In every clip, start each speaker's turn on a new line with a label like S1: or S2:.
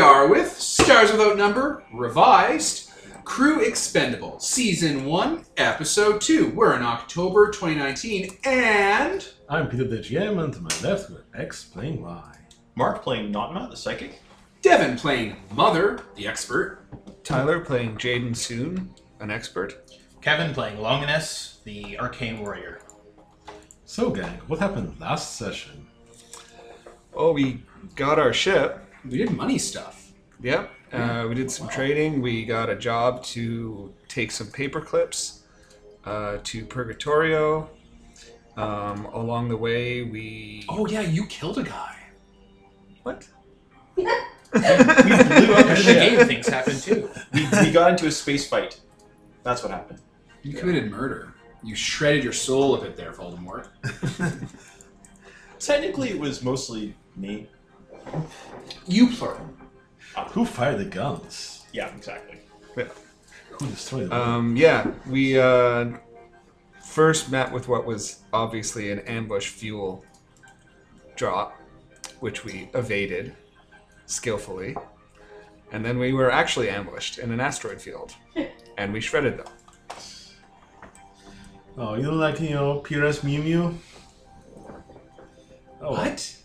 S1: are with Stars Without Number, revised, Crew Expendable, Season 1, Episode 2. We're in October 2019, and
S2: I'm Peter the GM, and to my left will explain why.
S3: Mark playing Notma, the psychic.
S1: Devin playing Mother, the expert.
S4: Tyler playing Jaden Soon, an expert.
S5: Kevin playing Longinus, the arcane warrior.
S2: So, gang, what happened last session?
S4: Oh, we got our ship.
S1: We did money stuff.
S4: Yep. Uh, we did some trading. We got a job to take some paper clips uh, to Purgatorio. Um, along the way, we.
S1: Oh, yeah, you killed a guy.
S4: What?
S3: We blew up a
S5: And the
S3: ship.
S5: game things happen too.
S3: We, we got into a space fight. That's what happened.
S1: You committed murder. You shredded your soul a bit there, Voldemort.
S3: Technically, it was mostly me.
S1: You plural.
S2: Who fired the guns?
S3: Yeah, exactly.
S2: Who destroyed the
S4: Um, yeah, we uh, first met with what was obviously an ambush fuel drop, which we evaded skillfully. And then we were actually ambushed in an asteroid field, and we shredded them.
S2: Oh, you know, like, you know, PRS Mew Mew? Oh,
S1: What?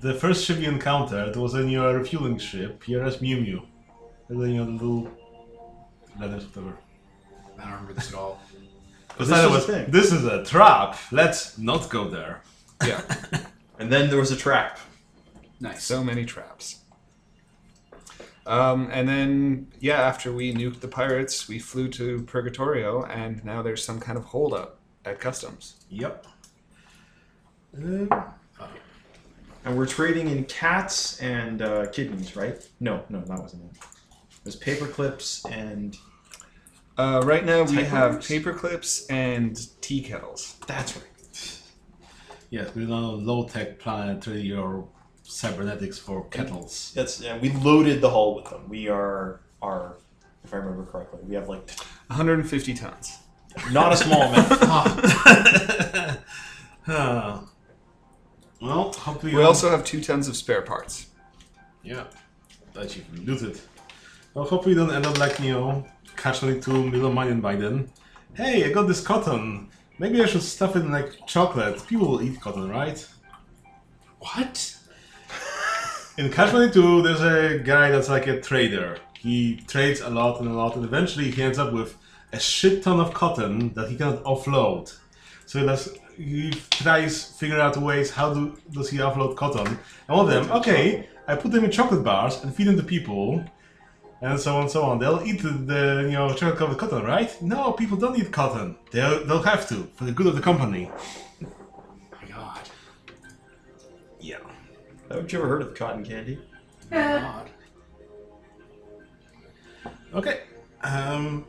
S2: The first ship you encountered was in your refueling ship, PRS Mew Mew. And then your little letters, whatever.
S1: I don't remember this at all.
S2: Because
S3: This
S2: then it
S3: is
S2: was,
S3: the thing.
S2: this is a trap. Let's not go there.
S4: Yeah,
S3: And then there was a trap.
S1: Nice.
S4: so many traps. Um, and then, yeah, after we nuked the pirates, we flew to Purgatorio, and now there's some kind of holdup at customs.
S2: Yep. Uh,
S3: And we're trading in cats and uh, kidneys, right? No, no, that wasn't it. It was paper clips and
S4: Uh, right now we have
S3: Typewriters?
S4: paper clips and tea kettles.
S3: that's right.
S2: yes, we're on a low tech planet, trading uh, your cybernetics for kettles.
S3: That's and we loaded the hull with them. We are are if I remember correctly, we have like
S4: 150 tons.
S3: not a small amount.
S2: Huh. Ah. Well, hope we,
S4: We also have two tons of spare parts.
S2: yeah that you can lose it. Well, hope we don't end up like you know, casually to Milomanian by then. Hey, I got this cotton. Maybe I should stuff it in like chocolate. People will eat cotton, right?
S1: What?
S2: In Casually 2, there's a guy that's like a trader. He trades a lot and a lot, and eventually he ends up with a shit ton of cotton that he cannot offload. So he, does, he tries figure out ways how do, does he offload cotton. And one of them, okay, I put them in chocolate bars and feed them to people, and so on and so on. They'll eat the, the you know chocolate covered cotton, right? No, people don't eat cotton. They'll, they'll have to for the good of the company.
S1: Oh my god.
S2: Yeah.
S3: Haven't you ever heard of cotton candy?
S1: My god.
S2: Okay. Um,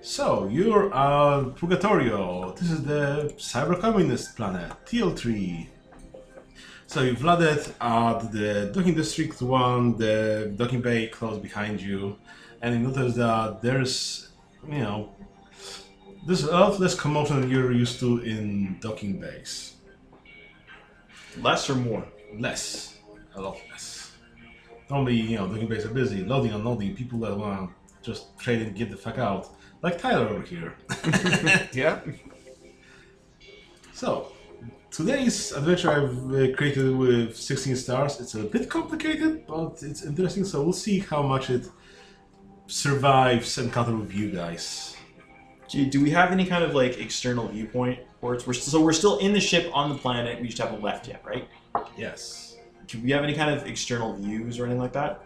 S2: so you're uh, Purgatorio. This is the cyber communist planet TL3. So you've landed at the docking district one. The docking bay closed behind you, and you notice that there's, you know, there's a lot less commotion than you're used to in docking bays.
S3: Less or more?
S2: Less, a lot less. Normally, you know, looking base are busy, loading, unloading, people that want to just trade and get the fuck out, like Tyler over here.
S4: Yeah.
S2: So, today's adventure I've uh, created with 16 stars. It's a bit complicated, but it's interesting, so we'll see how much it survives encounter with you guys.
S3: Do, do we have any kind of like external viewpoint? Or it's, we're st- so we're still in the ship on the planet. We just haven't left yet, right?
S2: Yes.
S3: Do we have any kind of external views or anything like that?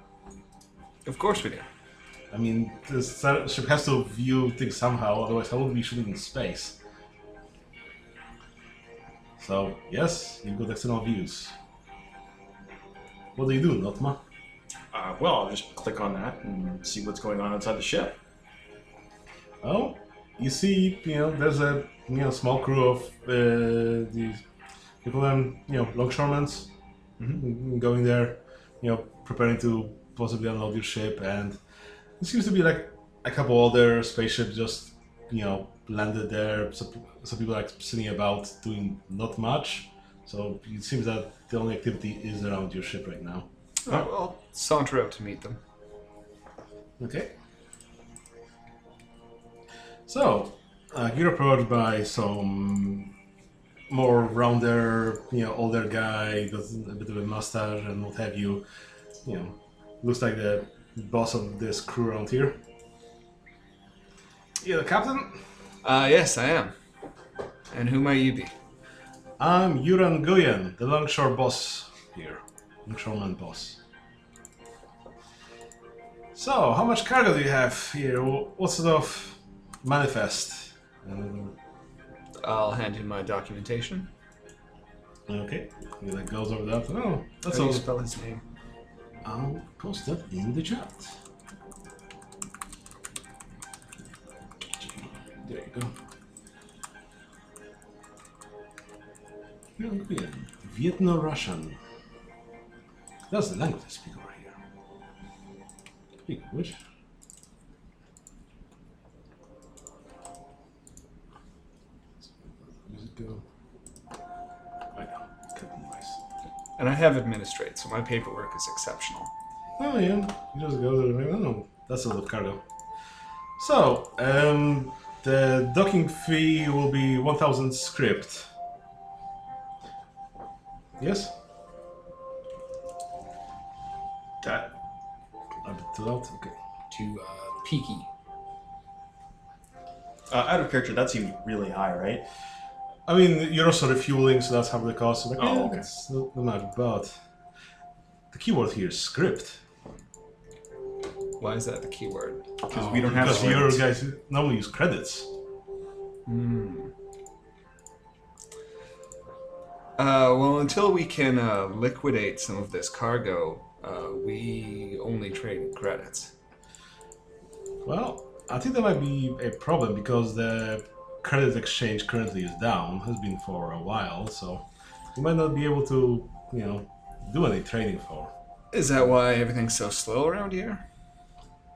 S4: Of course we do.
S2: I mean, the star- ship has to view things somehow, otherwise, I would be shooting in space. So, yes, you've got external views. What do you do, Notma?
S3: Uh, well, I'll just click on that and see what's going on inside the ship.
S2: Oh, you see, you know, there's a you know small crew of uh, these you call them you know longshoremen going there, you know, preparing to possibly unload your ship, and it seems to be like a couple other spaceships just you know landed there. So, so people are like sitting about doing not much. So it seems that the only activity is around your ship right now.
S4: I'll Oh, saunter out to meet them.
S2: Okay. So, uh, you're approached by some more rounder, you know, older guy, got a bit of a mustache and what have you. You know, looks like the boss of this crew around here. You're the captain?
S4: Uh, yes, I am. And who might you be?
S2: I'm Yuran Goyan, the longshore boss here. Longshoreman boss. So, how much cargo do you have here? Wh- What sort of manifest? Um,
S4: I'll hand you my documentation.
S2: Okay, he like goes over that. Oh, that's
S4: How do
S2: all.
S4: you spell his name?
S2: I'll post that in the chat. There you go. Yuran Goyan, Vietnam Russian. That's the language I speak over here. Speaking of which. Does it go? Right now, cut the noise.
S4: And I have administrate, so my paperwork is exceptional.
S2: Oh yeah, you just go there. and, Oh, that's a lot of cargo. So, um, the docking fee will be 1,000 script. Yes?
S3: That
S2: A bit too loud? Okay.
S1: to uh, Peaky.
S3: uh, out of character. That seemed really high, right?
S2: I mean, you're also refueling, so that's half the cost. Like,
S3: Oh,
S2: oh,
S3: okay.
S2: that's not much, but the keyword here is script.
S4: Why is that the keyword?
S3: Because we don't have
S2: Because
S3: script.
S2: your guys normally use credits.
S4: Uh, well, until we can uh, liquidate some of this cargo, uh, we only trade in credits.
S2: Well, I think that might be a problem because the credit exchange currently is down, has been for a while, so we might not be able to, you know, do any trading for.
S4: Is that why everything's so slow around here?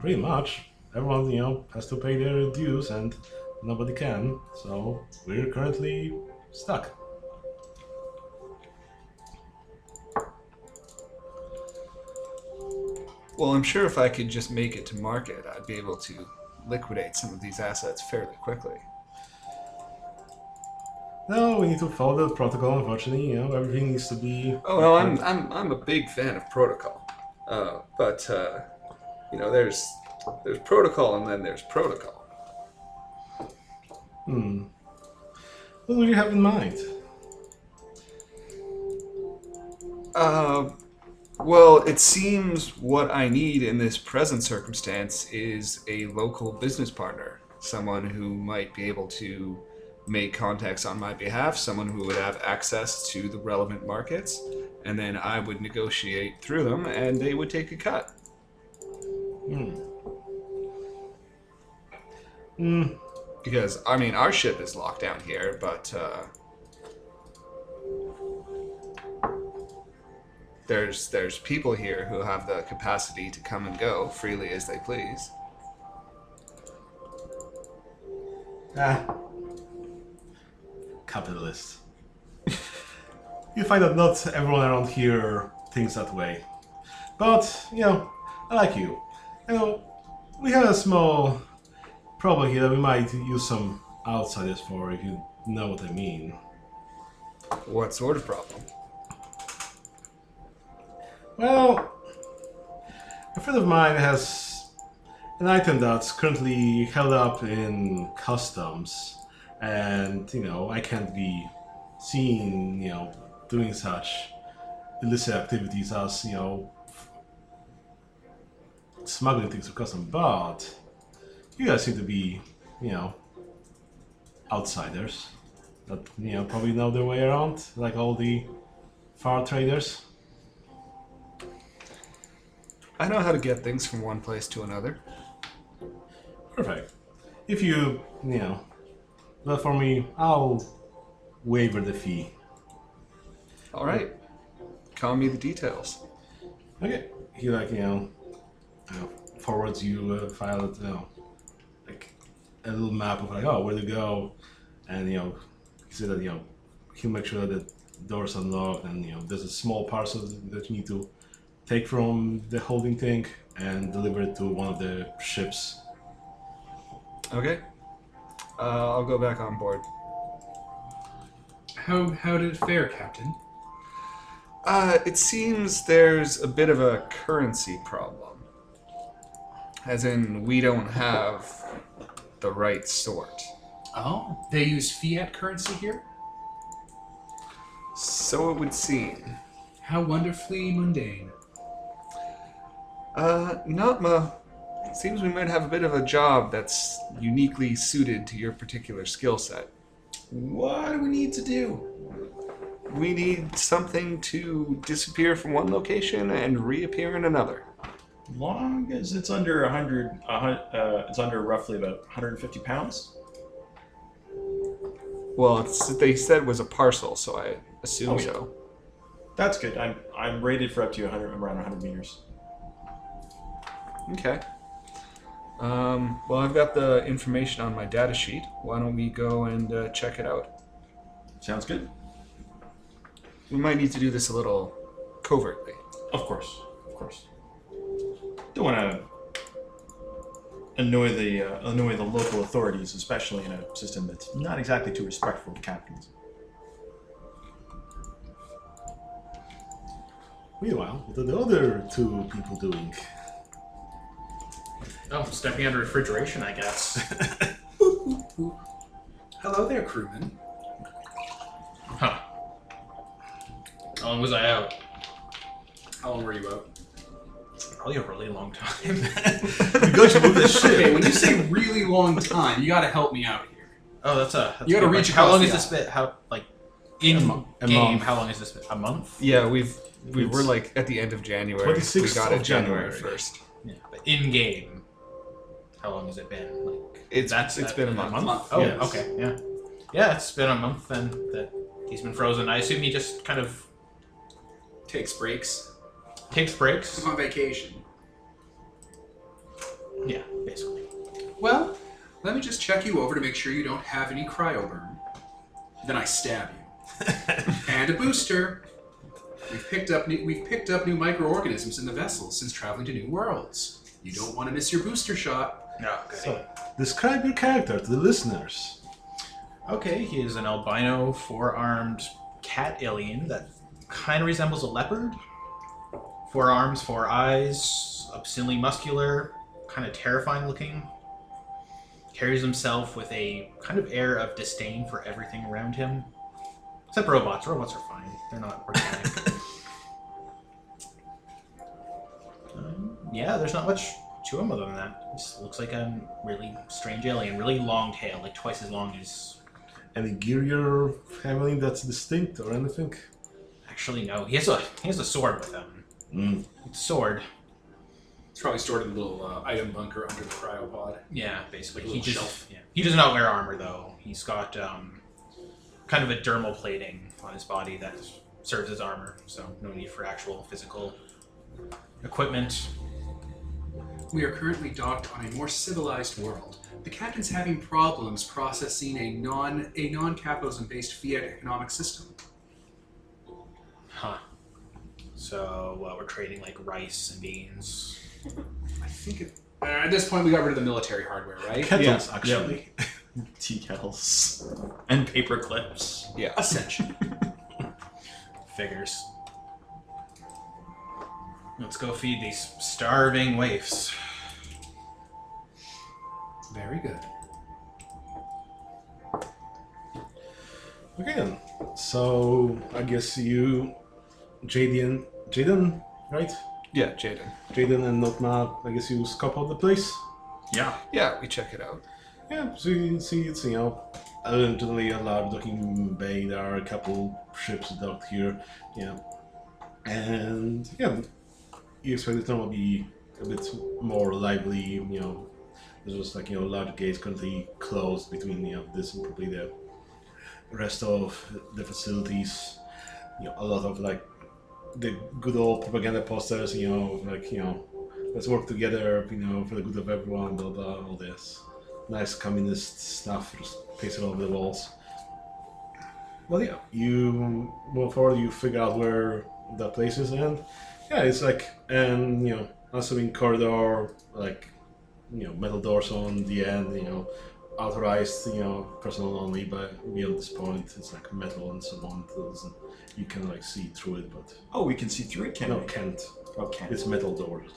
S2: Pretty much. Everyone, you know, has to pay their dues and nobody can, so we're currently stuck.
S4: Well, I'm sure if I could just make it to market, I'd be able to liquidate some of these assets fairly quickly.
S2: No, we need to follow the protocol, unfortunately, you know, everything needs to be
S4: Oh well, I'm I'm I'm a big fan of protocol, uh, but uh, you know, there's there's protocol and then there's protocol.
S2: Hmm. What do you have in mind?
S4: Uh, well, it seems what I need in this present circumstance is a local business partner, someone who might be able to make contacts on my behalf, someone who would have access to the relevant markets, and then I would negotiate through them, and they would take a cut.
S2: Hmm. Hmm.
S4: Because I mean, our ship is locked down here, but uh, there's there's people here who have the capacity to come and go freely as they please.
S2: Ah. Capitalist. you find that not everyone around here thinks that way. But, you know, I like you. You know, we have a small problem here that we might use some outsiders for, if you know what I mean.
S4: What sort of problem?
S2: Well, a friend of mine has an item that's currently held up in customs, and you know I can't be seen, you know, doing such illicit activities as you know smuggling things to customs. But you guys seem to be, you know, outsiders that you know probably know their way around, like all the far traders.
S4: I know how to get things from one place to another.
S2: Perfect. If you, you know, that for me, I'll waiver the fee.
S4: All right, call me the details.
S2: Okay. He like you know, uh, forwards you a file that you know, like a little map of like oh where to go, and you know, he said that you know he'll make sure that the door's unlocked and you know there's a small parcel that you need to take from the holding thing and deliver it to one of the ships.
S4: Okay. Uh, I'll go back on board.
S1: How how did it fare, Captain?
S4: Uh, it seems there's a bit of a currency problem. As in, we don't have the right sort.
S1: Oh, they use fiat currency here.
S4: So it would seem.
S1: How wonderfully mundane.
S4: Uh, Notma, it seems we might have a bit of a job that's uniquely suited to your particular skill set.
S1: What do we need to do?
S4: We need something to disappear from one location and reappear in another.
S3: Long as it's under 100, a hun- uh, it's under roughly about 150 pounds.
S4: Well, it's, they said it was a parcel, so I assume
S3: Oh, yeah.
S4: so.
S3: That's good. I'm I'm rated for up to 100 around 100 meters.
S4: Okay. Um, well, I've got the information on my data sheet. Why don't we go and uh, check it out?
S3: Sounds good.
S4: We might need to do this a little covertly.
S3: Of course, of course. Don't want to annoy the uh, annoy the local authorities, especially in a system that's not exactly too respectful of captains.
S2: Meanwhile, what are the other two people doing?
S5: Oh, stepping under refrigeration, I guess.
S1: Hello there, crewman.
S5: huh. How long was I out?
S1: How long were you out?
S5: Probably a really long time.
S2: You guys should move the
S1: Okay, when
S2: ship.
S1: you say really long time, you got to help me out here.
S5: oh, that's a. That's
S1: You gotta
S5: a good
S1: reach
S5: one. How
S1: across
S5: long
S1: the
S5: is this bit? How like in
S2: A mo- a
S5: game?
S2: month.
S5: How long is this bit? A month?
S4: Yeah, we've we
S2: It's
S4: were like at the end of January.
S2: 26th
S4: we got
S2: of
S4: it
S2: January.
S4: January first.
S5: Yeah, but in game, how long has it been? Like
S4: It's
S5: that's
S4: it's
S5: that-
S4: been a month.
S1: Month.
S5: Oh,
S2: Yes.
S5: okay, yeah, yeah. It's been a month then that he's been frozen. I assume he just kind of
S1: Takes breaks.
S5: takes breaks.
S1: I'm on vacation.
S5: Yeah, basically.
S1: Well, let me just check you over to make sure you don't have any cryoburn. Then I stab you. and a booster. We've picked up new, we've picked up new microorganisms in the vessel since traveling to new worlds. You don't want to miss your booster shot.
S5: No, good.
S2: So, describe your character to the listeners.
S5: Okay, he is an albino, four armed cat alien that kind of resembles a leopard. Four arms, four eyes, obscenely muscular, kind of terrifying looking. Carries himself with a kind of air of disdain for everything around him. Except robots. Robots are fine, they're not organic. um, yeah, there's not much to him other than that. He just looks like a really strange alien, really long tail, like twice as long as
S2: Any gear you're having that's distinct or anything?
S5: Actually, no. He has a he has a sword with him.
S2: Mm.
S5: It's a sword.
S1: It's probably stored in a little uh, item bunker under the cryopod.
S5: Yeah, basically.
S1: Like a
S5: he
S1: little
S5: just
S1: shelf.
S5: yeah. He does not wear armor though. He's got um, kind of a dermal plating on his body that serves as armor. So no need for actual physical equipment.
S1: We are currently docked on a more civilized world. The captain's having problems processing a non a non-capitalism based fiat economic system.
S5: Huh. So uh, we're trading like rice and beans.
S1: I think it, uh, at this point we got rid of the military hardware, right?
S2: Kettles, actually.
S3: Tea kettles and paper clips.
S4: Yeah.
S1: Ascension.
S5: Figures. Let's go feed these starving waifs.
S1: Very good.
S2: Okay then. So I guess you, Jaden, Jaden, right?
S4: Yeah, Jaden.
S2: Jaden and Notma. I guess you scope out the place.
S3: Yeah.
S4: Yeah, we check it out.
S2: Yeah, so you can see it's, you know, originally a large docking bay. There are a couple ships docked here, yeah. And, yeah, you expect the town will be a bit more lively, you know. There's just like, you know, large gates currently closed between, you know, this and probably the rest of the facilities. You know, a lot of like the good old propaganda posters, you know, like, you know, let's work together, you know, for the good of everyone, blah, blah, all this nice communist stuff just pasted all over the walls. Well, yeah, you move forward, you figure out where the place is, and yeah, it's like, and you know, assuming corridor, like you know, metal doors on the end, you know, authorized, you know, personnel only. But beyond this point, it's like metal and so on. It doesn't- You can like see through it, but
S3: Oh, we can see through it, can
S2: no,
S3: we?
S2: can't.
S3: Oh, can.
S2: It's metal doors.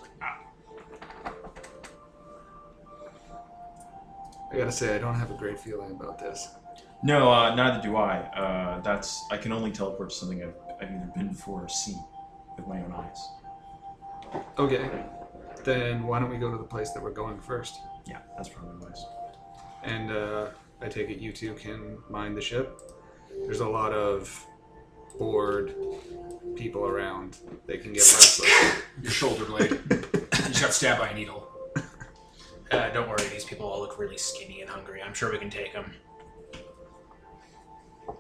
S4: I gotta say, I don't have a great feeling about this.
S3: No, uh, neither do I. Uh, that's I can only teleport to something I've, I've either been before or seen with my own eyes.
S4: Okay, then why don't we go to the place that we're going first?
S3: Yeah, that's probably wise.
S4: And uh, I take it you two can mind the ship. There's a lot of bored people around. They can get restless.
S1: Your shoulder blade. you just got stabbed by a needle.
S5: Uh, don't worry, these people all look really skinny and hungry. I'm sure we can take them.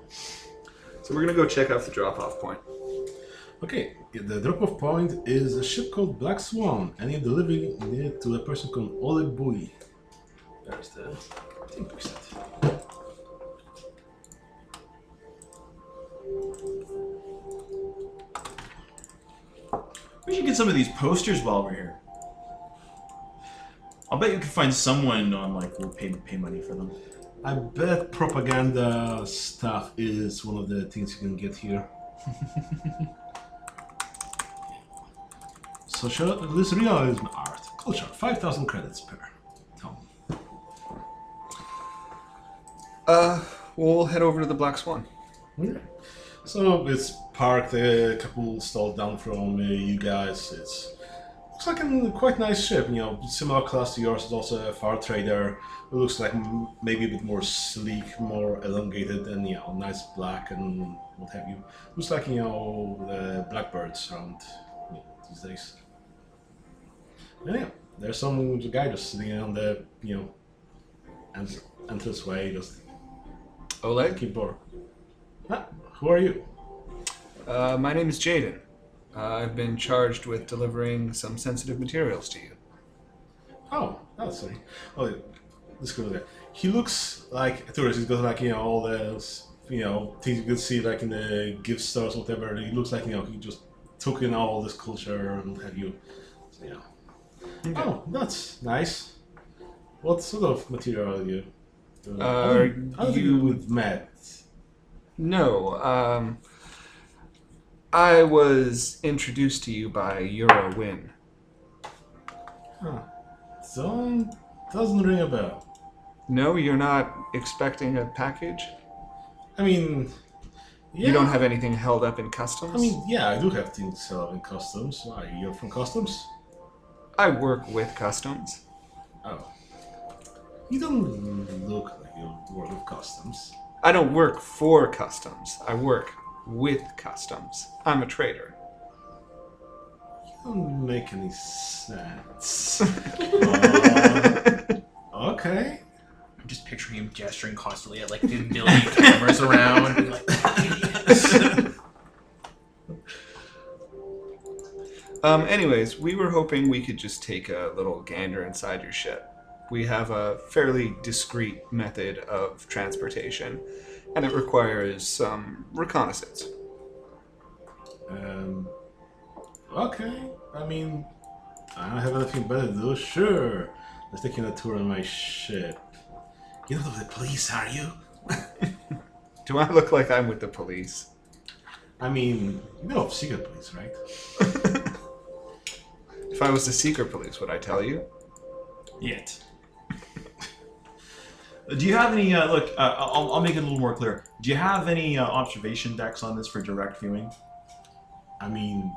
S4: so we're gonna go check out the drop-off point.
S2: Okay, the drop-off point is a ship called Black Swan, and you're delivering it to a person called Oleg Bui. There's the thing we said.
S3: We should get some of these posters while we're here. I'll bet you can find someone on like we'll pay pay money for them.
S2: I bet propaganda stuff is one of the things you can get here. Social this realism art culture five thousand credits per. Tom.
S4: Uh, we'll head over to the Black Swan.
S2: So it's parked a couple stalls down from uh, you guys. It's looks like a quite nice ship. You know, similar class to yours. It's also a far trader. It looks like m- maybe a bit more sleek, more elongated, and you know, nice black and what have you. Looks like you know the blackbirds around you know, these days. And yeah, there's some guy just sitting on the you know ent- entrance way, just
S4: Oleg,
S2: looking for. Ah, who are you?
S4: uh, my name is Jaden. Uh, I've been charged with delivering some sensitive materials to you.
S2: Oh, that's right. Oh, yeah. this guy. He looks like a tourist. He's got like you know all those you know things you can see like in the gift stores, whatever. He looks like you know he just took in all this culture and what have you. So, yeah. Oh, that's nice. What sort of material are you? doing? Oh, I
S4: Uh,
S2: don't- I don't think
S4: you-
S2: we've met.
S4: No, um, I was introduced to you by Eurowin.
S2: Huh. So doesn't ring a bell.
S4: No, you're not expecting a package?
S2: I mean, yeah.
S4: You don't have anything held up in customs?
S2: I mean, yeah, I do have things set up in customs. Why? You're from customs?
S4: I work with customs.
S2: Oh. You don't look like you're World of Customs.
S4: I don't work for customs. I work with customs. I'm a trader.
S2: You don't make any sense. Um, okay.
S5: I'm just picturing him gesturing constantly at like the million cameras around. and, like,
S4: um, anyways, we were hoping we could just take a little gander inside your ship. We have a fairly discreet method of transportation, and it requires some reconnaissance.
S2: Um, okay. I mean, I don't have anything better to do. Sure. Let's take you on a tour on my ship. You're not with the police, are you?
S4: Do I look like I'm with the police?
S2: I mean, you know of secret police, right?
S4: If I was the secret police, would I tell you?
S3: Yet. Do you have any? Uh, look, uh, I'll, I'll make it a little more clear. Do you have any uh, observation decks on this for direct viewing?
S2: I mean,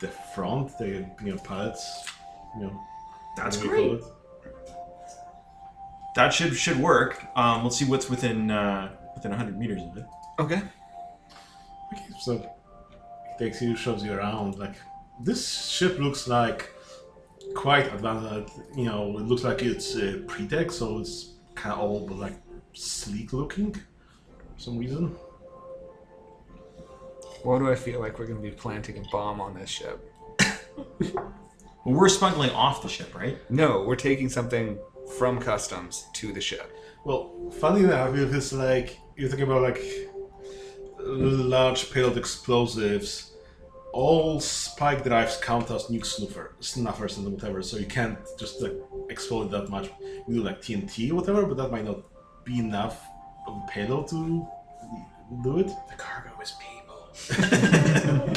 S2: the front, the you know pilots, you know. what do you call it?
S3: That should should work. Um, let's see what's within uh, within 100 meters of it.
S4: Okay.
S2: Okay, so he takes you, shows you around. Like this ship looks like quite advanced. You know, it looks like it's uh, pre-tech, so it's kind of old but like sleek looking for some reason.
S4: Why do I feel like we're gonna be planting a bomb on this ship?
S3: Well, we're smuggling off the ship, right?
S4: No, we're taking something from customs to the ship.
S2: Well, funny enough, if it's like you're talking about like large payload explosives, all spike drives count as nuke snuffer, snuffers and whatever, so you can't just like explode that much. You do like TNT or whatever, but that might not be enough of a payload to do it.
S5: The cargo is people.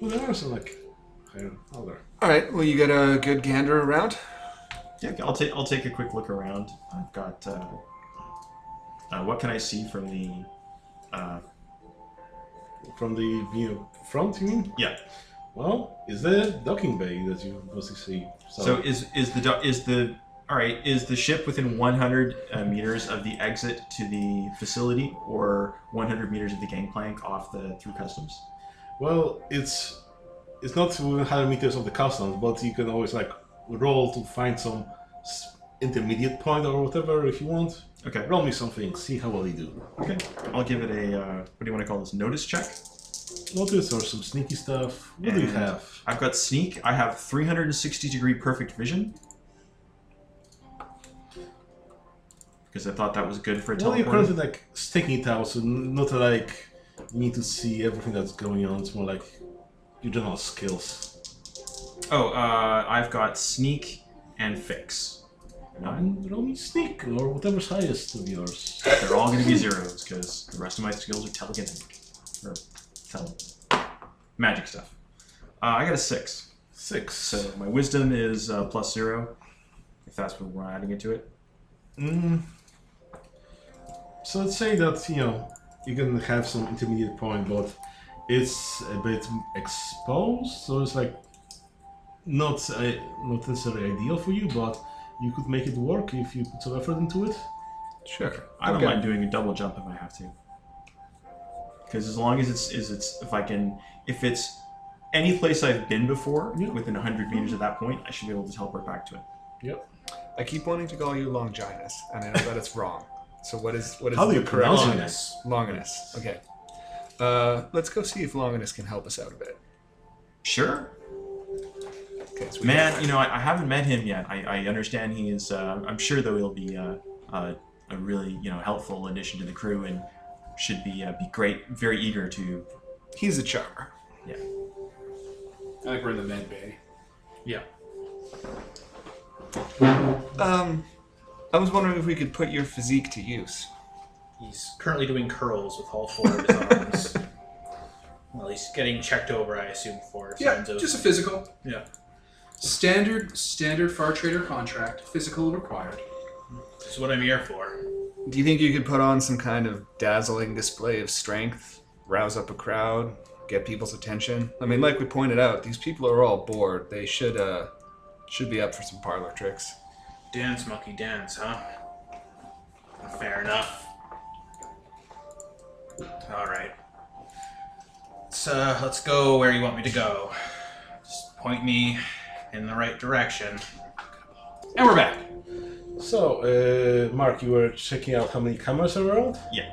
S2: But there are some like higher other.
S4: All right. Well, you get a good gander around.
S3: Yeah, I'll take I'll take a quick look around. I've got. Uh, uh, what can I see from the? Uh,
S2: From the you know, front, you mean?
S3: yeah.
S2: Well, is there a docking bay that you mostly see?
S3: So is is the do- is the all right? Is the ship within 100 uh, meters of the exit to the facility, or 100 meters of the gangplank off the through customs?
S2: Well, it's it's not within 100 meters of the customs, but you can always like roll to find some s- intermediate point or whatever if you want.
S3: Okay.
S2: Roll me something, see how well you do.
S3: Okay. I'll give it a uh, what do you want to call this? Notice check.
S2: Notice or some sneaky stuff. What do you
S3: And-
S2: have?
S3: I've got sneak. I have 360 degree perfect vision. Because I thought that was good for a
S2: Well, you're
S3: teleport.
S2: currently like sticking it out, so n- not like you need to see everything that's going on. It's more like your general skills.
S3: Oh, uh, I've got sneak and fix. Nine.
S2: And roll me sneak or whatever's highest of yours.
S3: They're all going to be zeros because the rest of my skills are telekinetic or tele magic stuff. Uh, I got a six.
S2: Six.
S3: So my wisdom is uh, plus zero. If that's what we're adding into it.
S2: Mm. So let's say that you know you can have some intermediate point, but it's a bit exposed, so it's like not uh, not necessarily ideal for you, but you could make it work if you put some effort into it.
S4: Sure.
S3: I don't
S4: Okay.
S3: mind doing a double jump if I have to. Because as long as it's is it's if I can if it's any place I've been before
S2: Yeah.
S3: within 100 meters of that point, I should be able to teleport back to it.
S2: Yep.
S4: I keep wanting to call you Longinus, and I know that it's wrong. So what is what is
S2: How do
S4: the
S2: you
S4: correct
S2: pronounce
S4: name?
S2: it?
S4: Longinus. Okay. Uh, let's go see if Longinus can help us out a bit.
S3: Sure,
S4: Okay, so we
S3: man. You know I, I haven't met him yet. I, I understand he is. Uh, I'm sure though he'll be uh, uh, a really you know helpful addition to the crew and should be uh, be great. Very eager to.
S4: he's a charmer.
S1: I think we're in the med bay.
S5: Yeah.
S4: Um, I was wondering if we could put your physique to use.
S5: He's currently doing curls with all four of his arms. Well, he's getting checked over, I assume, for
S1: Yeah,
S5: signs of.
S1: just a physical.
S5: yeah.
S1: Standard standard far trader contract, physical required.
S5: This is what I'm here for.
S4: Do you think you could put on some kind of dazzling display of strength, rouse up a crowd, get people's attention? I mean, like we pointed out, these people are all bored. They should uh should be up for some parlor tricks.
S5: Dance, monkey, dance, huh? Fair enough. All right. Let's uh, let's go where you want me to go. Just point me in the right direction. And we're back.
S2: So, uh, Mark, you were checking out how many cameras are around.
S3: Yeah.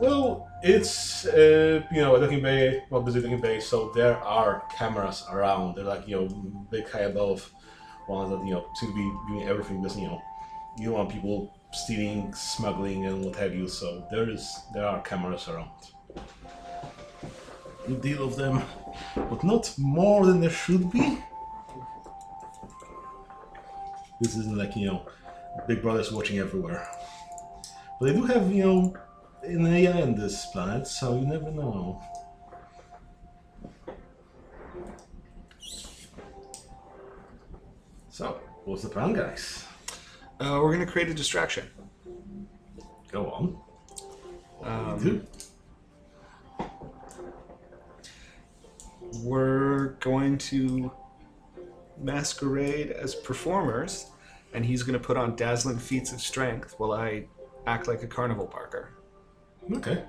S2: Well, it's uh, you know a docking bay, well, busy docking bay, so there are cameras around. They're like you know big high above ones that you know seem to be doing everything because you know you don't want people stealing, smuggling, and what have you. So there is there are cameras around. You deal with them, but not more than there should be. This isn't like you know Big Brother's watching everywhere. But they do have, you know, an AI on this planet, so you never know. So, what's the plan, guys?
S4: Uh, we're gonna create a distraction.
S2: Go on. What
S4: Um,
S2: do you do?
S4: We're going to masquerade as performers, and he's gonna put on dazzling feats of strength while I act like a carnival barker.
S2: Okay.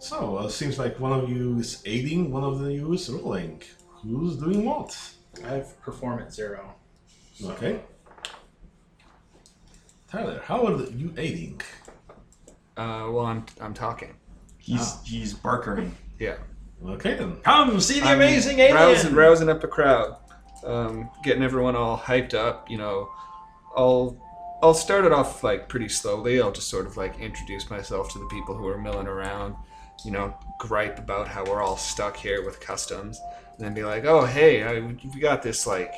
S2: So, uh, seems like one of you is aiding, one of you is rolling. Who's doing what?
S5: I have perform at zero.
S2: Okay. Tyler, how are you aiding?
S4: Uh, well, I'm I'm talking.
S3: He's he's barkering.
S4: Yeah.
S2: Okay then.
S3: Come see the
S4: I'm
S3: amazing alien.
S4: rousing, rousing up a crowd, um, getting everyone all hyped up. You know, I'll I'll start it off like pretty slowly. I'll just sort of like introduce myself to the people who are milling around, you know, gripe about how we're all stuck here with customs, and then be like, "Oh, hey, I, we got this like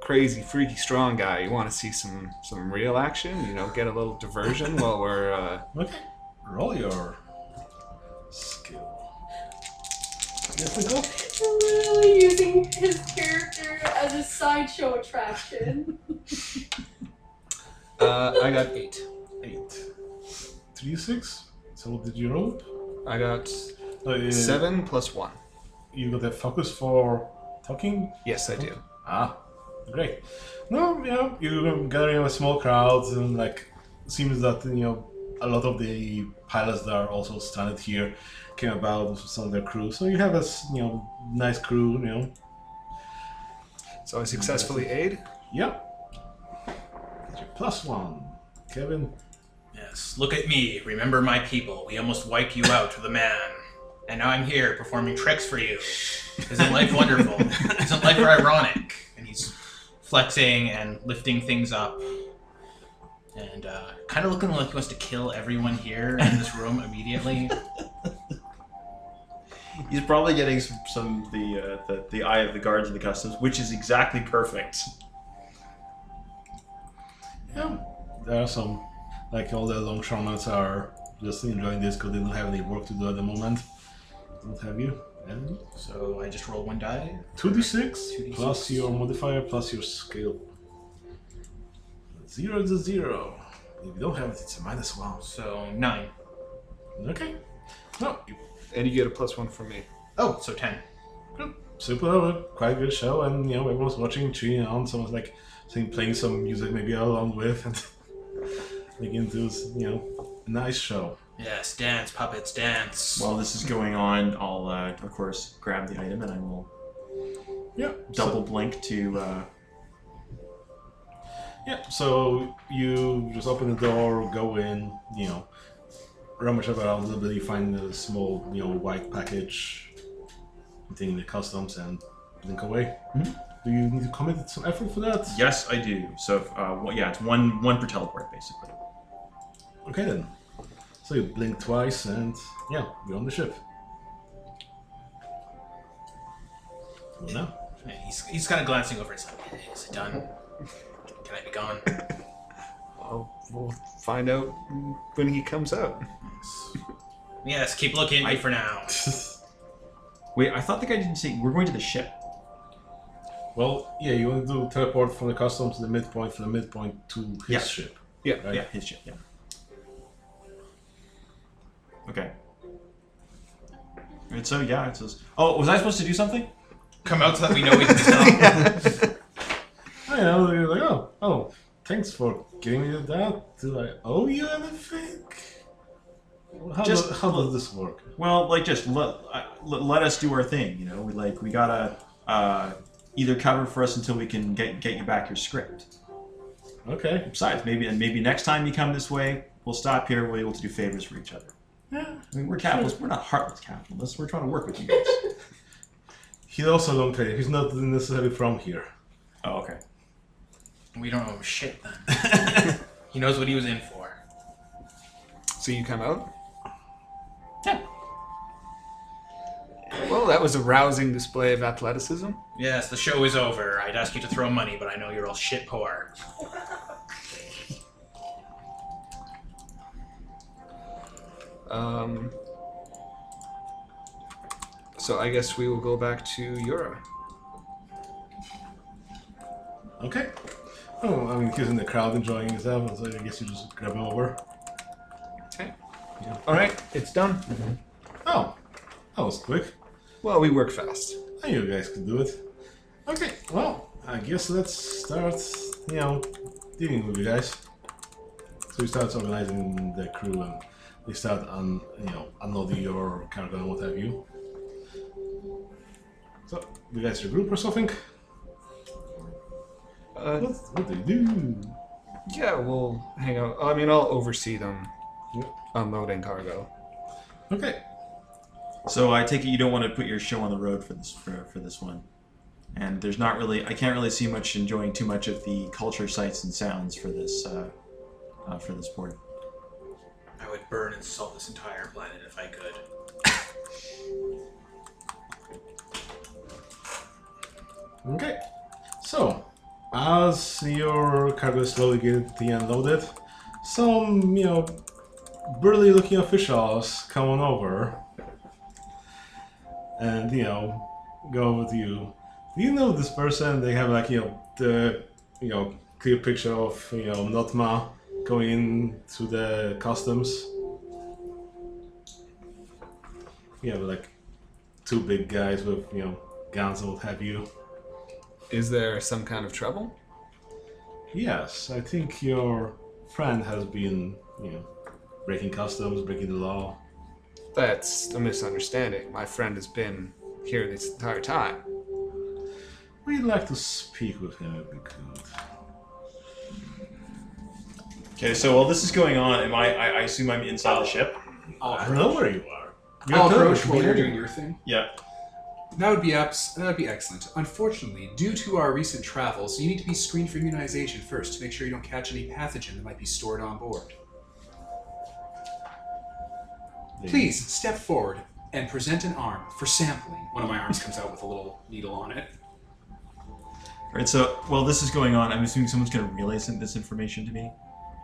S4: crazy, freaky, strong guy. You want to see some some real action? You know, get a little diversion while we're uh,
S2: Okay. Roll your skill. Yes, we go.
S6: Literally using his character as a sideshow attraction.
S4: uh, I got eight.
S2: Eight. Three, six. So what did you roll?
S4: I got
S2: Oh, yeah.
S4: seven plus one.
S2: You got a focus for talking?
S4: Yes, I do.
S2: Ah, great. No, you know, you're gathering a small crowd, and like, seems that you know a lot of the pilots that are also stranded here came about with some of their crew. So you have a s- you know nice crew. You know,
S4: So I successfully aid.
S2: yeah. Get your plus one, Kevin.
S5: Yes, look at me. Remember my people. We almost wiped you out with a man. And now I'm here performing tricks for you. Isn't life wonderful? Isn't life ironic? And he's flexing and lifting things up. And uh, kind of looking like he wants to kill everyone here in this room immediately.
S3: He's probably getting some, some of the, uh, the the eye of the guards of the customs, which is exactly perfect.
S2: Yeah, there are some like all the longshoremen are just enjoying this because they don't have any work to do at the moment. Don't have you? Evan?
S5: So I just roll one die.
S2: 2d6
S5: 2d6.
S2: plus your modifier plus your skill. Zero is a zero. If you don't have it, it's a minus one.
S5: So nine.
S2: Okay. No, you
S4: And you get a plus one from me.
S5: Oh, so ten.
S2: super uh, quite good show, and you know everyone's watching, cheering on. Someone's like saying, playing some music maybe along with, and begin to you know nice show.
S5: Yes, dance, puppets, dance.
S3: While this is going on, I'll uh, of course grab the item and I will
S2: Yeah, so-
S3: double blink to. Uh,
S2: Yeah, so you just open the door, go in, you know, rummage around a little bit, you find a small, you know, white package containing the customs and blink away.
S3: Mhm.
S2: Do you need to commit some effort for that?
S3: yes, I do. So uh, well, yeah, it's one one per teleport basically.
S2: Okay then. So you blink twice and yeah, you're on the ship. Well, now.
S5: Yeah, He's, he's kind of glancing over. It's like, is it done? Can I be gone?
S4: Well, we'll find out when he comes out.
S5: Yes, keep looking at me for now.
S3: Wait, I thought the guy didn't say we're going to the ship.
S2: Well, yeah, you want to do teleport from the customs to the midpoint, from the midpoint to his
S3: Yeah.
S2: ship.
S4: Yeah.
S2: Right?
S3: Oh, Yeah, his ship. Yeah. Okay. And so yeah, it says. Oh, was I supposed to do something?
S5: Come out so that we know we can stop.
S2: I know, they're like, oh, oh, thanks for giving me that. Do I owe you anything? How,
S3: Just-
S2: do, how does this work?
S3: Well, like just let uh, let let us do our thing. You know, we like we gotta uh, either cover for us until we can get get you back your script.
S2: Okay.
S3: Besides, maybe and maybe next time you come this way, we'll stop here. We'll be able to do favors for each other.
S2: Yeah.
S3: I mean, we're capitalists. We're not heartless capitalists. We're trying to work with you guys.
S2: He's also a long trader. He's not necessarily from here.
S3: oh, okay.
S5: we don't know shit then. he knows what he was in for.
S4: So you come out?
S3: Yeah.
S4: Well, that was a rousing display of athleticism.
S5: Yes, the show is over. I'd ask you to throw money, but I know you're all shit poor.
S4: Um, so I guess we will go back to Yura.
S2: Okay. Oh, I mean, he's in the crowd enjoying himself, so I guess you just grab him over.
S4: Okay.
S2: Yeah.
S4: All right, it's done.
S2: Oh, that was quick.
S4: Well, we work fast.
S2: I knew you guys could do it. Okay, well, I guess let's start, you know, dealing with you guys. So he starts organizing the crew and they start un, you know, unloading your cargo and what have you. So, you guys regroup or something?
S4: Uh,
S2: What, what do you do?
S4: yeah, we'll hang out. I mean, I'll oversee them
S2: Yep.
S4: unloading cargo.
S2: Okay,
S3: So I take it you don't want to put your show on the road for this for, for this one, and there's not really I can't really see much enjoying too much of the culture sights and sounds for this uh, uh, for this board.
S5: I would burn and salt this entire planet if I could.
S2: Okay. So, as your cargo is slowly getting unloaded, some, you know, burly looking officials come on over and, you know, go with you. Do you know this person? They have, like, you know, the, you know, clear picture of, you know, Notma going in to the customs. You have, like, two big guys with, you know, guns and what have you.
S4: Is there some kind of trouble?
S2: Yes, I think your friend has been, you know, breaking customs, breaking the law.
S4: That's a misunderstanding. My friend has been here this entire time.
S2: We'd like to speak with him if we could.
S3: Okay, so while this is going on, am I? I, I assume I'm inside the ship.
S4: Oh,
S1: I'll
S2: I don't know where you are.
S1: I'll Uh, approach
S2: teleported
S1: while you're
S2: already.
S1: doing your thing.
S3: Yeah.
S1: That would be abs- that would be excellent. Unfortunately, due to our recent travels, you need to be screened for immunization first to make sure you don't catch any pathogen that might be stored on board.
S2: They-
S1: Please step forward and present an arm for sampling. One of my arms comes out with a little needle on it.
S3: All right. So while this is going on, I'm assuming someone's going to relay some this information to me.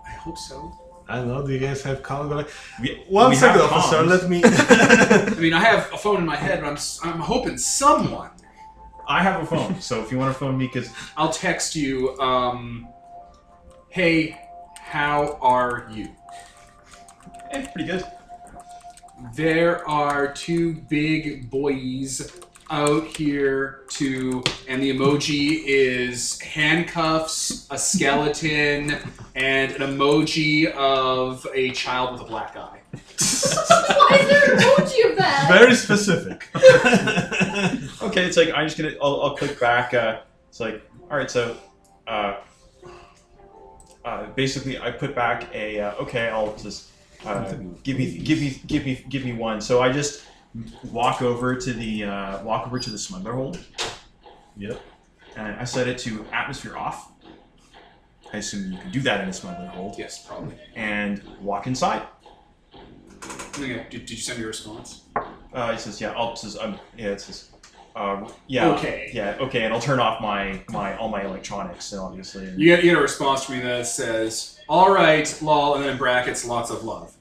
S1: I hope so.
S2: I don't know. Do you guys have Congo? Like,
S3: We,
S2: one
S3: we
S2: second,
S3: have
S2: officer.
S3: comms.
S2: Let me.
S1: I mean, I have a phone in my head, but I'm, s- I'm hoping someone.
S3: I have a phone, so if you want to phone me, because
S1: I'll text you. Um, hey, how are you?
S3: eh, pretty good.
S1: There are two big boys out here to and the emoji is handcuffs, a skeleton, and an emoji of a child with a black eye.
S6: Why is there an emoji of that?
S2: Very specific.
S3: Okay, it's like I'm just gonna. I'll, I'll click back. Uh, it's like all right. So, uh, uh, basically, I put back a. Uh, okay, I'll just uh, give me, give me, give me, give me one. So I just walk over to the uh, walk over to the smuggler hold,
S2: yep.
S3: and I set it to atmosphere off. I assume you can do that in a smuggler hold,
S1: Yes, probably.
S3: and walk inside.
S1: Okay, Did, did you send your response?
S3: Uh, he says, "Yeah, I'll says, um, yeah, it says, uh, yeah,
S1: Okay.
S3: yeah, okay," and I'll turn off my my all my electronics, and obviously,
S1: You get, you get a response from me that says, "All right, lol," and then in brackets, lots of love.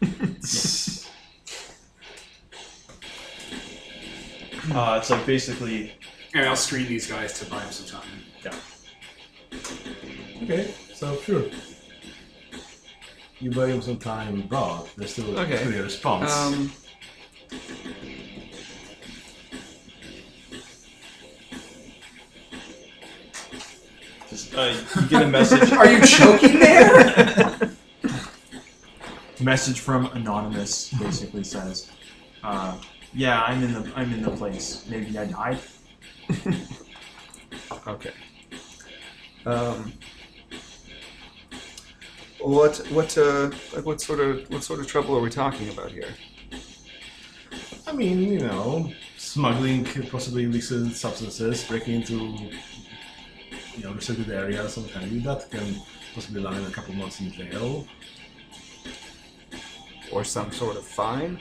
S3: uh, it's like basically,
S1: And I'll screen these guys to buy them some time.
S2: Okay. So sure. You buy him some time abroad. There's still a
S4: Okay.
S2: clear response.
S4: Um,
S3: just uh, you get a message,
S1: Are you choking there?
S3: message from anonymous, basically says, uh, "Yeah, I'm in the I'm in the place. Maybe I died."
S4: okay. Um, what what uh like what sort of what sort of trouble are we talking about here?
S2: I mean, you know, smuggling possibly illicit substances, breaking into, you know, restricted areas, some kind of that can possibly land a couple months in jail.
S4: Or some sort of fine?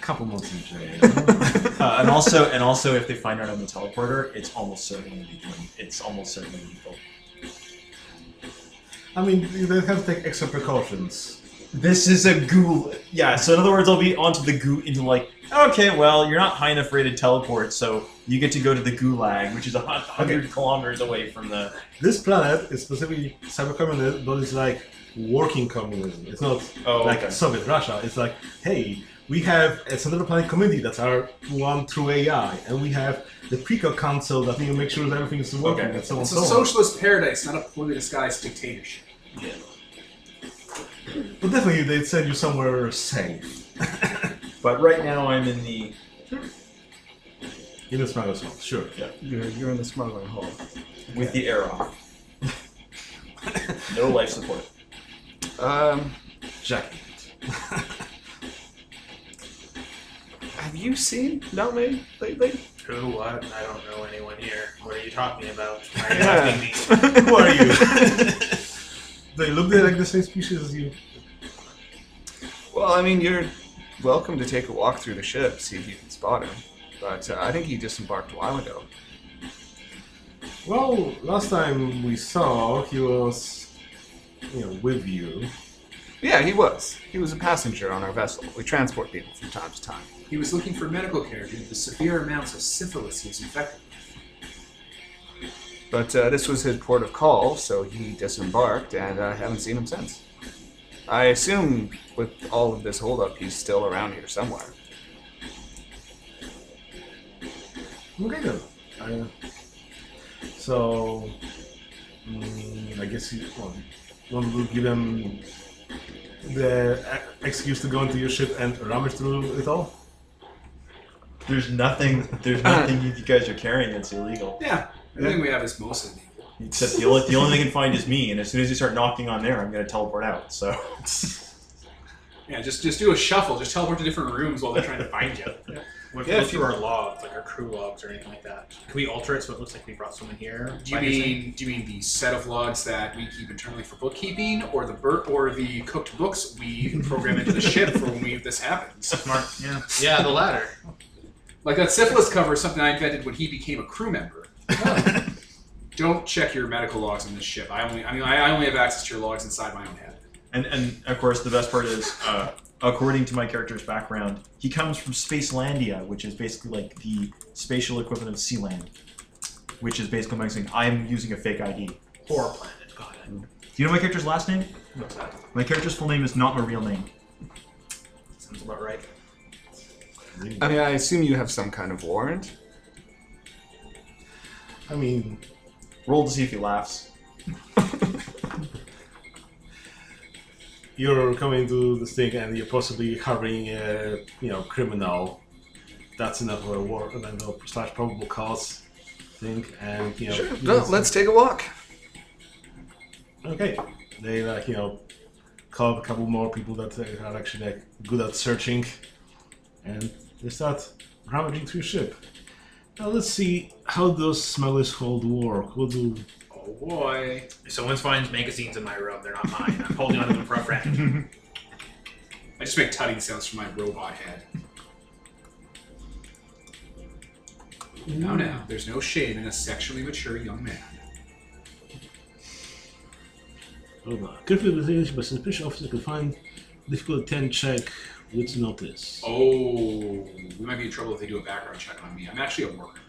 S2: couple months in jail.
S3: Uh, and also, and also, if they find out I'm the teleporter, it's almost certainly legal. It's almost certainly legal.
S2: I mean, you don't have to take extra precautions.
S3: This is a ghoul. Yeah, so in other words, I'll be onto the goo into like, okay, well, you're not high enough rated teleport, so you get to go to the gulag, which is a hun- hundred kilometers away from the.
S2: This planet is specifically cyber-communist, but it's like working communism. It's not
S3: Oh,
S2: like
S3: okay.
S2: Soviet Russia. It's like, hey, we have a central planning committee that's our one true AI, and we have the Preco Council that need to make sure that everything is working,
S3: Okay.
S2: and so on and
S1: It's
S2: so
S1: a
S2: on.
S1: socialist paradise, not a poorly disguised dictatorship.
S2: But definitely, they'd send you somewhere safe.
S3: But right now, I'm in the.
S2: In the smuggler's hall, sure.
S4: You're you're in the smuggling hole.
S3: with the air off. no life support.
S4: Um,
S2: Jackie.
S4: have you seen Nome lately?
S5: Who? What? I don't know anyone here. What are you talking about? Why are you
S4: Yeah.
S5: asking me?
S2: Who are you? they look like the same species as you.
S4: Well, I mean, you're welcome to take a walk through the ship, see if you can spot him. But uh, I think he disembarked a while ago.
S2: Well, last time we saw, he was, you know, with you.
S4: Yeah, he was. He was a passenger on our vessel. We transport people from time to time.
S1: He was looking for medical care due to the severe amounts of syphilis he was infected.
S4: But uh, this was his port of call, so he disembarked, and I haven't seen him since. I assume with all of this holdup, he's still around here somewhere.
S2: Okay, then. I, so, mm, I guess you well, you want to give him the e- excuse to go into your ship and rummage through it all?
S3: There's nothing. There's nothing you guys are carrying that's illegal.
S1: Yeah, everything we have is mostly legal.
S3: Except the only, the only thing they can find is me, and as soon as you start knocking on there, I'm gonna teleport out. So
S1: Yeah, just just do a shuffle. Just teleport to different rooms while they're trying to find you.
S5: What
S4: Yeah,
S5: if
S4: if
S5: through
S4: you-
S5: our logs, like our crew logs or anything like that? Can we alter it so it looks like we brought someone here?
S1: Do you
S5: Like, is it-
S1: mean do you mean the set of logs that we keep internally for bookkeeping, or the bur- or the cooked books we program into the ship for when we this happens?
S5: Smart. Yeah. Yeah, the latter.
S1: Like that syphilis cover is something I invented when he became a crew member. Don't check your medical logs on this ship. I only I mean I, I only have access to your logs inside my own head.
S3: And and of course, the best part is, uh, according to my character's background, he comes from Spacelandia, which is basically like the spatial equivalent of Sealand, which is basically my saying I'm using a fake ID. Do
S5: Horror planet. Got it.
S3: you know my character's last name?
S5: What's that?
S3: My character's full name is not my real name.
S5: Sounds about right.
S4: I mean, I assume you have some kind of warrant.
S2: I mean,
S3: Roll to see if he laughs.
S2: you're coming to this thing and you're possibly harboring a, you know, criminal. That's enough of a war enough of a slash probable cause thing, and you know.
S4: Sure.
S2: you
S4: No,
S2: just-
S4: let's take a walk.
S2: Okay. They like you know call up a couple more people that uh, are actually like good at searching, and they start rummaging through ship. Now let's see how those smellers hold work. We'll do.
S1: Oh boy.
S5: If someone finds magazines in my room, they're not mine. I'm holding onto them for a friend.
S1: I just make tutting sounds from my robot head. Now now, there's no shame in a sexually mature young man.
S2: Over. Carefully with this, but suspicious officer can find difficult ten check with notice.
S1: Oh, we might be in trouble if they do a background check on me. I'm actually a worker.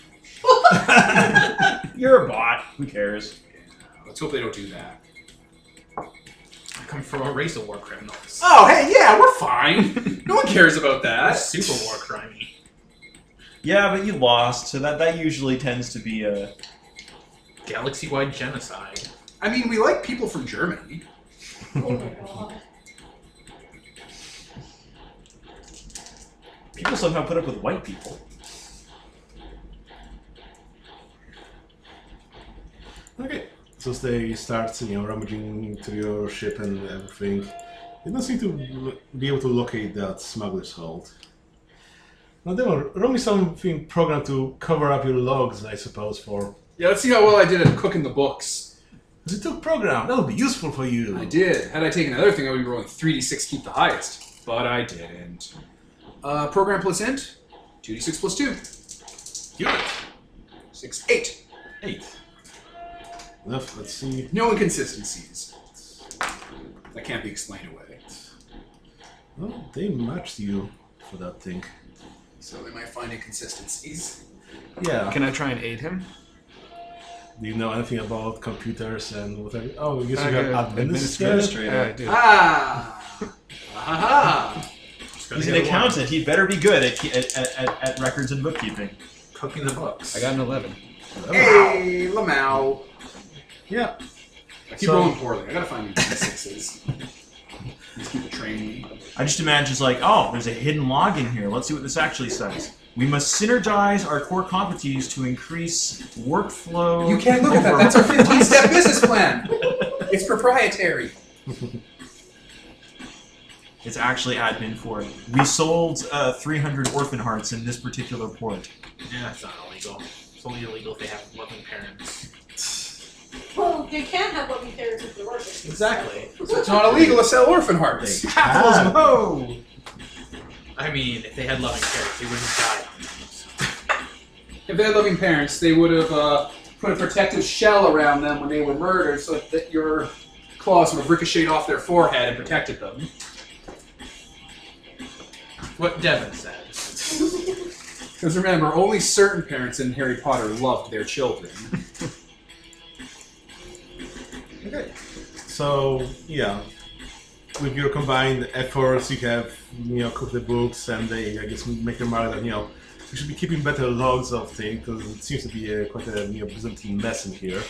S3: You're a bot. Who cares?
S1: Let's hope they don't do that.
S5: I come from a race of war criminals.
S1: Oh, hey, yeah, we're fine. no one cares about that.
S5: That's super war crimey.
S3: Yeah, but you lost, so that that usually tends to be uh, a.
S5: Galaxy-wide genocide.
S1: I mean, we like people from Germany.
S6: Oh my god.
S3: People somehow put up with white people.
S2: Okay. So they start you know rummaging through your ship and everything. They don't seem to l- be able to locate that smuggler's hold. Now, Demon, roll me something programmed to cover up your logs, I suppose, for.
S1: Yeah, let's see how well I did at cooking the books.
S2: Because it took program, that'll be useful for you.
S1: I did. Had I taken another thing, I would be rolling 3d6 keep the highest. But I didn't. Uh, program plus end 2d6 plus 2.
S2: Do it.
S1: 6, 8.
S2: Eight. Left, let's see.
S1: No inconsistencies. That can't be explained away.
S2: Well, they matched you for that thing.
S1: So they might find inconsistencies.
S2: Yeah.
S4: Can I try and aid him?
S2: Do you know anything about computers and whatever? Oh, I guess
S4: I
S2: you
S4: got
S2: got administrator.
S3: Administrator.
S4: Yeah, I do.
S1: Ah! Ahaha!
S5: Just gotta
S3: He's an
S5: get along.
S3: accountant. He better be good at, at, at, at, at records and bookkeeping.
S5: Cooking the books.
S4: I got an 11.
S1: Hey, Lamau!
S2: Yeah.
S1: I keep
S2: So-
S1: rolling poorly. I gotta find these D6s. these people train me.
S3: I just imagine it's like, oh, there's a hidden log in here. Let's see what this actually says. We must synergize our core competencies to increase workflow.
S1: You can't look at that. That's our 15 step business plan. It's proprietary.
S3: It's actually admin for it. We sold uh, 300 orphan hearts in this particular port.
S5: Yeah, it's not illegal. It's only illegal if they have loving parents.
S6: Well, Well, they can't have what we characters they're working.
S5: Exactly.
S1: So it's not illegal to sell orphan hearts.
S2: Capitalism,
S5: ho! I mean, if they had loving parents, they wouldn't die.
S1: If they had loving parents, they would have uh, put a protective shell around them when they were murdered so that your claws would have ricocheted off their forehead and protected them.
S5: What Devin said.
S1: Because remember, only certain parents in Harry Potter loved their children.
S5: Okay.
S2: So yeah, with your combined efforts, you have you know cook the books and they I guess make a mark that you know we should be keeping better logs of things because it seems to be a, quite a you know, Byzantine mess in here.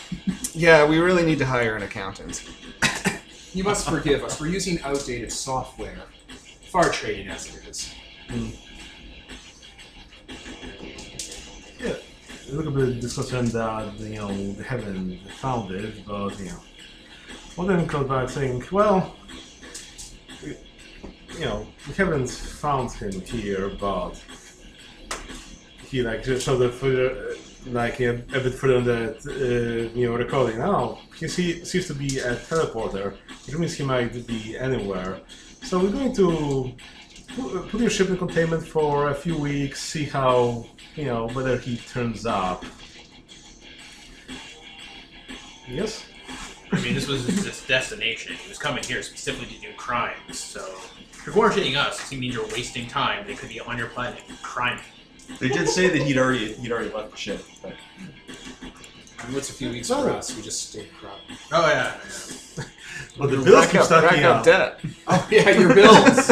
S4: Yeah, we really need to hire an accountant.
S1: You must forgive us. We're using outdated software. Far trading as it is.
S2: Yeah, a little bit discussion that you know they haven't found it, but you know, well then comes back saying, well, we, you know, we haven't found him here, but he like just showed up further, like a, a bit further on the uh, you know recording. Oh, he see, seems to be a teleporter, which means he might be anywhere. So we're going to Put put your ship in containment for a few weeks, see how, you know, whether he turns up. Yes?
S5: I mean, this was his destination. He was coming here specifically to do crimes, so. If you're quarantining us, it means you're wasting time. They could be on your planet criming.
S3: They did say that he'd already he'd already left the ship. But
S1: And what's a few weeks for us? We just stay crop.
S5: Oh, yeah.
S2: But the
S4: Rack
S2: bills keep
S4: up- rack
S2: stacking
S4: up
S2: up.
S4: debt.
S1: Oh yeah, your bills.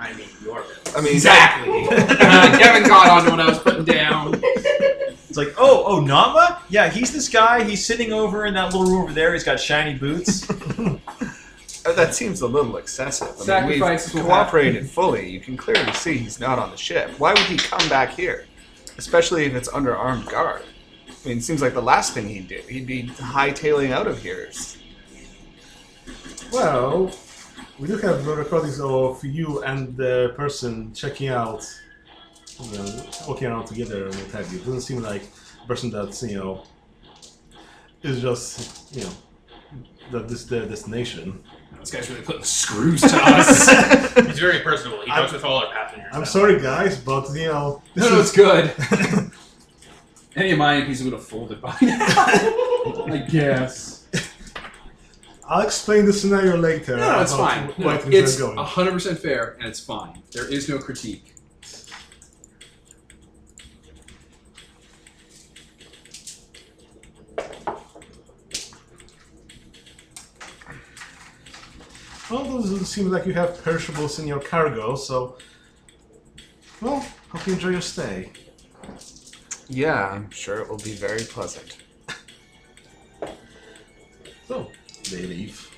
S5: I mean, your bill.
S4: I mean,
S1: exactly. Kevin got onto what I was putting down.
S3: it's like, oh, oh, Nama? Yeah, he's this guy. He's sitting over in that little room over there. He's got shiny boots.
S4: uh, that seems a little excessive. I mean,
S1: Sacrifices will
S4: we've
S1: happen.
S4: cooperated fully. You can clearly see he's not on the ship. Why would he come back here? Especially if it's under armed guard. I mean, it seems like the last thing he'd do. He'd be hightailing out of here.
S2: Well, we do have recordings of you and the person checking out, you know, walking around together and what have you. doesn't seem like a person that's, you know, is just, you know, that this their destination.
S1: This guy's really putting the screws to us.
S5: He's very personable. He talks with all our passengers.
S2: I'm
S5: now.
S2: sorry, guys, but, you know,
S1: no, no, it's good. Any of my MPs would have folded by now. I guess.
S2: I'll explain the scenario later.
S1: No, no, it's
S2: about
S1: fine.
S2: Why
S1: No,
S2: things
S1: it's
S2: are going.
S1: 100% fair, and it's fine. There is no critique.
S2: Well, doesn't seem like you have perishables in your cargo, so. Well, hope you enjoy your stay.
S4: Yeah, I'm sure it will be very pleasant.
S2: So, they leave.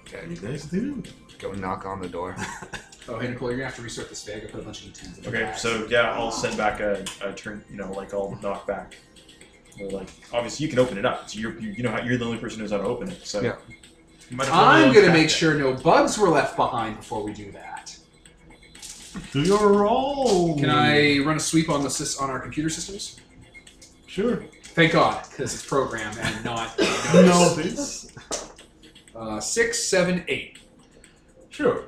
S4: Okay,
S2: You guys do.
S4: go knock on the door.
S1: Oh, hey Nicole, you're gonna have to restart this bag. I put a bunch of E10s in the
S3: Okay,
S1: bag.
S3: so yeah, I'll send back a, a turn. You know, like I'll knock back. Or like, obviously, you can open it up. So you're, you, you know, how, you're the only person who knows how to open it. So
S4: Yeah.
S5: You might have to
S1: I'm
S5: roll
S1: gonna
S5: back
S1: make
S5: then.
S1: sure no bugs were left behind before we do that.
S2: Do your roll.
S1: Can I run a sweep on the sys- on our computer systems?
S2: Sure.
S1: Thank God, because it's program and not.
S2: No, this.
S1: Uh, six, seven, eight.
S2: Sure.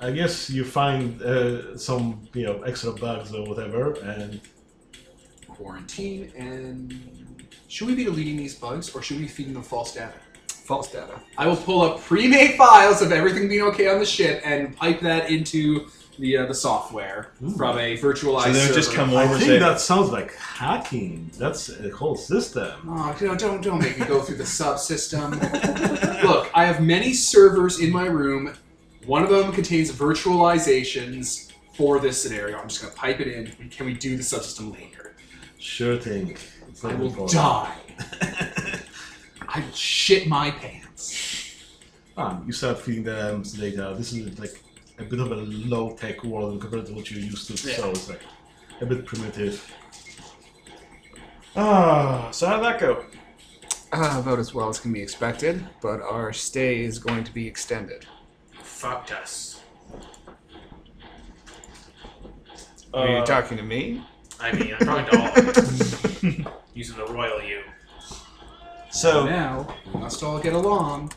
S2: I guess you find uh, some, you know, extra bugs or whatever, and
S1: Quarantine and. Should we be deleting these bugs or should we be feeding them false data?
S4: False data.
S1: I will pull up pre-made files of everything being okay on the ship and pipe that into the uh, the software
S2: Ooh.
S1: from a virtualized.
S3: So they'll just
S1: server.
S3: come
S2: I
S3: over and
S2: think
S3: say,
S2: that sounds like hacking. That's a whole system.
S1: Oh, you know, don't don't make me go through the subsystem. Look, I have many servers in my room. One of them contains virtualizations for this scenario. I'm just gonna pipe it in. Can we do the subsystem later?
S2: Sure thing. It's
S1: I
S2: not
S1: will
S2: important.
S1: die. I will shit my pants.
S2: Um, you start feeding them data. This is like a bit of a low tech world in compared to what you're used to, so it's like a bit primitive.
S3: ah, so how did that go?
S4: Uh, about as well as can be expected, but our stay is going to be extended.
S5: Fucked us.
S4: Are you
S3: Uh,
S4: talking to me?
S5: I mean, I'm talking to all of you. Using the royal you.
S2: Oh,
S3: So
S1: Now, we must all get along.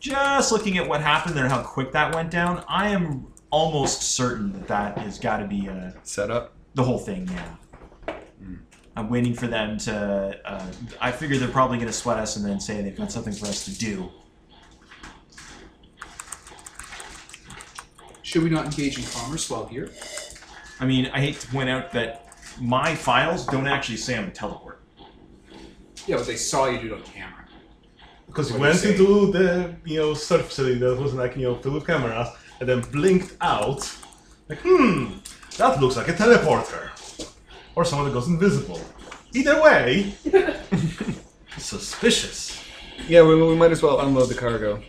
S3: just looking at what happened there, and how quick that went down, I am almost certain that that has got to be uh,
S4: Set up.
S3: the whole thing now.
S2: Hmm.
S3: I'm waiting for them to. Uh, I figure they're probably going to sweat us and then say they've got something for us to do.
S1: Should we not engage in commerce while here?
S3: I mean, I hate to point out that my files don't actually say I'm a teleport.
S1: Yeah, but they saw you do it on camera.
S2: Because you
S1: What do you
S2: went
S1: say?
S2: into the you know surf facility that was like you know filled with cameras, and then blinked out. Like, hmm, that looks like a teleporter, or someone that goes invisible. Either way, suspicious.
S4: Yeah, we, we might as well unload the cargo.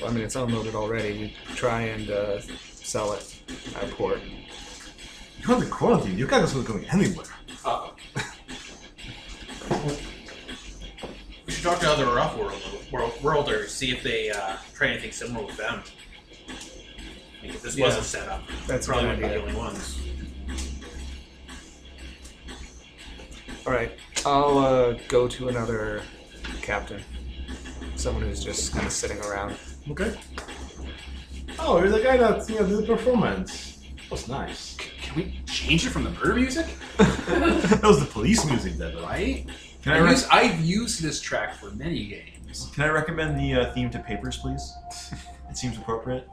S4: Well, I mean, it's unloaded already. We try and uh, sell it at port.
S2: You're under quarantine. You guys not going anywhere.
S1: Uh-oh.
S5: We should talk to other rough world, world, worlders, see if they uh, try anything similar with them. Like if this was
S4: Yeah.
S5: a setup,
S4: That's
S5: probably
S4: a
S5: wouldn't
S4: good
S5: be the
S4: idea.
S5: only ones.
S4: All right, I'll uh, go to another captain, someone who's just kind of sitting around.
S2: Okay. Oh, you're the guy that you know, did the performance. That was nice.
S1: Can we change it from the murder music?
S2: that was the police music, that was.
S1: Right?
S3: Can I,
S1: I've
S3: rec-
S1: used, I've used this track for many games.
S3: can I recommend the uh, theme to papers, please? It seems appropriate.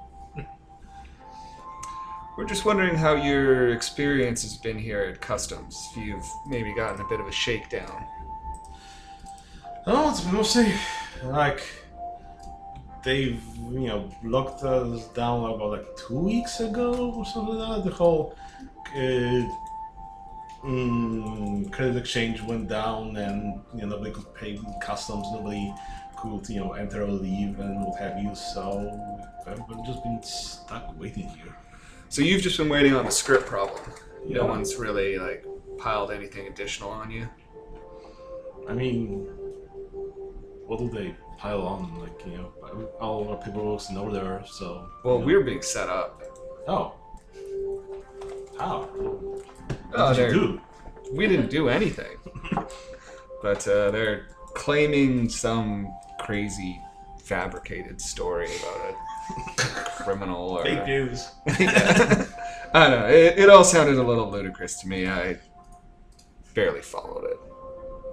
S4: We're just wondering how your experience has been here at customs. If you've maybe gotten a bit of a shakedown.
S2: Oh, it's been mostly like they've you know locked us down about like two weeks ago or something like that. The whole uh, mm, credit exchange went down, and you know nobody could pay customs, nobody could you know enter or leave and what have you. So everybody's just been stuck waiting here.
S4: So you've just been waiting on the script problem. No
S2: Yeah.
S4: one's really like piled anything additional on you.
S2: I mean, what do they pile on? Like you know, all our paperwork's in order, so
S4: Well,
S2: you know.
S4: we're being set up.
S2: Oh. How? What
S4: Oh,
S2: did
S4: they're-
S2: you do?
S4: we didn't do anything. but uh, they're claiming some crazy fabricated story about a criminal or
S3: Fake news.
S4: Yeah. I don't know. It, it all sounded a little ludicrous to me. I barely followed it.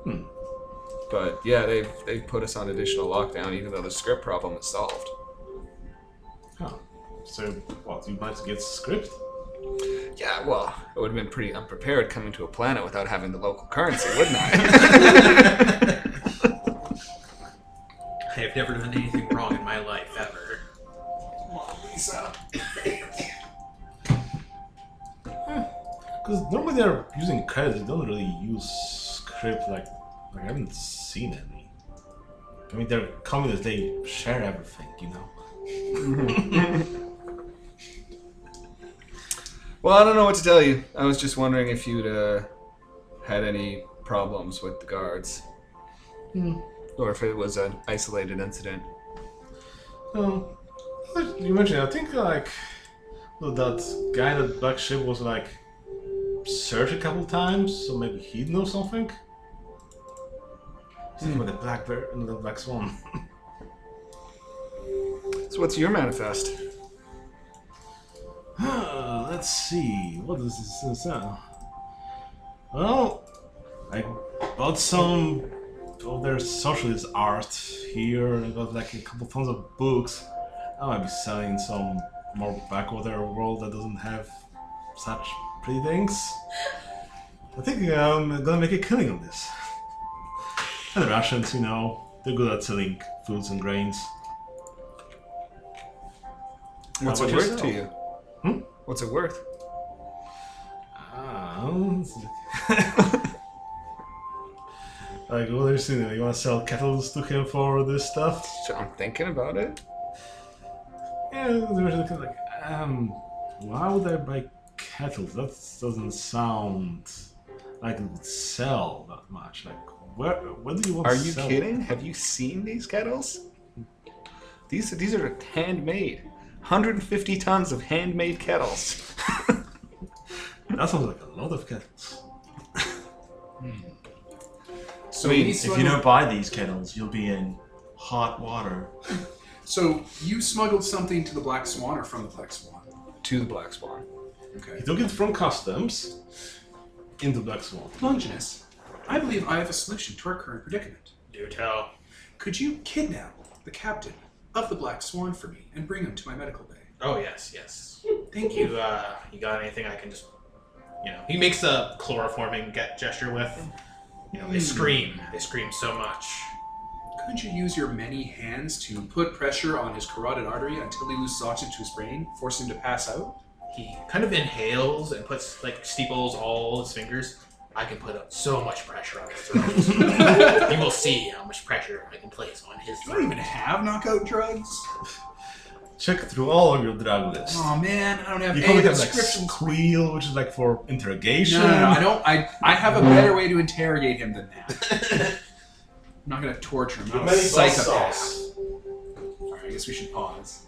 S2: Hmm.
S4: But yeah, they've they've put us on additional lockdown, even though the script problem is solved.
S2: Oh. So, what? You might get script?
S4: Yeah, well, I would have been pretty unprepared coming to a planet without having the local currency, wouldn't I?
S5: I have never done anything wrong in my life ever.
S2: Because normally they're using credits, they don't really use script like. Like, I haven't seen any. I mean, they're communists, they share everything, you know?
S4: well, I don't know what to tell you. I was just wondering if you'd uh, had any problems with the guards, or if it was an isolated incident.
S2: No. Oh. But You mentioned, I think, like, well, that guy that Black Ship was, like, searched a couple times, so maybe he'd know something? Something about the Black Bear and the Black Swan.
S4: So, what's your manifest?
S2: Ah, let's see. What is this? this uh, well, I bought some of their socialist art here. I got like a couple tons of books. I might be selling some more backwater world that doesn't have such pretty things. I think um, I'm gonna make a killing on this. And the Russians, you know, they're good at selling foods and grains.
S4: What's
S2: How
S4: it
S2: about
S4: worth to
S2: yourself?
S4: you?
S2: Hmm?
S4: What's it worth?
S2: Ah, like, what are you saying? You want to sell kettles to him for this stuff?
S4: So I'm thinking about it.
S2: Yeah, they were looking like, um, why would I buy kettles? That doesn't sound like it would sell that much. Like, where, where do you want
S4: Are
S2: to
S4: you
S2: sell?
S4: kidding? Have you seen these kettles? These these are handmade. 150 tons of handmade kettles.
S2: That sounds like a lot of kettles.
S1: So
S4: I mean,
S1: we
S4: if
S3: If you
S1: smuggled-
S3: don't buy these kettles, you'll be in hot water.
S1: So you smuggled something to the Black Swan or from the Black Swan?
S4: to the Black Swan.
S1: Okay.
S2: He took it from customs into Black Swan.
S1: Longinus, I believe I have a solution to our current predicament.
S5: Do tell.
S1: Could you kidnap the captain of the Black Swan for me and bring him to my medical bay?
S5: Oh yes, yes.
S1: Thank you.
S5: You uh, you got anything I can just, you know? He makes a chloroforming get gesture with. You know, they
S2: Hmm.
S5: scream. They scream so much.
S1: Couldn't you use your many hands to put pressure on his carotid artery until he loses oxygen to his brain, force him to pass out?
S5: He kind of inhales and puts like steeples all his fingers. I can put up so much pressure on his throat. you will see how much pressure I can place on his
S1: Do I
S5: throat.
S1: even have knockout drugs?
S2: Check through all of your drug lists.
S1: Oh man, I don't have
S2: you
S1: any
S2: probably have like
S1: prescriptions.
S2: squeal, which is like for interrogation.
S1: No, no, no, I don't. I, I have a better way to interrogate him than that. I'm not gonna torture him. I'm not a psychopath. All right, I guess we should pause.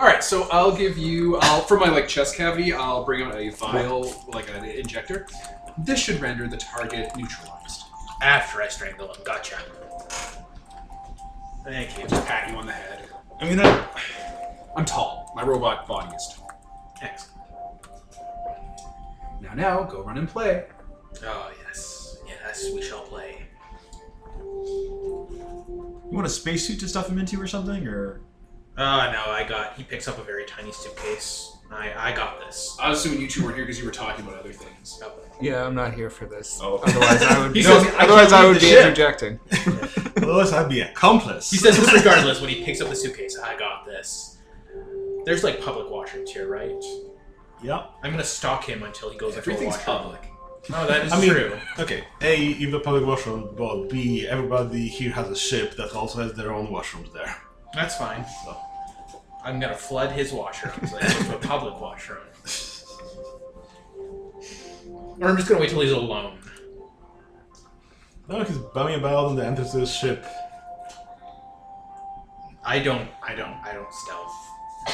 S1: All right, so I'll give you. I'll for my like chest cavity. I'll bring out a vial, like an injector. This should render the target neutralized.
S5: After I strangle him, gotcha. Thank you.
S1: Just pat you on the head.
S3: I mean, I,
S1: I'm tall. My robot body is tall.
S5: Excellent.
S1: Now, now, go run and play.
S5: Oh yes, yes, we shall play.
S3: you want a spacesuit to stuff him into or something, or
S5: Oh no, I got. He picks up a very tiny suitcase. I I got this.
S1: I was assuming you two weren't here because you were talking about other things.
S5: Oh,
S4: Yeah, I'm not here for this.
S3: Oh.
S4: Otherwise, I would.
S5: He
S4: be,
S5: says, "I
S4: otherwise,
S3: can't
S4: I
S3: leave
S4: would
S3: the
S4: be
S3: ship."
S4: interjecting.
S2: Otherwise, I'd be accomplice.
S5: He says this regardless when he picks up the suitcase. I got this. There's like public washrooms here, right?
S2: yeah.
S5: I'm gonna stalk him until he goes into a
S1: Everything's
S5: washroom.
S1: public.
S5: Oh, that is
S2: I mean-
S5: true.
S2: Okay. A, if the public washroom, but B, everybody here has a ship that also has their own washrooms there.
S5: That's fine.
S2: So.
S5: I'm gonna flood his washrooms. Like go to a public washroom. Or I'm just gonna wait till he's alone.
S2: Now he's bumming about on the entrance to the ship.
S5: I don't. I don't. I don't stealth.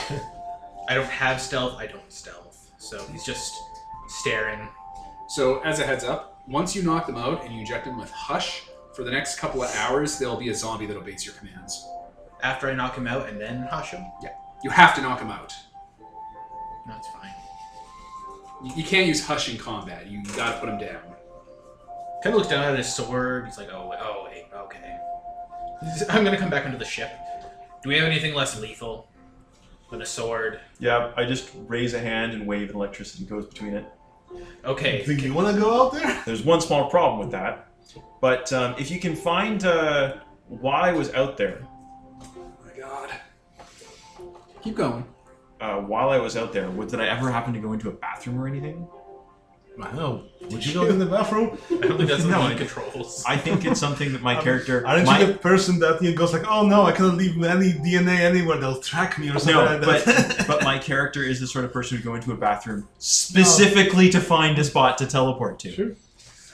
S5: I don't have stealth. I don't stealth. So he's just staring.
S1: So, as a heads up, once you knock them out and you inject them with hush, for the next couple of hours, there'll be a zombie that obeys your commands.
S5: After I knock him out and then hush him,
S1: You have to knock him out.
S5: that's fine.
S1: You, you can't use hush in combat. You, you gotta put him down.
S5: Kind of looks down at his sword. He's like, oh, wait, oh, wait, okay. I'm gonna come back into the ship. Do we have anything less lethal than a sword?
S3: yeah, I just raise a hand and wave, and electricity goes between it.
S5: Okay.
S2: Think you want to go out there?
S3: There's one small problem with that, but um, if you can find uh, why I was out there,
S1: Oh my god. Keep going.
S3: uh, while I was out there, what, did I ever happen to go into a bathroom or anything?
S2: I don't know. Would you go in the bathroom?
S5: I don't think that's
S3: No,
S5: no,
S3: I-
S5: he controls.
S3: I think it's something that my
S2: Um,
S3: character.
S2: Aren't
S3: my,
S2: you the person that you know, goes like, "Oh no, I cannot leave any DNA anywhere. They'll track me or something
S3: no,
S2: like that."
S3: but but my character is the sort of person who go into a bathroom specifically to find a spot to teleport to.
S2: Sure.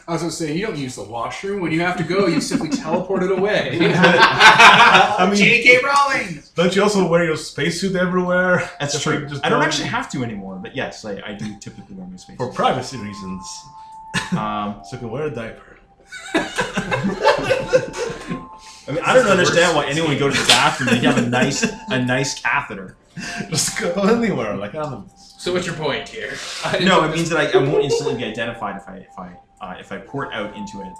S1: I was gonna say, you don't use the washroom. When you have to go, you simply teleport it away.
S2: mean-
S1: J.K. Rowling!
S2: Don't you also wear your spacesuit everywhere?
S3: That's
S2: Just
S3: true.
S2: like- just
S3: I don't
S2: don't-
S3: actually have to anymore, but yes, I, I do typically wear my space.
S2: for privacy reasons.
S3: Um,
S2: So you can wear a diaper.
S3: I mean, I don't understand why anyone would go to the bathroom and have a nice a nice catheter.
S2: Just go anywhere, like um, animals.
S5: so what's your point here?
S1: I
S3: No, it means that I, I won't instantly be identified if I if I uh, if I port out into it.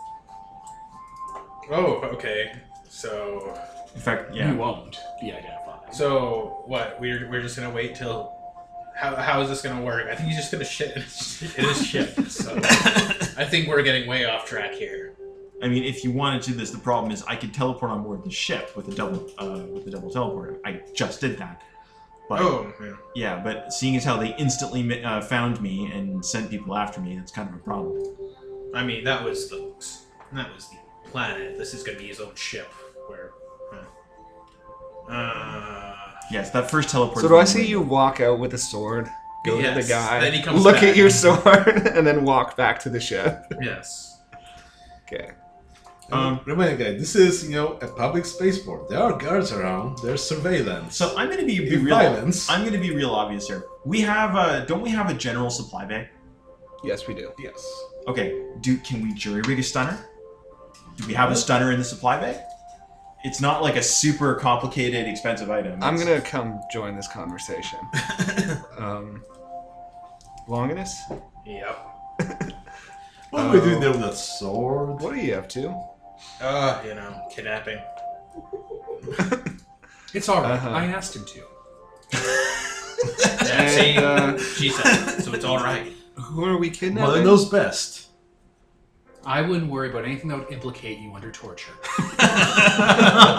S5: Oh, okay. So
S3: In fact,
S1: You
S3: yeah.
S1: won't be identified.
S5: So what? We're we're just gonna wait till. How, how is this gonna work? I think he's just gonna shit in his, in his ship. So I think we're getting way off track here.
S3: I mean, if you wanted to, this the problem is I could teleport on board the ship with a double uh, with a double teleporter. I just did that. But,
S5: Oh, yeah.
S3: Yeah, but seeing as how they instantly mi- uh, found me and sent people after me, that's kind of a problem.
S5: I mean that was the that was the planet. This is gonna be his own ship. Where? huh. Uh,
S3: Yes, that first teleport.
S4: So do I see you walk out with a sword, go to
S5: Yes,
S4: the guy,
S5: then he comes
S4: look
S5: back.
S4: at your sword, and then walk back to the ship?
S5: Uh, yes.
S4: Okay.
S3: Um,
S2: Um, remember, guys, this is you know a public spaceport. There are guards around. There's surveillance.
S3: So I'm gonna be, be
S2: If
S3: real.
S2: violence.
S3: I'm gonna be real obvious here. We have a don't we have a general supply bay?
S4: Yes, we do.
S2: yes.
S3: Okay, do can we jury rig a stunner? Do we have a stunner in the supply bay? It's not like a super complicated, expensive item.
S4: I'm
S3: It's-
S4: gonna come join this conversation. um, Longinus,
S5: Yep.
S2: What are we
S4: Oh.
S2: doing there with that sword?
S4: what are you up to?
S5: Uh, you know, kidnapping.
S1: It's all right.
S4: Uh-huh.
S1: I asked him to.
S5: Yeah, see,
S4: And, uh,
S5: she said it, so it's all right.
S4: Who are we kidnapping?
S2: Mother knows best.
S1: I wouldn't worry about anything that would implicate you under torture.
S5: The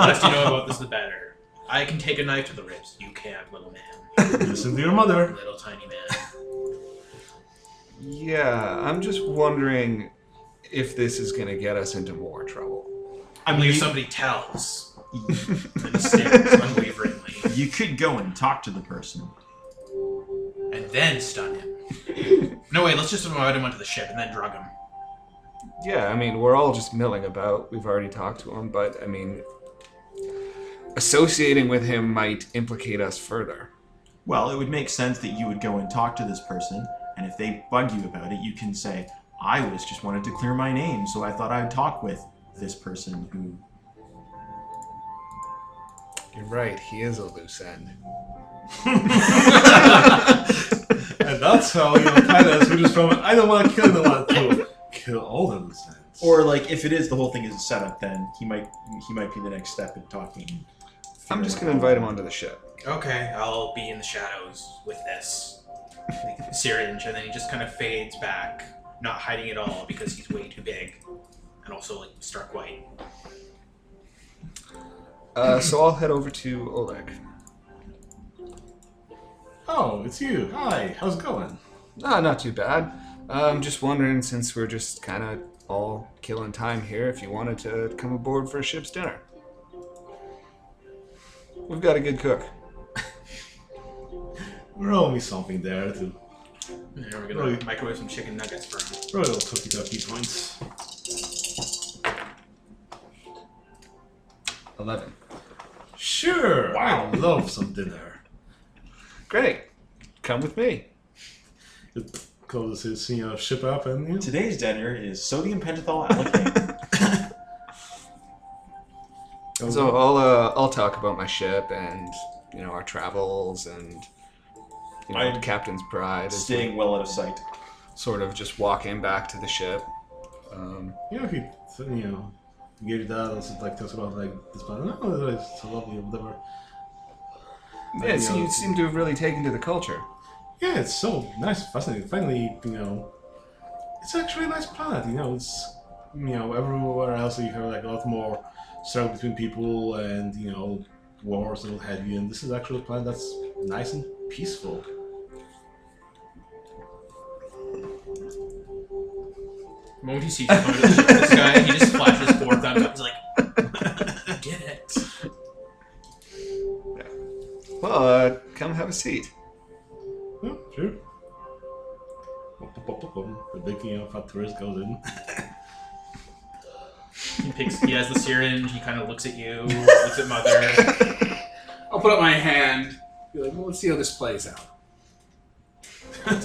S5: less you know about this, the better. I can take a knife to the ribs. You can't, little man.
S2: Listen to your mother.
S5: Little tiny man.
S4: Yeah, I'm just wondering if this is gonna get us into more trouble.
S3: I
S5: I
S3: mean,
S5: believe
S3: you,
S5: somebody tells. and stares unwaveringly.
S3: you could go and talk to the person.
S5: And then stun him. No, wait, let's just invite him onto the ship and then drug him.
S4: Yeah, I mean we're all just milling about. We've already talked to him, but I mean, associating with him might implicate us further.
S3: Well, it would make sense that you would go and talk to this person, and if they bug you about it, you can say, I was just wanted to clear my name, so I thought I'd talk with this person who.
S4: You're right. He is a loose end.
S2: And that's how you know Titus, who just from I don't want to kill anyone to kill all the loose ends.
S3: Or like, if it is the whole thing is a setup, then he might he might be the next step in talking.
S4: I'm just gonna invite him onto the ship.
S5: Okay, I'll be in the shadows with this syringe, and then he just kind of fades back, not hiding at all because he's way too big, and also like stark white.
S4: Uh, so I'll head over to Oleg.
S2: Oh, it's you. Hi, how's it going?
S4: Ah, not too bad. I'm just wondering, since we're just kind of all killing time here, if you wanted to come aboard for a ship's dinner. We've got a good cook.
S2: Roll me something there to
S5: And we're gonna
S2: Right.
S5: microwave some chicken nuggets for him.
S2: roll your talkie talkie points.
S4: 11.
S2: Sure. Wow. I love some dinner.
S4: Great. Come with me.
S2: It closes his you know, ship up and you know,
S3: Today's dinner is sodium pentothal allicate.
S2: goes-
S4: So I'll, uh, I'll talk about my ship and, you know, our travels and, you know,
S3: I'm
S4: captain's pride. as we
S3: staying well out of sight.
S4: Sort of just walking back to the ship. Um,
S2: you know if you so, you know gave that also like talks about like this but oh it's so lovely or whatever.
S4: yeah, so
S2: yeah.
S4: you seem to have really taken to the culture.
S2: Yeah, it's so nice, fascinating. Finally, you know, it's actually a nice planet. You know, it's you know everywhere else you have like a lot more struggle between people and you know wars and what have you. And this is actually a planet that's nice and peaceful.
S5: The moment he sees you coming to the ship, this guy, he just flashes four thumbs up. He's like, "Did it."
S4: Well, uh, come have a seat.
S2: Yeah, sure. Bum, bum, bum, bum, bum. The big you know fat tourist goes in.
S5: He picks. He has the syringe. He kind of looks at you, looks at mother.
S1: I'll put up my hand. Be like, well, let's see how this plays out.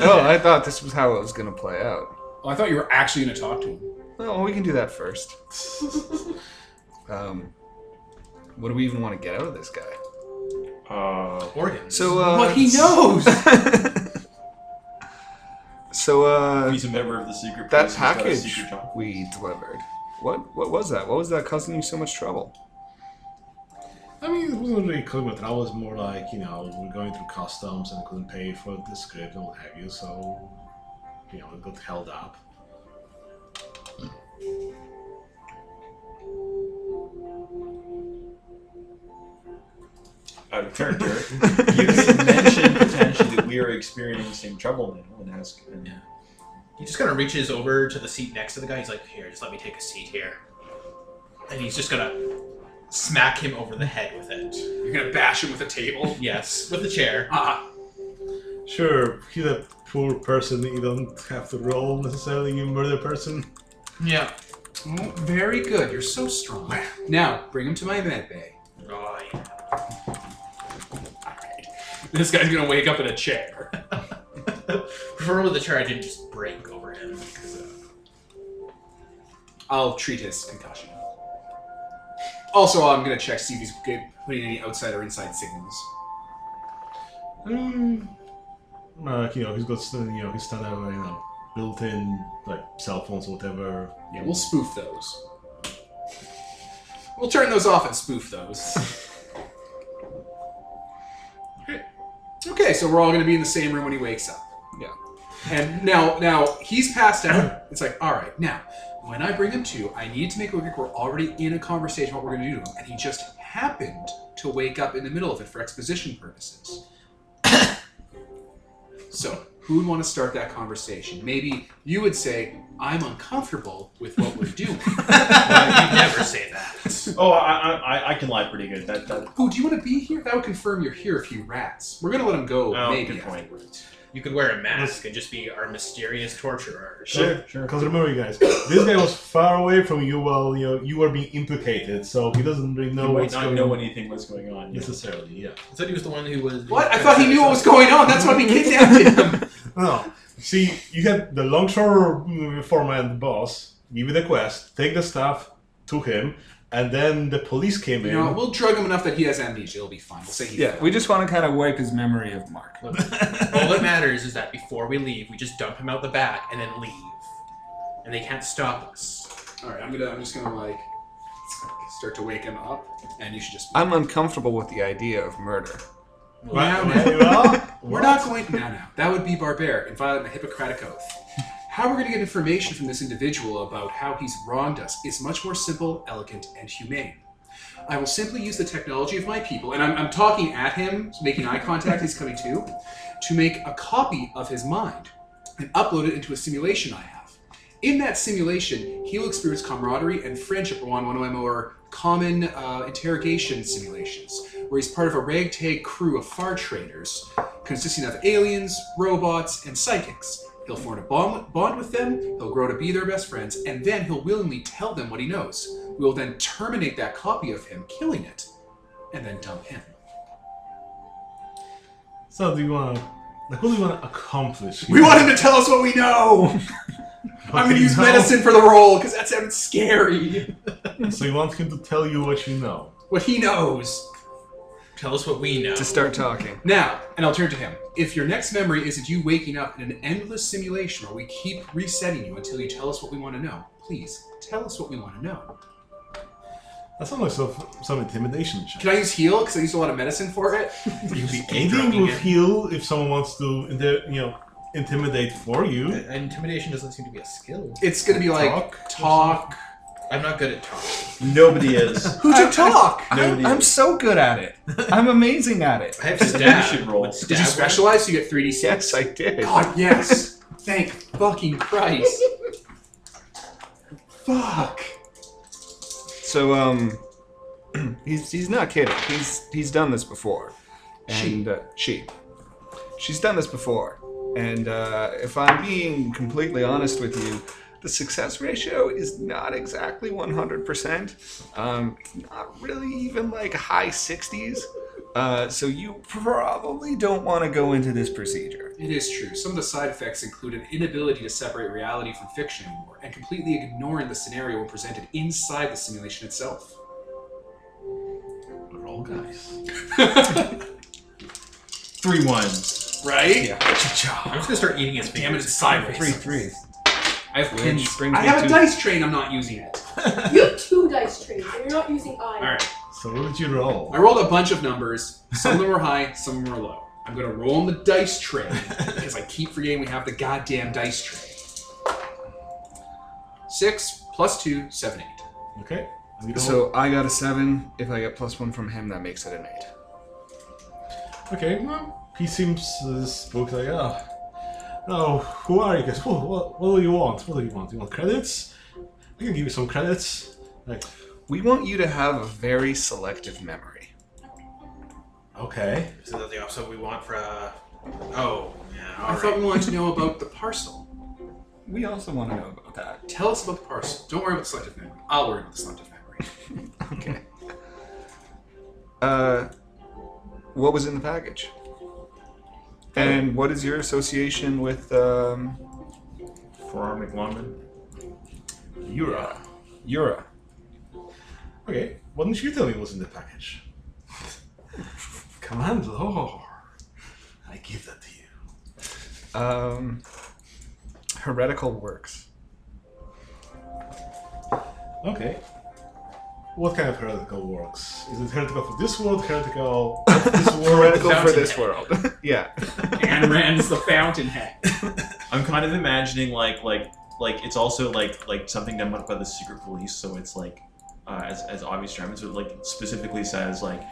S4: Oh, I thought this was how it was going to play out.
S1: Oh, I thought you were actually going to talk to him.
S4: Well, we can do that first. Um, what do we even want to get out of this guy?
S3: Uh,
S5: Organs.
S4: So, uh,
S1: What he knows.
S4: so, uh,
S3: he's a member of the secret.
S4: that
S3: police, he's got a
S4: package
S3: secret job.
S4: we delivered. What? What was that? What was that causing you so much trouble?
S2: I mean, it wasn't really Kilmet It was more like you know we're going through customs and couldn't pay for the script and what have you. So you know it got held up.
S3: out of character, you could mention potentially that we are experiencing trouble now and ask. And,
S5: Yeah. He just kind of reaches over to the seat next to the guy. He's like, "Here, just let me take a seat here," and he's just gonna smack him over the head with it.
S1: You're going to bash him with a table?
S5: Yes, with the chair.
S1: Ah,
S2: Sure, he's a poor person. You don't have to roll necessarily. You murder person.
S5: Yeah.
S1: oh, very good. You're so strong. Now, bring him to my med bay.
S5: Oh, yeah.
S1: This guy's going to wake up in a chair.
S5: Preferably the chair I didn't just break over him. 'cause, uh,
S1: I'll treat his concussion. Also, I'm gonna check see if he's g- putting any outside or inside signals.
S2: Mm. Like, you know, he's got s- you know his standard you know built-in like cell phones or whatever.
S1: Yeah, we'll spoof those. We'll turn those off and spoof those. okay. okay, so we're all gonna be in the same room when he wakes up.
S4: Yeah.
S1: And now, now he's passed out. It's like, all right, now when I bring him to, I need to make it look like we're already in a conversation about what we're gonna do to him, and he just happened to wake up in the middle of it for exposition purposes. so, who would want to start that conversation? Maybe you would say, "I'm uncomfortable with what we're doing."
S5: Well, you never say that.
S3: Oh, I, I- I, I can lie pretty good. That, that
S1: Oh, do you want to be here? That would confirm you're here if you rats. We're gonna let him go.
S3: Oh,
S1: maybe.
S3: good point.
S1: afterwards.
S5: You could wear a mask and just be our mysterious torturer.
S3: sure, sure.
S2: Because remember, you guys, this guy was far away from you while you know you were being implicated, so he doesn't really know
S3: you might
S2: what's
S3: not
S2: going
S3: know
S2: on
S3: anything what's going on. you know.
S2: necessarily. Yeah.
S5: I thought he was the one who was.
S1: What? I thought he knew what was going on. That's why we kidnapped him.
S2: No. See, you had the longshoreman mm, foreman boss give you the quest, take the stuff to him, and then the police came
S1: you
S2: in.
S1: know, we'll drug him enough that he has amnesia. It'll be fine. We'll say he.
S4: Yeah, we just want to kind of wipe his memory of Mark.
S5: All that matters is that before we leave, we just dump him out the back and then leave, and they can't stop us.
S1: All right, I'm gonna. I'm just gonna like start to wake him up, and you should just.
S4: I'm uncomfortable with the idea of murder.
S1: Now,
S2: Well,
S1: now.
S2: well,
S1: We're not going. No, no. That would be barbaric and violate the Hippocratic Oath. How we're going to get information from this individual about how he's wronged us is much more simple, elegant, and humane. I will simply use the technology of my people, and I'm, I'm talking at him, making eye contact, he's coming to, to make a copy of his mind and upload it into a simulation I have. In that simulation, he'll experience camaraderie and friendship on one of my more common uh, interrogation simulations, where he's part of a ragtag crew of far traders consisting of aliens, robots, and psychics. He'll form a bond, bond with them, he'll grow to be their best friends, and then he'll willingly tell them what he knows. We will then terminate that copy of him, killing it, and then dump him.
S2: So do you want to? Like, what do you want to accomplish?
S1: We want him to tell us what we know! I'm gonna use medicine for the role, because that sounds scary.
S2: So you want him to tell you what you know.
S1: What he knows.
S5: Tell us what we know.
S4: To start talking.
S1: Now, and I'll turn to him. If your next memory isn't you waking up in an endless simulation where we keep resetting you until you tell us what we want to know, please tell us what we want to know.
S2: That sounds like some, some intimidation check.
S1: Can I use heal? Because I used a lot of medicine for it.
S2: You be
S5: drugging
S2: aiding with
S5: it?
S2: heal if someone wants to, inter- you know, intimidate for you.
S5: Uh, Intimidation doesn't seem to be a skill.
S1: It's gonna be like
S2: Talk
S1: talk.
S2: or
S5: I'm not good at talking.
S3: Nobody is.
S1: Who took talk?
S4: I'm,
S3: Nobody
S4: I'm
S3: is.
S4: so good at it. I'm amazing at it.
S5: I have
S3: You
S5: stab.
S3: should roll.
S5: Would stab
S1: Did you
S5: work?
S1: specialize? So you get three d six.
S4: Yes, I did.
S1: God, yes. Thank fucking Christ. Fuck.
S4: So um, he's he's not kidding. He's he's done this before, and uh, she, she's done this before. And uh, if I'm being completely honest with you, the success ratio is not exactly 100%. Um, it's not really even like high 60s. Uh, so you probably don't want to go into this procedure.
S1: It is true. Some of the side effects include an inability to separate reality from fiction anymore, and completely ignoring the scenario when presented inside the simulation itself.
S2: Roll, guys.
S3: Three ones.
S1: Right?
S4: Yeah.
S5: I'm just gonna start eating his
S1: Damn it,
S5: fingers.
S1: it's sideways.
S4: threes.
S1: I have pins.
S4: brings
S1: I
S4: me
S1: have a
S4: to-
S1: dice train. I'm not using it.
S6: You have two dice trays, and you're not using iron.
S1: All right.
S2: So what did you roll?
S1: I rolled a bunch of numbers. Some of them were high, some of them were low. I'm gonna roll on the dice tray because I keep forgetting we have the goddamn dice tray. Six plus two, seven, eight.
S2: Okay. And you roll-
S4: So I got a seven. If I get plus one from him, that makes it an eight.
S2: okay. Well, he seems uh, spooked like, oh, no, who are you guys? Who- What, what do you want? What do you want? You want credits? I can give you some credits. Like,
S4: We want you to have a very selective memory.
S2: okay.
S5: So that the episode we want for. Uh... Oh, yeah.
S1: I
S5: All
S1: thought
S5: right.
S1: we wanted to know about the parcel.
S4: We also want to know about that.
S1: Tell us about the parcel. Don't worry about the selective memory. I'll worry about the selective memory.
S4: Okay. uh, what was in the package? And what is your association with um,
S3: Forearm McLongman.
S2: You're up.
S4: Yura?
S2: Okay. Why didn't you tell me it was in the package? Commandor, I give that to you.
S4: Um, heretical works.
S2: Okay. What kind of heretical works? Is it heretical for this world? Heretical of this world?
S4: Heretical for
S7: Fountain
S4: this world. yeah.
S7: Ayn Rand's The Fountainhead.
S3: I'm kind of imagining like like like it's also like like something done by the secret police, so it's like uh, as as obvious German, so it like specifically says like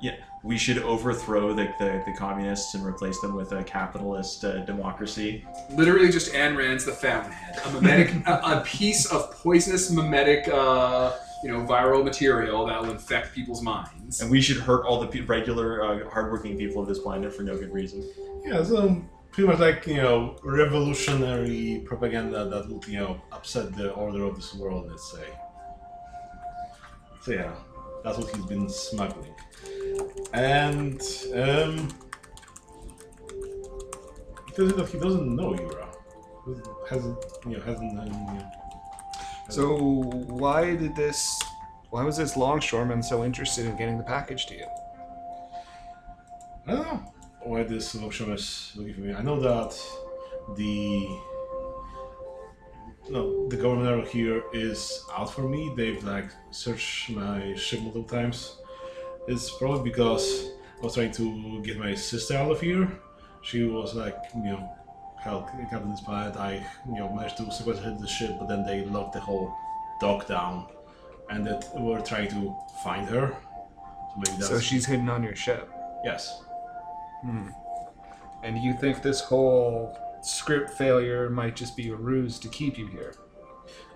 S3: yeah we should overthrow the the, the communists and replace them with a capitalist uh, democracy.
S1: Literally just Ayn Rand's The Fountainhead. A mimetic, a, a piece of poisonous mimetic, uh, you know, viral material that will infect people's minds.
S3: And we should hurt all the pe- regular uh, hardworking people of this planet for no good reason.
S2: Yeah, so pretty much like, you know, revolutionary propaganda that would, you know, upset the order of this world, let's say. So yeah, that's what he's been smuggling. And um he tells you that he doesn't know Yura. Hasn't you know, hasn't um, you know,
S4: So why did this? Why was this longshoreman so interested in getting the package to you?
S2: I don't know why this Loksham is looking for me. I know that the no, the governor here is out for me. They've like searched my ship multiple times. It's probably because I was trying to get my sister out of here. She was like, you know, held captain this planet. I, you know, managed to sequester the ship, but then they locked the whole dock down, and that were trying to find her. So maybe that's
S4: So she's hidden on your ship,
S2: yes.
S4: and you think this whole script failure might just be a ruse to keep you here?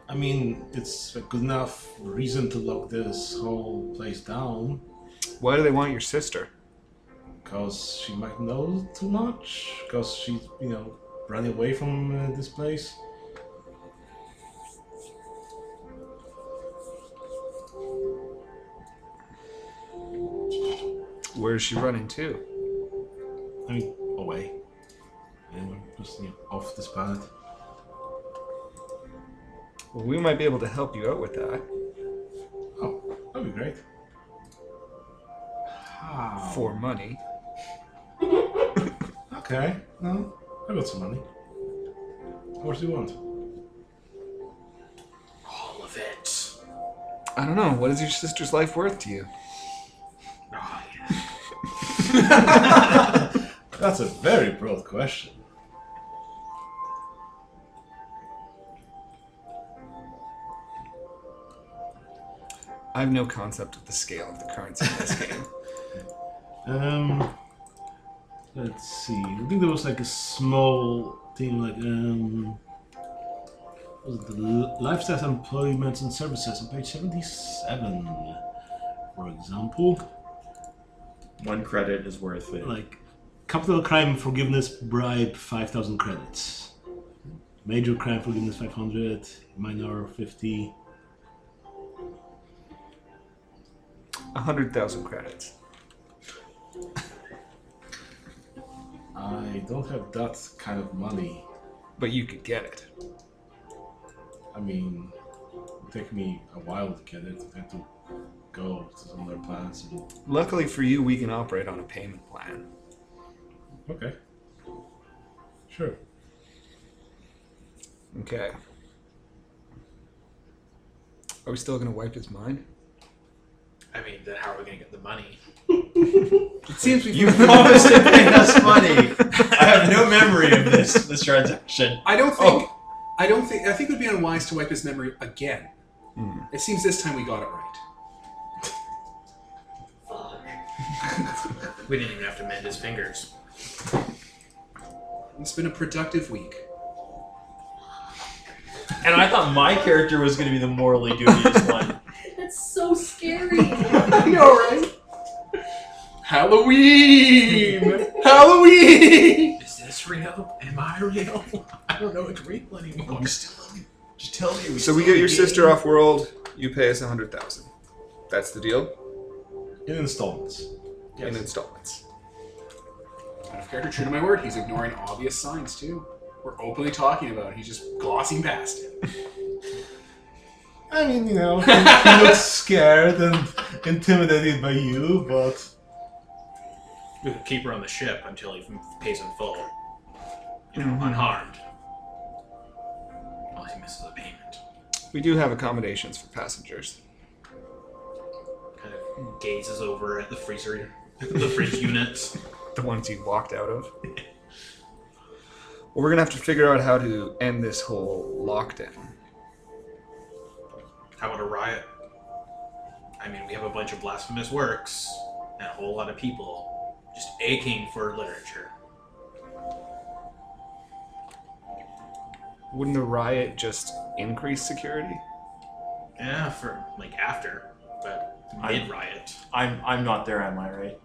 S2: I mean, it's a good enough reason to lock this whole place down
S4: Why do they want your sister?
S2: because she might know too much, because she, you know, ran away from uh, this place.
S4: Where is she running to?
S2: I mean, away. And we're just you know, off this planet.
S4: Well, we might be able to help you out with that.
S2: Oh, that'd be great. How?
S4: For money.
S2: Okay, no, I got some money. How much do you want?
S7: All of it.
S4: I don't know. What is your sister's life worth to you?
S7: Oh, yeah.
S2: That's a very broad question.
S4: I have no concept of the scale of the currency in this game.
S2: Um, let's see. I think there was like a small thing like um, was it the L- lifestyle employments and services on page seventy-seven, for example,
S3: One credit is worth it.
S2: like capital crime forgiveness bribe five thousand credits, major crime forgiveness five hundred, minor fifty.
S4: A hundred thousand credits.
S2: I don't have that kind of money.
S4: But you could get it.
S2: I mean, it take me a while to get it. I have to go to some other planets and
S4: Luckily for you, we can operate on a payment plan.
S2: Okay. Sure.
S4: Okay. Are we still gonna wipe his mind?
S5: I mean, then how are we gonna get the money?
S1: It seems we've.
S4: You
S3: promised to pay us money. I have no memory of this this transaction.
S1: I don't think. I don't think. I think it would be unwise to wipe his memory again.
S4: Hmm.
S1: It seems this time we got it right.
S6: Fuck.
S5: We didn't even have to mend his fingers.
S1: It's been a productive week.
S3: And I thought my character was going to be the morally dubious one.
S6: That's so scary.
S1: I know, right? Halloween! Halloween!
S5: Is this real? Am I real? I don't know it's real anymore.
S3: Just tell me.
S4: So we get your sister off world. You pay us a hundred thousand. That's the deal
S2: In installments.
S4: in installments.
S1: Out of character, true to my word, he's ignoring obvious signs too. We're openly talking about it. He's just glossing past it.
S2: I mean, you know, he, he looks scared and intimidated by you, but
S5: We can keep her on the ship until he f- pays in full. You know, unharmed. Unless he misses a payment.
S4: We do have accommodations for passengers.
S5: Kind of gazes over at the freezer, the fridge units.
S4: The ones you walked out of. well, we're gonna have to figure out how to end this whole lockdown.
S5: How about a riot? I mean, we have a bunch of blasphemous works and a whole lot of people just aching for literature.
S4: Wouldn't a riot just increase security?
S5: Yeah, for like after, but
S3: I-
S5: mid riot.
S3: I'm I'm not there, am I right?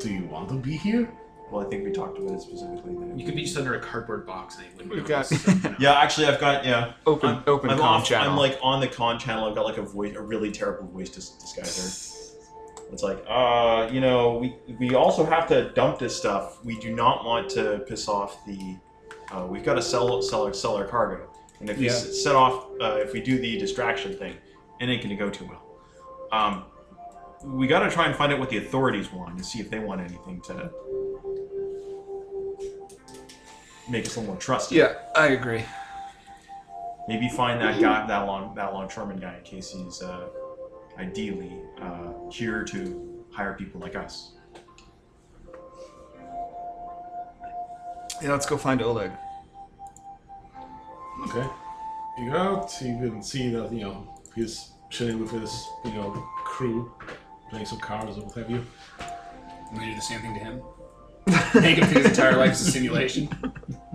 S2: do you want to be here?
S3: Well, I think we talked about it specifically. There.
S5: You could be just under a cardboard box and they wouldn't
S4: We've
S5: notice.
S4: got-
S5: so, you know.
S3: Yeah, actually, I've got yeah.
S4: Open,
S3: I'm,
S4: open
S3: I'm
S4: comm
S3: off.
S4: channel.
S3: I'm like on the con channel. I've got like a voice, a really terrible voice dis- disguiser. It's like, uh, you know, we we also have to dump this stuff. We do not want to piss off the. Uh, we've got to sell sell our sell our cargo, and if we
S4: Yeah.
S3: s- set off, uh, if we do the distraction thing, it ain't gonna go too well. Um, we got to try and find out what the authorities want and see if they want anything to make us a little more trusted.
S4: yeah, I agree.
S3: Maybe find that guy, that long, that longshoreman guy, in case he's uh, ideally uh, here to hire people like us.
S4: Yeah, let's go find Oleg.
S2: Okay. You go out, you can see that, you know, he's chilling with his, you know, crew, playing some cards or what have you.
S1: I'm gonna do the same thing to him. Make him think his entire life is a simulation.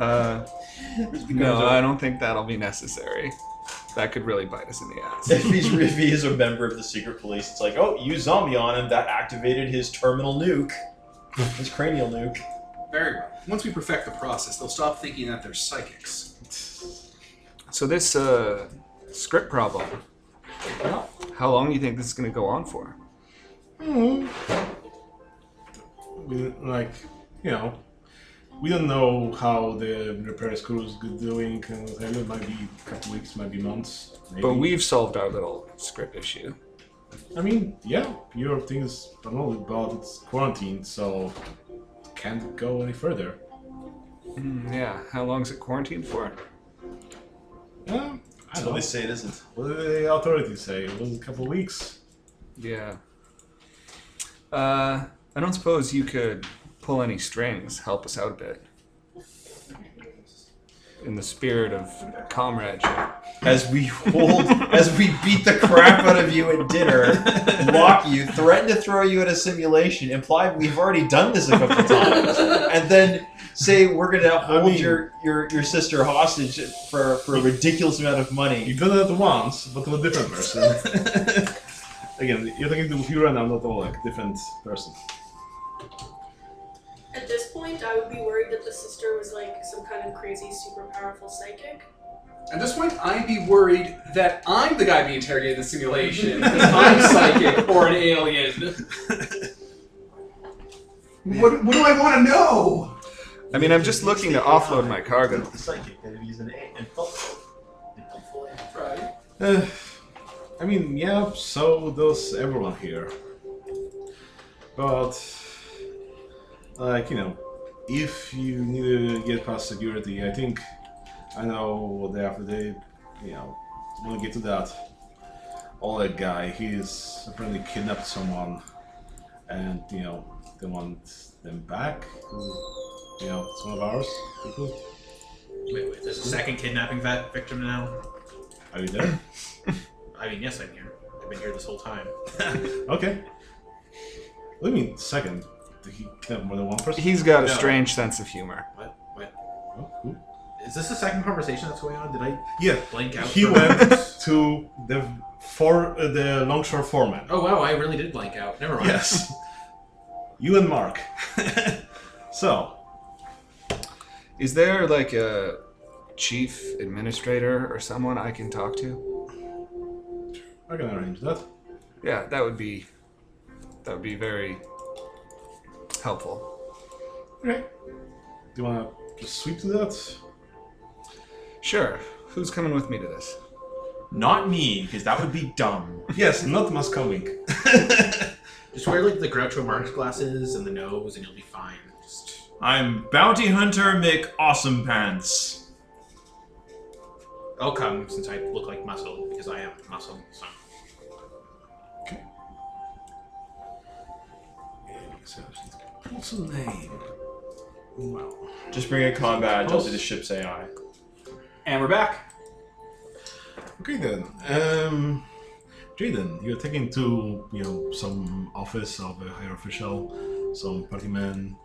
S4: Uh, no, I don't think that'll be necessary. That could really bite us in the ass.
S3: If he's if he is a member of the secret police, it's like, oh, you zombie on him. That activated his terminal nuke, his cranial nuke.
S1: Very well. Once we perfect the process, they'll stop thinking that they're psychics.
S4: so this uh, script problem. How long do you think this is going to go on for?
S2: Mm-hmm. We, like, you know, we don't know how the repair crew is good- doing and what have you. It might be a couple weeks, might be months. Maybe.
S4: But we've solved our little script issue.
S2: I mean, yeah, your thing is unloaded, but it's quarantined, so can't go any further.
S4: Mm, yeah. How long is it quarantined for?
S2: Yeah, I
S3: That's what
S2: don't
S3: they
S2: know.
S3: say it isn't.
S2: What did the authorities say? It was a couple weeks.
S4: Yeah. Uh, I don't suppose you could pull any strings, help us out a bit. In the spirit of comradeship.
S3: As we hold, as we beat the crap out of you at dinner, lock you, threaten to throw you in a simulation, imply we've already done this a couple times, and then say we're gonna hold
S2: mean-
S3: your, your your sister hostage for for a ridiculous amount of
S2: You
S3: money.
S2: did it once, but to a different person. Again, you're talking to Hura now, not Oleg, different person.
S6: At this point, I would be worried that the sister was like some kind of crazy, super powerful psychic.
S1: At this point, I'd be worried that I'm the guy being interrogated in the simulation. that I'm psychic or an alien. what, what do I want to know?
S4: I mean, I'm just looking to offload my cargo.
S3: The psychic that he's an impulsive.
S1: Right.
S2: Uh, I mean, yeah, so does everyone here. But, like, you know, if you need to get past security, I think I know what they have to do. You know, we'll get to that. Oleg guy, he's apparently kidnapped someone, and, you know, they want them back. 'cause, You know, it's one of ours. People,
S5: Wait, wait, there's a second kidnapping va- victim now?
S2: are you there?
S5: I mean, yes, I'm here. I've been here this whole time.
S2: Okay. What do you mean, second? Did he kidnap more than one person?
S4: He's got a
S5: No.
S4: strange sense of humor.
S5: What? What?
S2: Oh, who?
S5: Is this the second conversation that's going on? Did I
S2: Yeah,
S5: blank out?
S2: he
S5: for
S2: went
S5: moments?
S2: to the for uh, the longshore foreman.
S5: Oh wow, I really did blank out. Never mind.
S2: Yes, you and Mark. so
S4: Is there like a chief administrator or someone I can talk to?
S2: I can arrange that.
S4: Yeah, that would be that would be very helpful.
S2: Okay. Do you want to just sweep to that?
S4: Sure. Who's coming with me to this?
S3: Not me, because that would be dumb.
S2: Yes, not Muscoving.
S5: Just wear like the Groucho Marx glasses and the nose, and you'll be fine. Just
S3: I'm Bounty Hunter Mick Awesome Pants.
S5: I'll come since I look like muscle because I am muscle. So
S2: What's the name?
S3: Just bring a combat, I'll do
S5: Close.
S3: the ship's AI.
S1: And we're back.
S2: Okay then. Um, Jaden, you're taken to you know some office of a higher official, some partyman.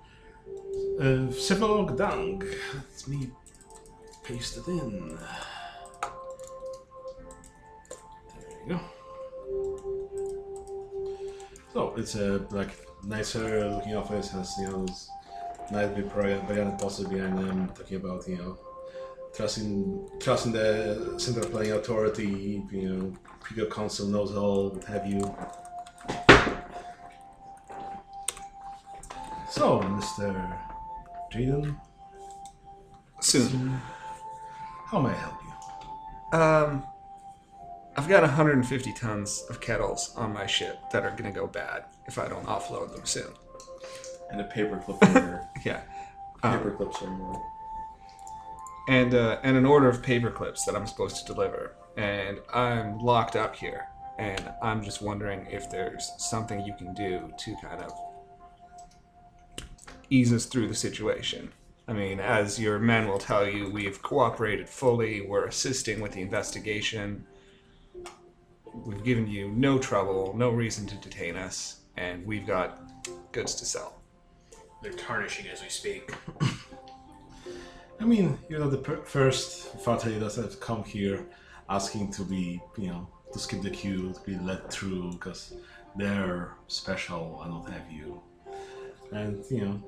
S2: Uh, Sevalog Dang. Let me paste it in. There you go. So it's a like nicer looking office has you know this nice big program behind poster behind them talking about you know trusting trusting the central planning authority, you know, Pico Council knows all, what have you. So, Mr. Jaden,
S4: Soon.
S2: how may I help you?
S4: Um, I've got 150 tons of kettles on my ship that are gonna go bad if I don't offload them soon.
S3: And a paperclip order.
S4: Yeah,
S3: Paperclips are more.
S4: and uh, and an order of paper clips that I'm supposed to deliver, and I'm locked up here, and I'm just wondering if there's something you can do to kind of ease us through the situation. I mean, as your men will tell you, we've cooperated fully. We're assisting with the investigation. We've given you no trouble, no reason to detain us, and we've got goods to sell.
S5: they're tarnishing as we speak.
S2: I mean, you're not the per- first fatty that has come here asking to be, you know, to skip the queue, to be let through because they're special and what have you. And, you know,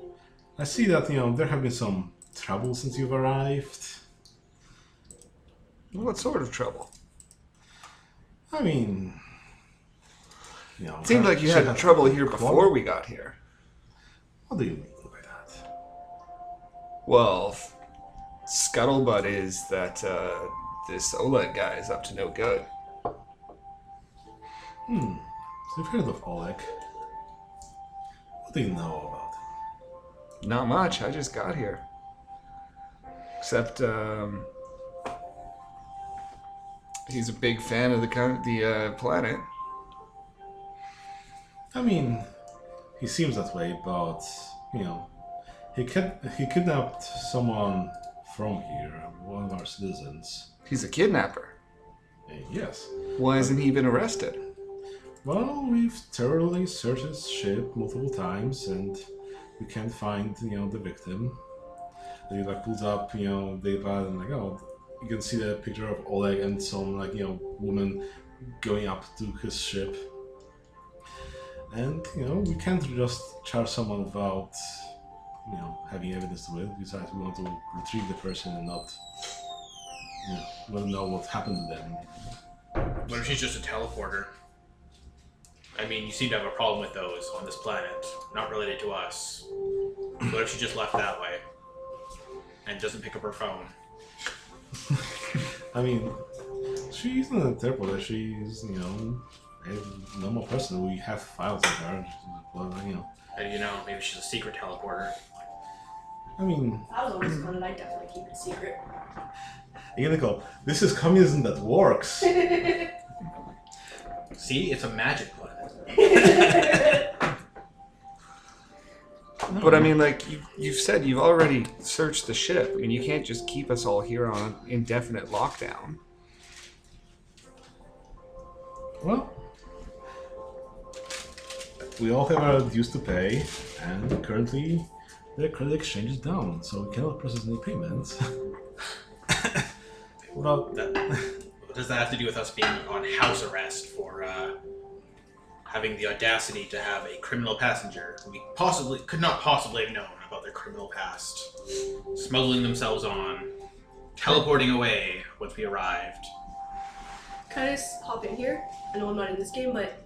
S2: I see that, you know, there have been some trouble since you've arrived.
S4: What sort of trouble?
S2: I mean, you know,
S4: It seemed like you had
S2: Shepard,
S4: trouble here before we got here.
S2: What do you mean by that?
S4: Well, f- scuttlebutt is that uh, this Oleg guy is up to no good.
S2: Hmm. So you've heard of Oleg. What do you know about him?
S4: Not much. I just got here. Except um, he's a big fan of the con- the uh, planet.
S2: I mean, he seems that way, but you know, he kid- he kidnapped someone from here, one of our citizens.
S4: He's a kidnapper.
S2: Uh, Yes.
S4: Why hasn't he been arrested?
S2: Well, we've thoroughly searched his ship multiple times, and we can't find you know the victim. And he like pulls up you know the van and like oh, you can see the picture of Oleg and some like you know woman going up to his ship. And you know we can't just charge someone without you know having evidence to it. Besides, we want to retrieve the person and not you know, let them know what happened to them.
S5: What if she's just a teleporter? I mean, you seem to have a problem with those on this planet, not related to us. What if she just left that way and doesn't pick up her phone?
S2: I mean, she's not a terrible. She's you know a normal person. We have files with her. Well, you know,
S5: And you know, maybe she's a secret teleporter.
S2: I mean,
S6: I was always fun, and I definitely keep it secret.
S2: you're gonna go. This is communism that works.
S5: See, it's a magic planet.
S4: But I mean, like you, you've said, you've already searched the ship. I mean, you can't just keep us all here on indefinite lockdown.
S2: Well, we all have our dues to pay, and currently the credit exchange is down, so we cannot process any payments. well,
S5: That, does that have to do with us being on house arrest for uh, having the audacity to have a criminal passenger who we possibly could not possibly have known about their criminal past, smuggling themselves on, teleporting away once we arrived?
S6: Can I just hop in here? I know I'm not in this game, but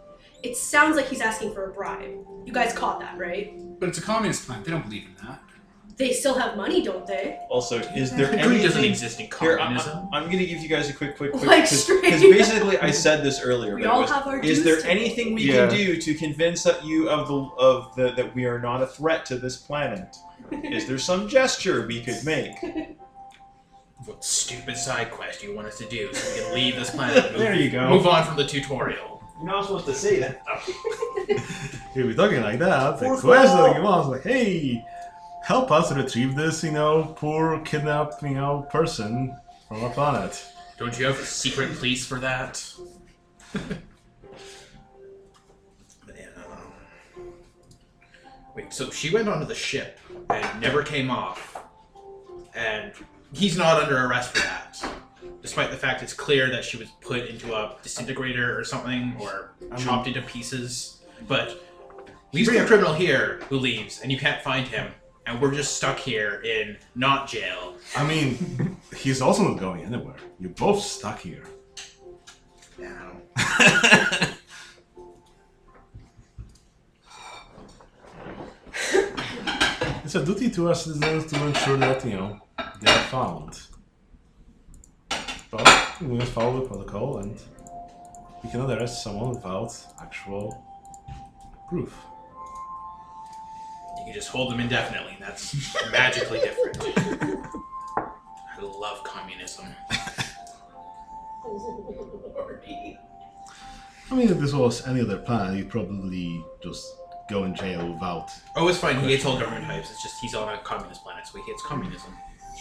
S6: it sounds like he's asking for a bribe. You guys caught that, right?
S1: But it's a communist plan. They don't believe in that.
S6: They still have money, don't they?
S3: Also, is there
S5: Greed doesn't
S3: anything-
S5: exist in
S3: Here, uh, I'm,
S5: communism.
S3: I'm gonna give you guys a quick, quick, quick.
S6: Like, straight
S3: Because basically, I said this earlier.
S6: We
S3: but it
S6: all
S3: was,
S6: have our dues
S3: is there
S6: to
S3: anything we
S4: Yeah.
S3: can do to convince that you of the of the that we are not a threat to this planet? Is there some gesture we could make?
S5: what stupid side quest you want us to do so we can leave this planet and move,
S3: There you go.
S5: move on from the tutorial.
S3: You're not supposed to say that.
S2: He'll be talking like that. The
S3: Fourth
S2: question
S3: wall.
S2: he wants, like, hey, help us retrieve this, you know, poor kidnapped, you know, person from a planet.
S5: Don't you have secret police for that? Man, I don't know. Wait, so she went onto the ship and never came off. And he's not under arrest for that. Despite the fact it's clear that she was put into a disintegrator or something or chopped into pieces. But we bring a criminal here who leaves and you can't find him. And we're just stuck here in not jail.
S2: I mean, he's also not going anywhere. You're both stuck here.
S5: Yeah,
S2: It's a duty to our citizens to ensure that, you know, they are found. But we must follow the protocol and we cannot arrest someone without actual proof.
S5: You can just hold them indefinitely, and that's magically different. I love communism.
S6: Lordy.
S2: I mean, if this was any other planet, you'd probably just go in jail without.
S5: Oh, it's fine. He hates all government types. It's just he's on a communist planet, so he hates communism.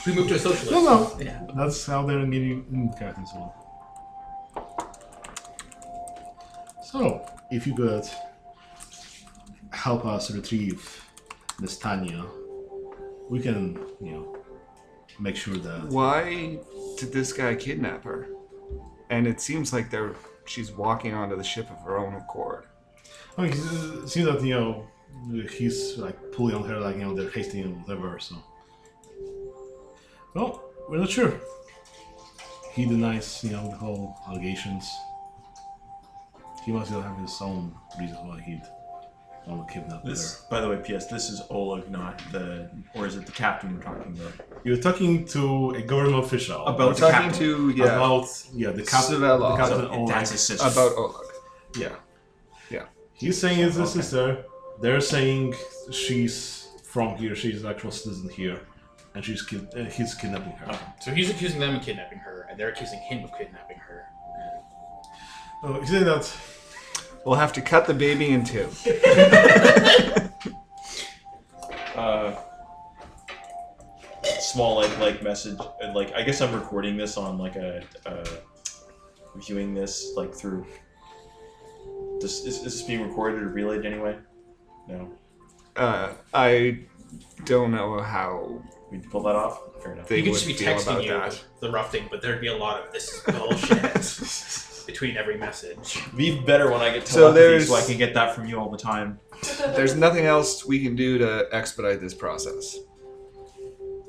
S5: We moved to a socialist.
S2: No, no.
S5: Yeah.
S2: That's how they're meeting in Captain's Law. So, if you could help us retrieve Miss Tanya, we can, you know, make sure that.
S4: Why did this guy kidnap her? And it seems like they're she's walking onto the ship of her own accord.
S2: I mean, it seems that, you know, he's like pulling on her, like, you know, they're hasting and whatever, so. Well, we're not sure. He denies, you know, the whole allegations. He must have his own reasons why he'd want to kidnap
S3: This, by the way, P.S. This is Oleg, not the, or is it the captain we're talking about?
S2: her. You're talking to a government official.
S3: About the
S4: Talking
S3: captain.
S4: to yeah
S2: About, yeah, the captain.
S4: Svelov.
S2: The captain
S3: So,
S2: Oleg.
S3: that's his sister.
S4: about Oleg.
S2: Yeah.
S4: Yeah.
S2: He's saying it's his
S3: Okay.
S2: sister. They're saying she's from here. She's an actual citizen here, and she's kid- uh, he's kidnapping her.
S3: Okay.
S5: So he's accusing them of kidnapping her, and they're accusing him of kidnapping her.
S2: Oh, he's saying that.
S4: We'll have to cut the baby in two.
S3: uh, small like like message uh, like I guess I'm recording this on like a uh, viewing this like through. This is, is this being recorded or relayed anyway? No,
S4: Uh, I don't know how
S3: we can pull that off. Fair enough.
S4: they
S5: you could
S4: would
S5: just be
S4: feel
S5: texting
S4: about
S5: you
S4: that.
S5: the rough thing, but there'd be a lot of this is bullshit between every message.
S3: Be better when I get
S4: So
S3: telepathy, so, I
S4: there's-
S3: can get that from you all the time.
S4: There's nothing else we can do to expedite this process.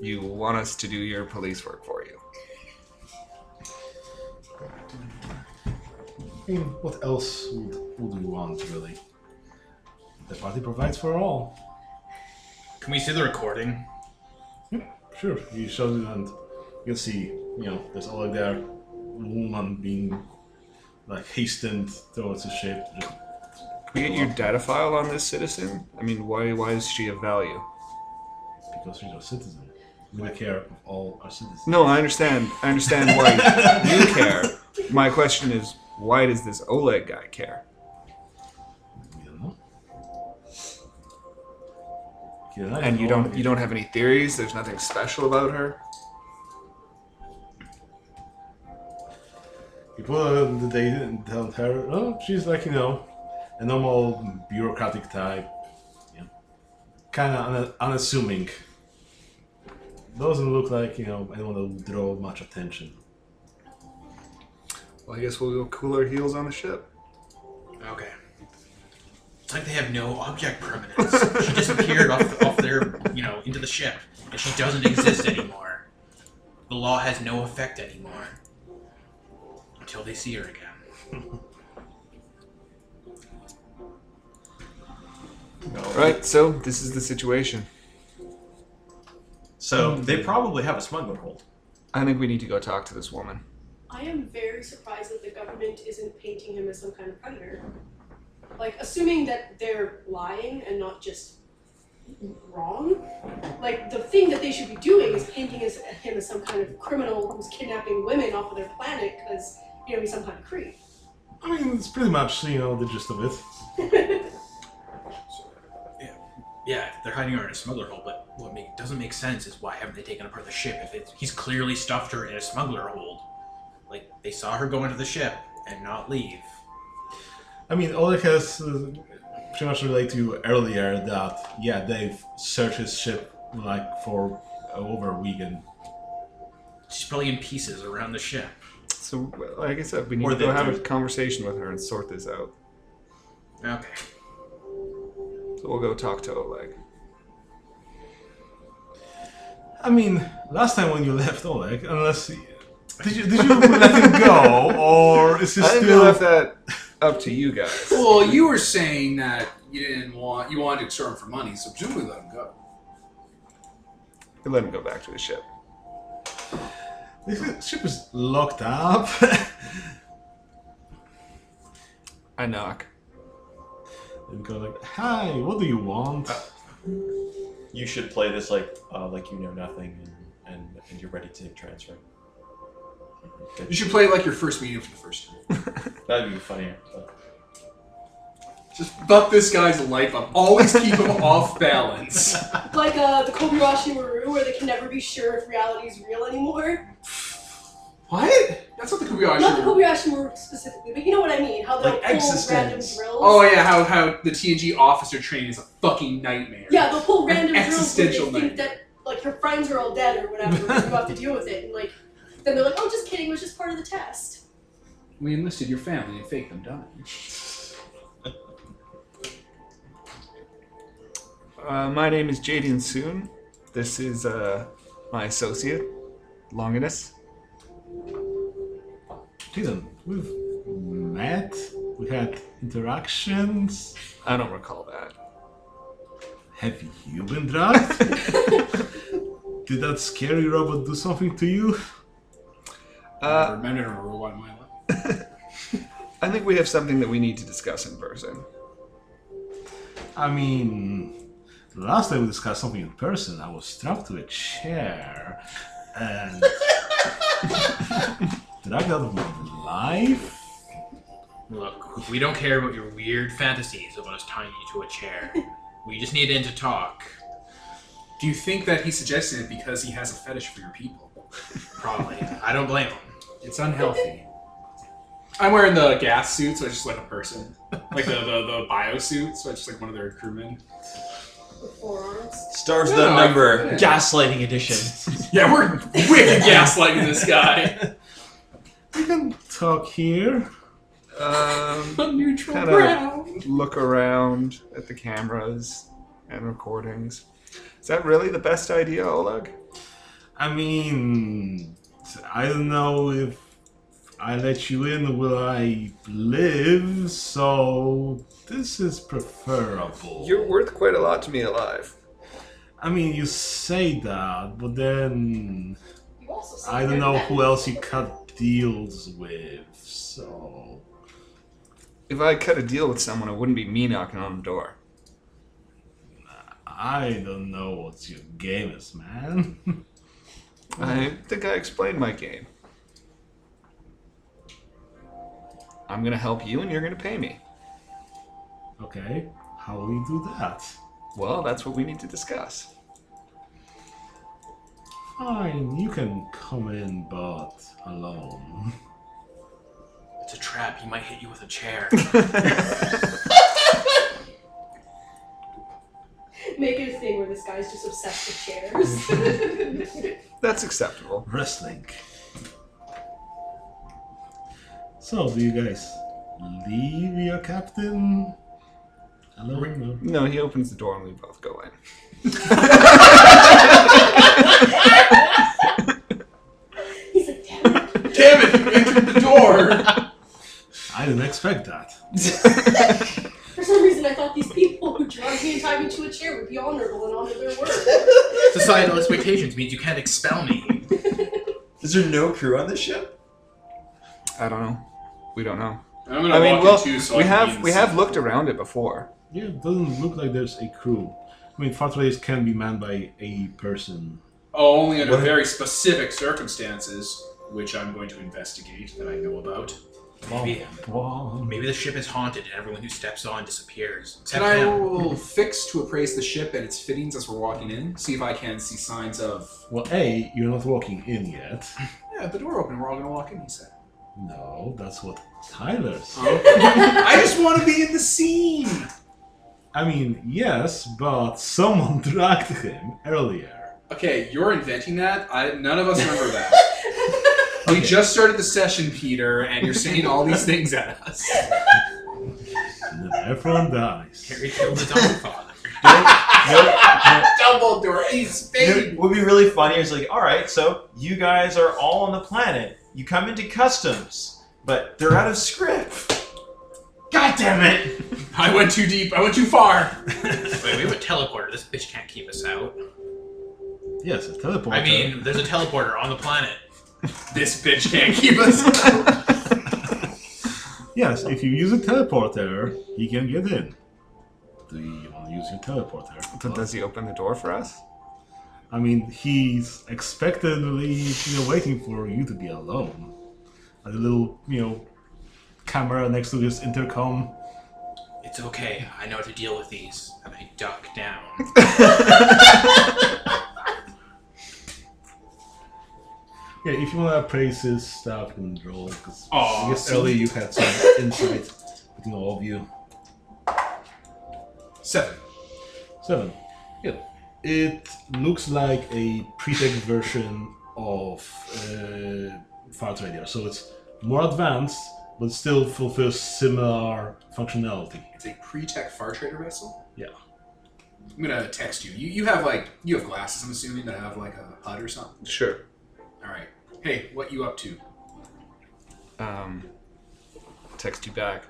S4: You want us to do your police work for you.
S2: I mean, what else would, would we want really? The party provides for all.
S5: Can we see the recording?
S2: Sure, he shows it, and you'll see. You know, there's all there. Woman being like hastened towards the ship. Just
S4: Can we get your data file on this citizen? I mean, why why is she of value?
S2: because she's a citizen. We care of all our citizens.
S4: No, I understand. I understand why you care. My question is, why does this Oleg guy care?
S2: We don't know. We don't know.
S4: And you don't you don't have any theories. There's nothing special about her.
S2: You put on the date and uh, tell her, oh, she's like, you know, a normal bureaucratic type. Yeah. Kind of un- unassuming. Doesn't look like, you know, anyone that would draw much attention.
S4: Well, I guess we'll go cool our heels on the ship.
S5: Okay. It's like they have no object permanence. she disappeared off, off their, you know, into the ship, and she doesn't exist anymore. The law has no effect anymore until they see her again.
S3: No.
S4: Right. So this is the situation.
S3: So they probably have a smuggler hold.
S4: I think we need to go talk to this woman.
S6: I am very surprised that the government isn't painting him as some kind of predator. Like, assuming that they're lying and not just wrong, like, the thing that they should be doing is painting as, him as some kind of criminal who's kidnapping women off of their planet because, you know, he's some kind of creep.
S2: I mean, it's pretty much, you know, the gist of it.
S5: Yeah, they're hiding her in a smuggler hole, but what make, doesn't make sense is why haven't they taken apart the ship if it's, he's clearly stuffed her in a smuggler hold? Like, they saw her go into the ship and not leave.
S2: I mean, Oleg has uh, pretty much related to you earlier that, yeah, they've searched his ship, like, for over a week and
S5: She's probably in pieces around the ship.
S4: So, like I said, we need
S3: Or
S4: to go
S3: they
S4: have a
S3: do.
S4: conversation with her and sort this out.
S5: Okay.
S4: So we'll go talk to Oleg.
S2: I mean, last time when you left Oleg, unless did you did you let him go, or is he
S4: I think we
S2: still?
S4: left that up to you guys.
S1: Well, you were saying that you didn't want you wanted to serve him for money, so presumably let him go.
S4: We let him go back to the ship.
S2: The ship is locked up.
S4: I knock.
S2: and go like, hi, what do you want?
S3: You should play this like uh, like you know nothing and, and, and you're ready to transfer.
S1: You should play it like your first meeting for the first time.
S3: That'd be funnier. but-
S1: Just fuck this guy's life up. Always keep him off balance.
S6: Like uh, the Kobayashi Maru, where they can never be sure if reality is real anymore.
S1: What? That's not the
S6: Not the
S1: Kobayashi. Maru.
S6: Kobayashi Maru specifically, but you know what I mean. How they'll
S3: Like
S6: pull random
S3: existence.
S6: drills.
S1: Oh yeah, how how the TNG officer training is a fucking nightmare.
S6: Yeah, they'll pull
S1: An
S6: random drills where they
S1: existential
S6: think
S1: nightmare.
S6: that like your friends are all dead or whatever, and you have to deal with it. And like then they're like, Oh just kidding, it was just part of the test.
S1: We enlisted your family and faked them dying.
S4: Uh, my name is Jaden Soon. This is uh, my associate, Longinus.
S2: Jason, we've met. We had interactions.
S4: I don't recall that.
S2: Have you been drugged? Did that scary robot do something to you?
S4: Uh,
S1: I've never met a robot in my life.
S4: I think we have something that we need to discuss in person.
S2: I mean, the last time we discussed something in person, I was strapped to a chair and dragged out of my life.
S5: Look, we don't care about your weird fantasies about us tying you to a chair. We just need in to talk.
S1: Do you think that he suggested it because he has a fetish for your people?
S5: Probably. I don't blame him.
S1: It's unhealthy. I'm wearing the gas suit, so I just like a person, like the the, the bio suit, so I just like one of their crewmen.
S6: With forearms.
S3: Stars
S1: No,
S3: the
S1: I-
S3: number.
S1: yeah.
S3: Gaslighting edition.
S1: Yeah, we're wicked gaslighting this guy.
S2: We can talk here.
S4: Um,
S1: neutral
S4: Kinda-
S1: ground.
S4: look around at the cameras and recordings. Is that really the best idea, Oleg?
S2: I mean, I don't know if I let you in, will I live? So this is preferable.
S4: You're worth quite a lot to me alive.
S2: I mean, you say that, but then
S6: You also see
S2: I don't
S6: their
S2: know
S6: back.
S2: who else you cut deals with, so.
S4: If I cut a deal with someone, it wouldn't be me knocking on the door.
S2: I don't know what your game is, man.
S4: I think I explained my game. I'm gonna help you and you're gonna pay me.
S2: okay, how will you do that?
S4: Well, that's what we need to discuss.
S2: Fine, you can come in, but alone.
S5: It's a trap. He might hit you with a chair.
S6: Make it a thing where this guy's just obsessed with chairs.
S4: That's acceptable.
S2: Wrestling. So, do you guys leave your captain alone? or-
S4: No, he opens the door and we both go in.
S6: He's like, damn it.
S1: Damn it! You entered the door.
S2: I didn't expect that.
S6: For some reason I thought these people who drug me and tied me to a chair would be honorable and honor their word.
S5: Societal expectations means you can't expel me.
S3: Is there no crew on this ship?
S4: I don't know. We don't know.
S1: I'm gonna
S4: I mean,
S1: walk
S4: well,
S1: into so I
S4: we
S1: can be
S4: have
S1: in
S4: we
S1: the
S4: have
S1: scene.
S4: looked around it before.
S2: Yeah, it doesn't look like there's a crew. I mean, Fatrays can be manned by a person.
S1: Oh, only under
S3: What-
S1: very specific circumstances, which I'm going to investigate that I know about.
S5: Maybe,
S2: Wow.
S5: maybe the ship is haunted and everyone who steps on disappears. Except
S1: And I
S5: him.
S1: will fix to appraise the ship and its fittings as we're walking in. See if I can see signs of.
S2: Well, A, you're not walking in yet.
S1: Yeah, the door open. We're all gonna walk in. He said.
S2: No, that's what Tyler said.
S6: Oh.
S1: I just want to be in the scene.
S2: I mean, yes, but someone dragged him earlier.
S1: Okay, you're inventing that. I, none of us remember that. We
S2: Okay.
S1: just started the session, Peter, and you're saying all these things at us.
S2: And then everyone dies.
S5: Harry killed his own father.
S1: Dumbledore, he's
S3: It
S1: big.
S3: would be really funny. It's like, all right, so you guys are all on the planet. You come into customs, but they're out of script.
S7: God damn it!
S1: I went too deep. I went too far.
S5: Wait, we have a teleporter. This bitch can't keep us out.
S2: Yes, a teleporter.
S5: I mean, there's a teleporter on the planet.
S1: This bitch can't keep us.
S2: yes, if you use a teleporter, he can get in. Do you want to use your teleporter?
S4: So does he open the door for us?
S2: I mean, he's expectantly you know, waiting for you to be alone. At the little, you know, camera next to his intercom.
S5: It's okay. I know how to deal with these. And I duck down.
S2: Yeah, if you want to appraise his stuff and roll, because
S7: Aw,
S2: I guess
S7: see?
S2: earlier you had some insight between all of you.
S1: Seven.
S2: Seven. Yeah. It looks like a pre-tech version of uh, Fart Radio, so it's more advanced, but still fulfills similar functionality.
S1: It's a pre-tech far trader vessel.
S2: Yeah.
S1: I'm gonna text you. You you have like you have glasses. I'm assuming that have like a HUD or something.
S4: Sure.
S1: All right. Hey, what you up to?
S4: Um, text you back.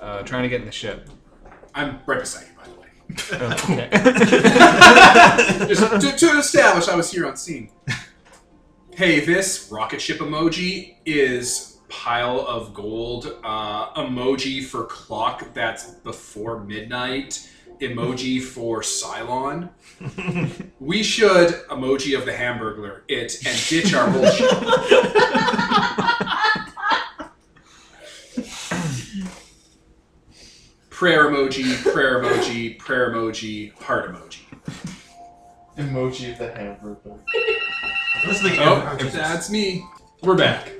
S4: Uh, trying to get in the ship.
S1: I'm right beside you, by the way.
S4: okay.
S1: Just to, to establish I was here on scene. Hey, this rocket ship emoji is pile of gold uh, emoji for clock that's before midnight emoji for Cylon. we should emoji of the Hamburglar it and ditch our bullshit. prayer emoji, prayer emoji, prayer emoji, heart emoji.
S3: Emoji of the hamburger.
S5: This thing
S1: Oh, if that's me. We're back.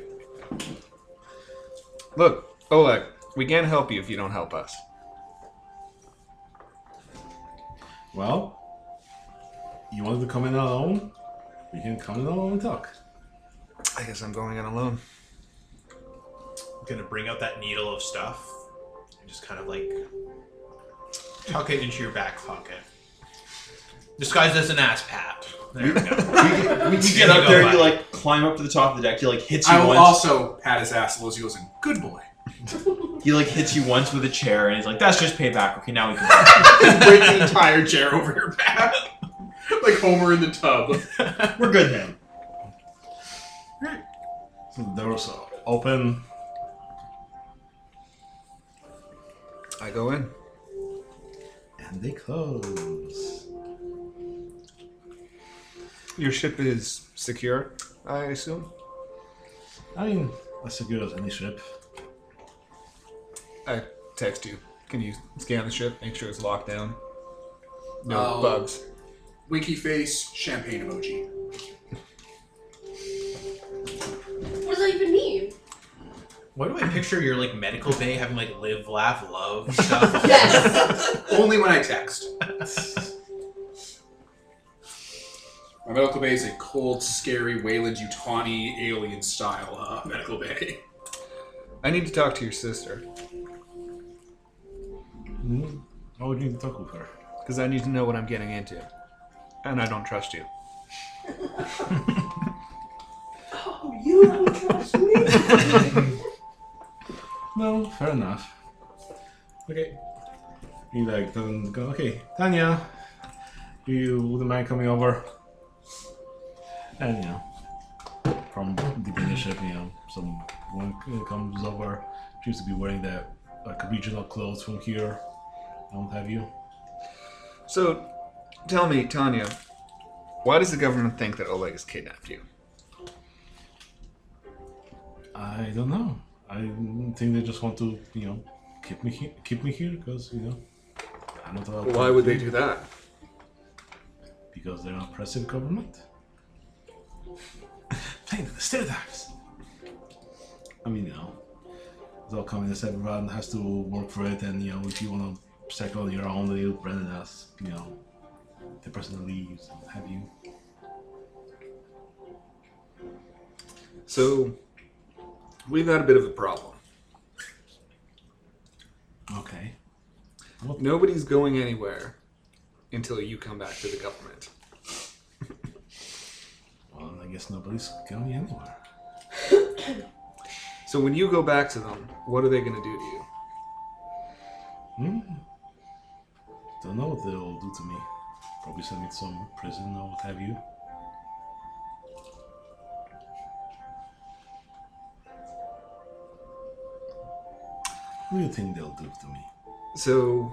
S4: Look, Oleg, we can't help you if you don't help us.
S2: Well, you wanted to come in alone? We can come in alone and talk.
S4: I guess I'm going in alone.
S5: gonna bring out that needle of stuff and just kind of like tuck it into your back pocket. Disguised as an ass pat. There we go.
S3: We you get
S5: you
S3: up
S5: go,
S3: there, and
S5: bud.
S3: you like climb up to the top of the deck. He like hits you
S1: I will
S3: once.
S1: also pat his ass while he goes in. Good boy.
S3: He like hits you once with a chair, and he's like, "That's just payback." Okay, now we can.
S1: Break the entire chair over your back. like Homer in the tub.
S3: We're good then.
S2: So the doors are open.
S4: I go in.
S2: And they close.
S4: Your ship is secure, I assume.
S2: I mean, as secure as any ship.
S4: I text you. Can you scan the ship? Make sure it's locked down. No
S1: Oh.
S4: bugs.
S1: Winky face, champagne emoji.
S6: What does that even mean?
S5: Why do I picture your like medical bay having like live, laugh, love stuff?
S6: Yes.
S1: Only when I text. My medical bay is a cold, scary Wayland Utani alien style uh, medical bay.
S4: I need to talk to your sister
S2: Mm, I would need to talk with her.
S4: because I need to know what I'm getting into, and I don't trust you.
S6: oh, you don't trust me.
S2: No, fair enough. Okay. He like doesn't go. Okay, Tanya, you wouldn't mind coming over? And you know, from the leadership, you know, some one comes over, seems to be wearing the like regional clothes from here. I don't have you.
S4: So, tell me, Tanya, why does the government think that Oleg has kidnapped you?
S2: I don't know. I think they just want to, you know, keep me he- keep me here because you know, I'm not allowed. to-
S4: Why would they do that?
S2: Because they're an oppressive government. Playing with the stereotypes. I mean, you know, it's all communist. Everyone has to work for it, and you know, if you want to cycle on your own, they'll brand us. You know, the person leaves. and Have you?
S4: So, we've had a bit of a problem.
S2: Okay.
S4: Nobody's going anywhere until you come back to the government.
S2: Well, I guess nobody's going anywhere.
S4: So, when you go back to them, what are they going to do to you?
S2: Hmm. Don't know what they'll do to me. Probably send me to some prison or what have you. What do you think they'll do to me?
S4: So,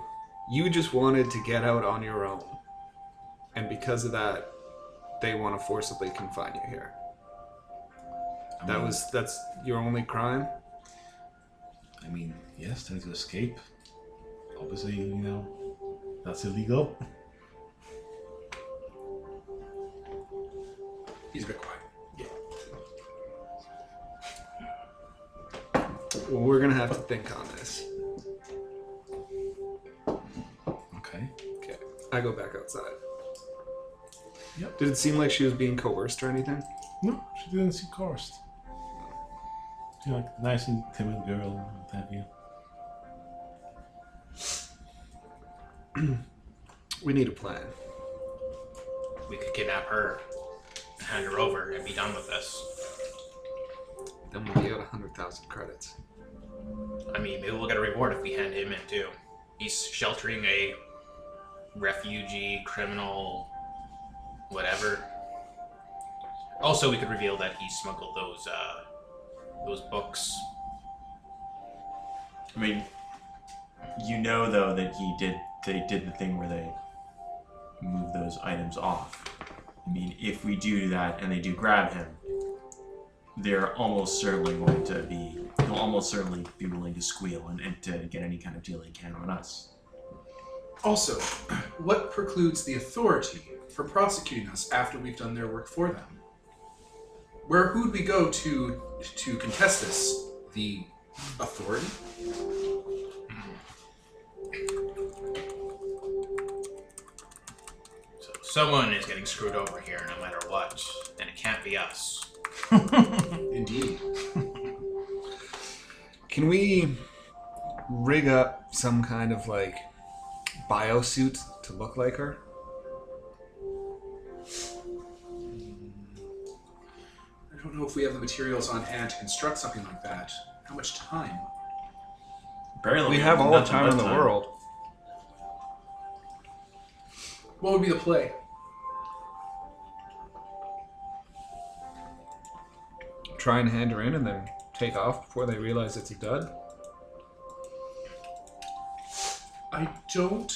S4: you just wanted to get out on your own. And because of that, they want to forcibly confine you here.
S2: I
S4: That
S2: mean-
S4: was, that's your only crime?
S2: I mean, yes, trying to escape. Obviously, you know, that's illegal.
S1: He's a bit quiet.
S4: We're going to have to think on this.
S2: Okay.
S4: Okay. I go back outside.
S2: Yep.
S4: Did it seem like she was being coerced or anything?
S2: No, she didn't see Karst. She's like a nice and timid girl, what have you.
S4: We need a plan.
S5: We could kidnap her, hand her over, and be done with this.
S4: Then we'll be out 100,000 credits.
S5: I mean, maybe we'll get a reward if we hand him in too. He's sheltering a refugee, criminal, whatever. Also, we could reveal that he smuggled those uh, those books.
S3: I mean, you know though that he did. They did the thing where they move those items off. I mean, if we do that and they do grab him, they're almost certainly going to be. They'll almost certainly be willing to squeal and, and to get any kind of deal they can on us.
S1: Also, what precludes the authority from prosecuting us after we've done their work for them? Where who'd we go to to contest this? The authority?
S5: So someone is getting screwed over here, no matter what, and it can't be us.
S1: Indeed.
S4: Can we rig up some kind of like biosuit to look like her?
S1: I don't know if we have the materials on hand to construct something like that. How much time?
S3: Barely.
S4: We have all the
S3: nothing
S4: time
S3: but
S4: in the world.
S1: What would be the play?
S4: Try and hand her in and then take off before they realize it's a dud?
S1: I don't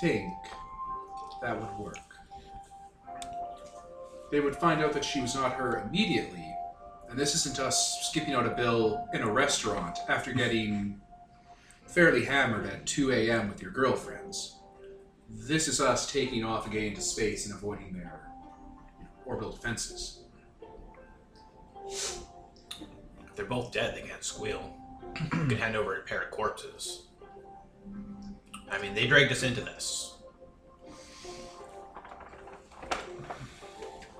S1: think that would work. They would find out that she was not her immediately, and this isn't us skipping out a bill in a restaurant after getting fairly hammered at 2 a.m. with your girlfriends. This is us taking off again into space and avoiding their you know, orbital defenses.
S5: If they're both dead, they can't squeal. we could hand over a pair of corpses. I mean, they dragged us into this.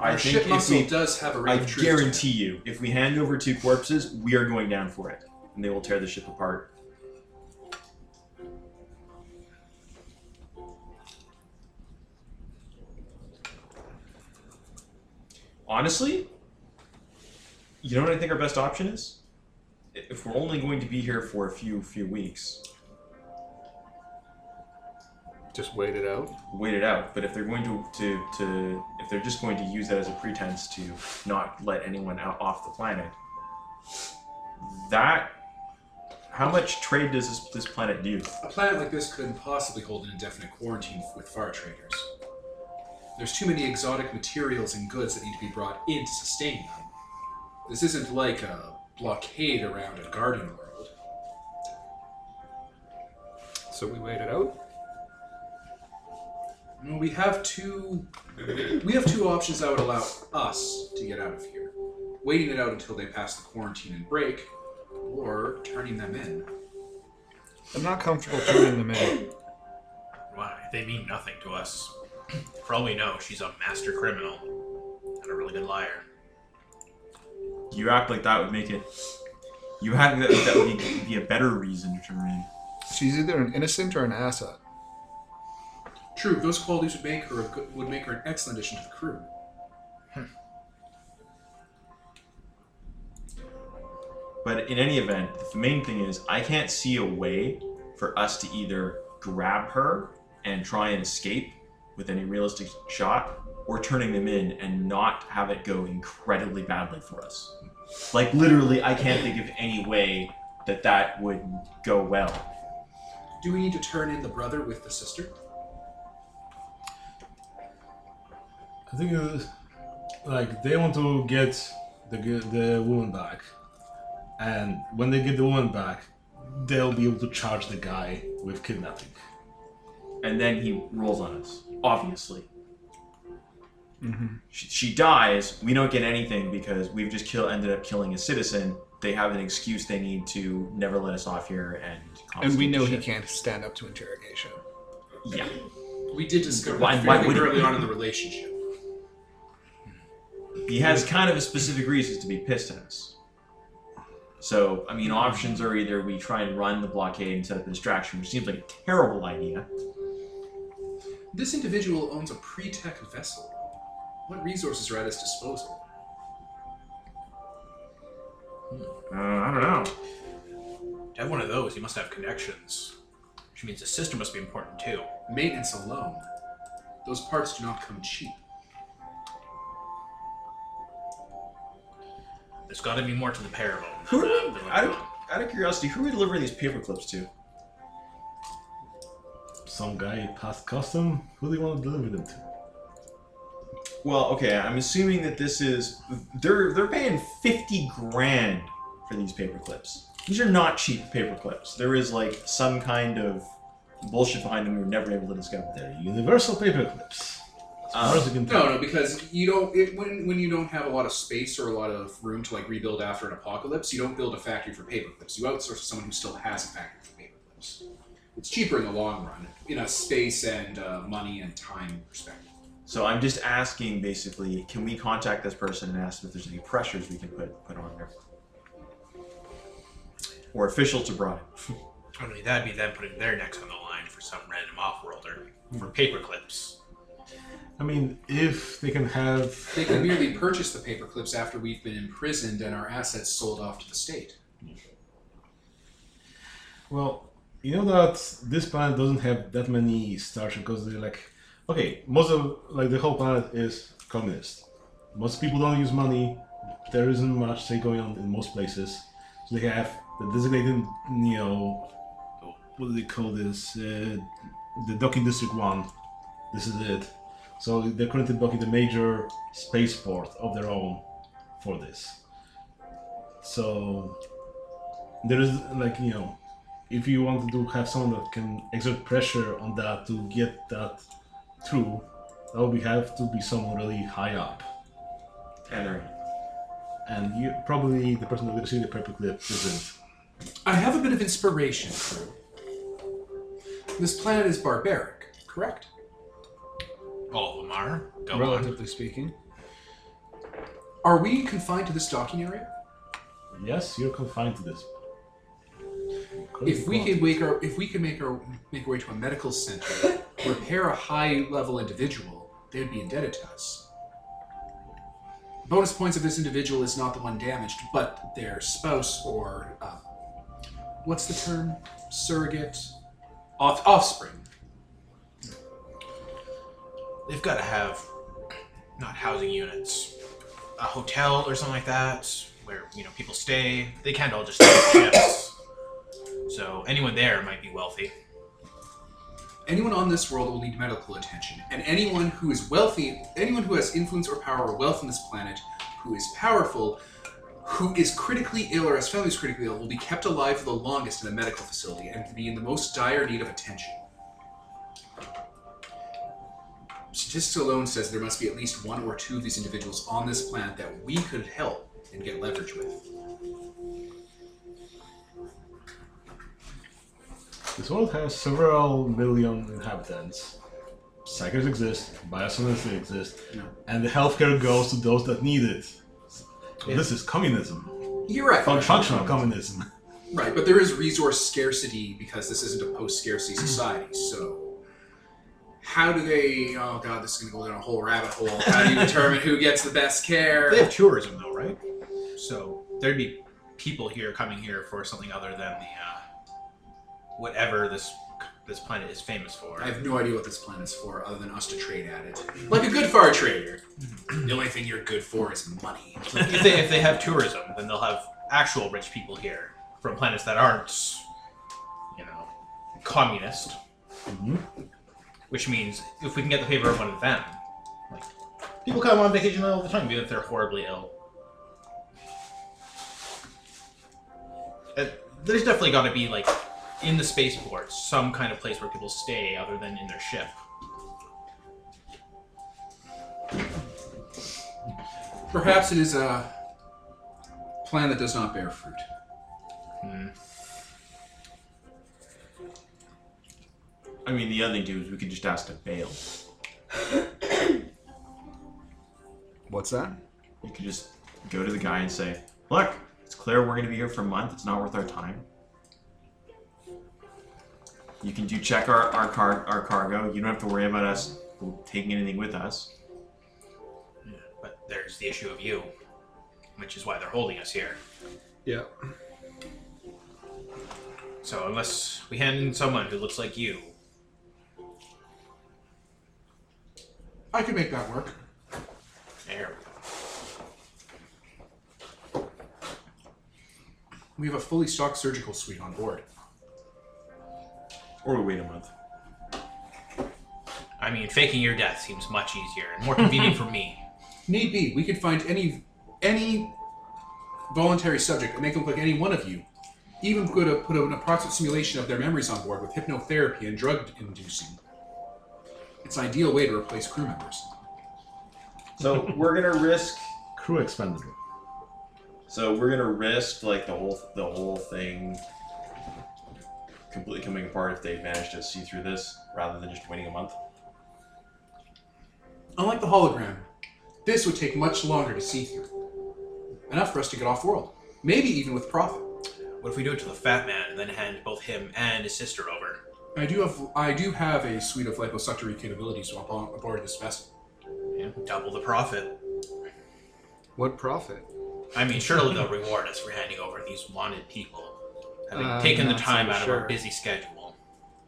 S3: I
S1: Our
S3: think
S1: ship
S3: if
S1: muscle
S3: we,
S1: does have a
S3: I
S1: ray of truth. to it.
S3: guarantee you, if we hand over two corpses, we are going down for it, and they will tear the ship apart. Honestly, you know what I think our best option is? I- If we're only going to be here for a few few weeks,
S4: Just wait it out.
S3: wait it out. But if they're going to, to, to if they're just going to use that as a pretense to not let anyone out off the planet, that how much trade does this, this planet do?
S1: A planet like this couldn't possibly hold an indefinite quarantine with far traders. There's too many exotic materials and goods that need to be brought in to sustain them. This isn't like a blockade around a garden world.
S4: So we wait it out.
S1: Well, we have two. We have two options that would allow us to get out of here: waiting it out until they pass the quarantine and break, or turning them in.
S4: I'm not comfortable turning them in.
S5: Why? They mean nothing to us. For all we know, she's a master criminal and a really good liar.
S3: You act like that would make it. You act that that would be, be a better reason to turn in.
S4: She's either an innocent or an asset.
S1: True, those qualities would make her a good, would make her an excellent addition to the crew.
S3: But in any event, the main thing is I can't see a way for us to either grab her and try and escape with any realistic shot, or turning them in and not have it go incredibly badly for us. Like literally, I can't think of any way that that would go well.
S1: Do we need to turn in the brother with the sister?
S2: I think it was, like they want to get the g- the woman back, and when they get the woman back, they'll be able to charge the guy with kidnapping.
S3: And then he rolls on us, obviously.
S4: Mm-hmm.
S3: She, she dies. We don't get anything because we've just kill ended up killing a citizen. They have an excuse they need to never let us off here, and
S4: And we
S3: confiscate the
S4: know he
S3: ship.
S4: can't stand up to interrogation.
S3: Yeah.
S1: We did discover
S3: Why-
S1: that
S3: why
S1: fairly
S3: would it
S1: early
S3: be?
S1: on in the relationship.
S3: he has kind of a specific reasons to be pissed at us. So, I mean, options are either we try and run the blockade and set up a distraction, which seems like a terrible idea.
S1: This individual owns a pre-tech vessel. What resources are at his disposal?
S3: Uh, I don't know.
S5: To have one of those, you must have connections. Which means the sister must be important too.
S1: Maintenance alone. Those parts do not come cheap.
S5: There's got to be more to the pair of them. than
S3: Who are
S5: that.
S3: we-
S5: They're
S3: I
S5: like,
S3: don't- Out of curiosity, who are we delivering these paper clips to?
S2: Some guy past custom. Who do you want to deliver them to?
S3: Well, okay, I'm assuming that this is they're they're paying fifty grand for these paper clips. These are not cheap paper clips. There is like some kind of bullshit behind them we were never able to discover.
S2: They're universal paperclips. As far as you can
S1: Uh, No,
S2: tell.
S1: no, because you don't. It, when when you don't have a lot of space or a lot of room to like rebuild after an apocalypse, you don't build a factory for paperclips. You outsource to someone who still has a factory for paperclips. It's cheaper in the long run, in a space and uh, money and time perspective.
S3: So I'm just asking, basically, can we contact this person and ask them if there's any pressures we can put put on there, or official to bribe?
S5: Only that'd be them putting their necks on the line for some random off-worlder for paperclips.
S2: I mean, if they can have
S1: They can merely purchase the paperclips after we've been imprisoned and our assets sold off to the state.
S2: Well, you know that this planet doesn't have that many starship because they're like, okay, most of like the whole planet is communist. Most people don't use money. There isn't much say going on in most places. So they have the designated, you know, what do they call this? Uh, the docking district one. This is it. So they're currently blocking the major spaceport of their own for this. So there is like you know if you wanted to have someone that can exert pressure on that to get that through, that would be, have to be someone really high up.
S3: And they're-
S2: And you probably the person that will receive the paper clip isn't.
S1: I have a bit of inspiration, crew. This planet is barbaric, correct?
S5: All of them are. Go on.
S4: Relatively speaking.
S1: Are we confined to this docking area?
S2: Yes, you're confined to this.
S1: If we could wake our, if we could make our make our way to a medical center, repair a high level individual, they would be indebted to us. Bonus points if this individual is not the one damaged, but their spouse or uh, what's the term? Surrogate, off, offspring.
S5: They've got to have not housing units, a hotel or something like that, where you know people stay. They can't all just stay on ships. So anyone there might be wealthy.
S1: Anyone on this world will need medical attention, and anyone who is wealthy, anyone who has influence or power or wealth on this planet, who is powerful, who is critically ill or has families critically ill, will be kept alive for the longest in a medical facility and will be in the most dire need of attention. Statistics alone says there must be at least one or two of these individuals on this planet that we could help and get leverage with.
S2: This world has several million inhabitants. Psychers exist, biosonatics exist,
S1: No.
S2: and the healthcare goes to those that need it. So
S5: Yeah.
S2: This is communism.
S1: You're right.
S2: Functional communism.
S1: Right, but there is resource scarcity because this isn't a post-scarcity
S5: Hmm.
S1: society. So, how do they? Oh god, this is going to go down a whole rabbit hole. How do you determine who gets the best
S5: They
S1: care?
S5: have tourism though, right? So there'd be people here coming here for something other than the uh, whatever this this planet is famous for.
S1: I have no idea what this plan is for, other than us to trade at it, like a good far trader.
S5: Hmm.
S1: The only thing you're good for is money.
S5: Like, if they if they have tourism, then they'll have actual rich people here from planets that aren't, you know, communist.
S2: Mhm.
S5: Which means if we can get the favor of one of them, like people come on vacation all the time, even if they're horribly ill. Uh, there's definitely got to be like in the spaceport some kind of place where people stay other than in their ship.
S1: Perhaps it is a plan that does not bear fruit.
S3: I mean, the other thing too is we could just ask to bail.
S4: What's that?
S3: You could just go to the guy and say, "Look, it's clear we're going to be here for a month. It's not worth our time." You can do check our our, car, our cargo. You don't have to worry about us taking anything with us.
S5: But there's the issue of you, which is why they're holding us here.
S4: Yeah.
S5: So unless we hand in someone who looks like you,
S1: I could make that work.
S5: there.
S1: We have a fully stocked surgical suite on board.
S3: Or we wait a month.
S5: I mean, faking your death seems much easier and more convenient for me.
S1: Need be, we could find any any voluntary subject and make them look like any one of you. Even could have put an approximate simulation of their memories on board with hypnotherapy and drug inducing. It's an ideal way to replace crew members.
S3: So we're gonna risk.
S2: Crew expendable.
S3: So we're gonna risk like the whole the whole thing completely coming apart if they manage to see through this, rather than just waiting a month.
S1: Unlike the hologram, this would take much longer to see through. Enough for us to get off world. Maybe even with profit.
S5: What if we do it to the fat man and then hand both him and his sister over?
S1: I do have I do have a suite of liposuctionary capabilities upon aboard this vessel.
S5: Double the profit.
S4: What profit?
S5: I mean, surely they'll reward us for handing over these wanted people, having
S4: Uh,
S5: taken the
S4: not so
S5: time out of
S4: sure.
S5: our busy schedule.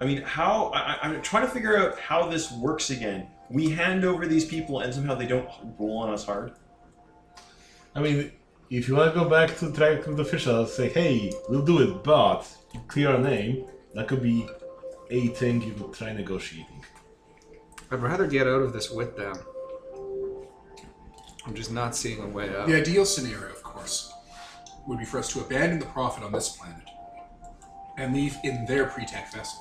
S3: I mean, how I, I- I'm trying to figure out how this works again. We hand over these people, and somehow they don't roll on us hard.
S2: I mean, if you want to go back to try to the officials, say, hey, we'll do it, but you clear our name, that could be a thing you could try negotiating.
S4: I'd rather get out of this with them. I'm just not seeing a way out.
S1: The ideal scenario, of course, would be for us to abandon the Prophet on this planet and leave in their pre-tech vessel.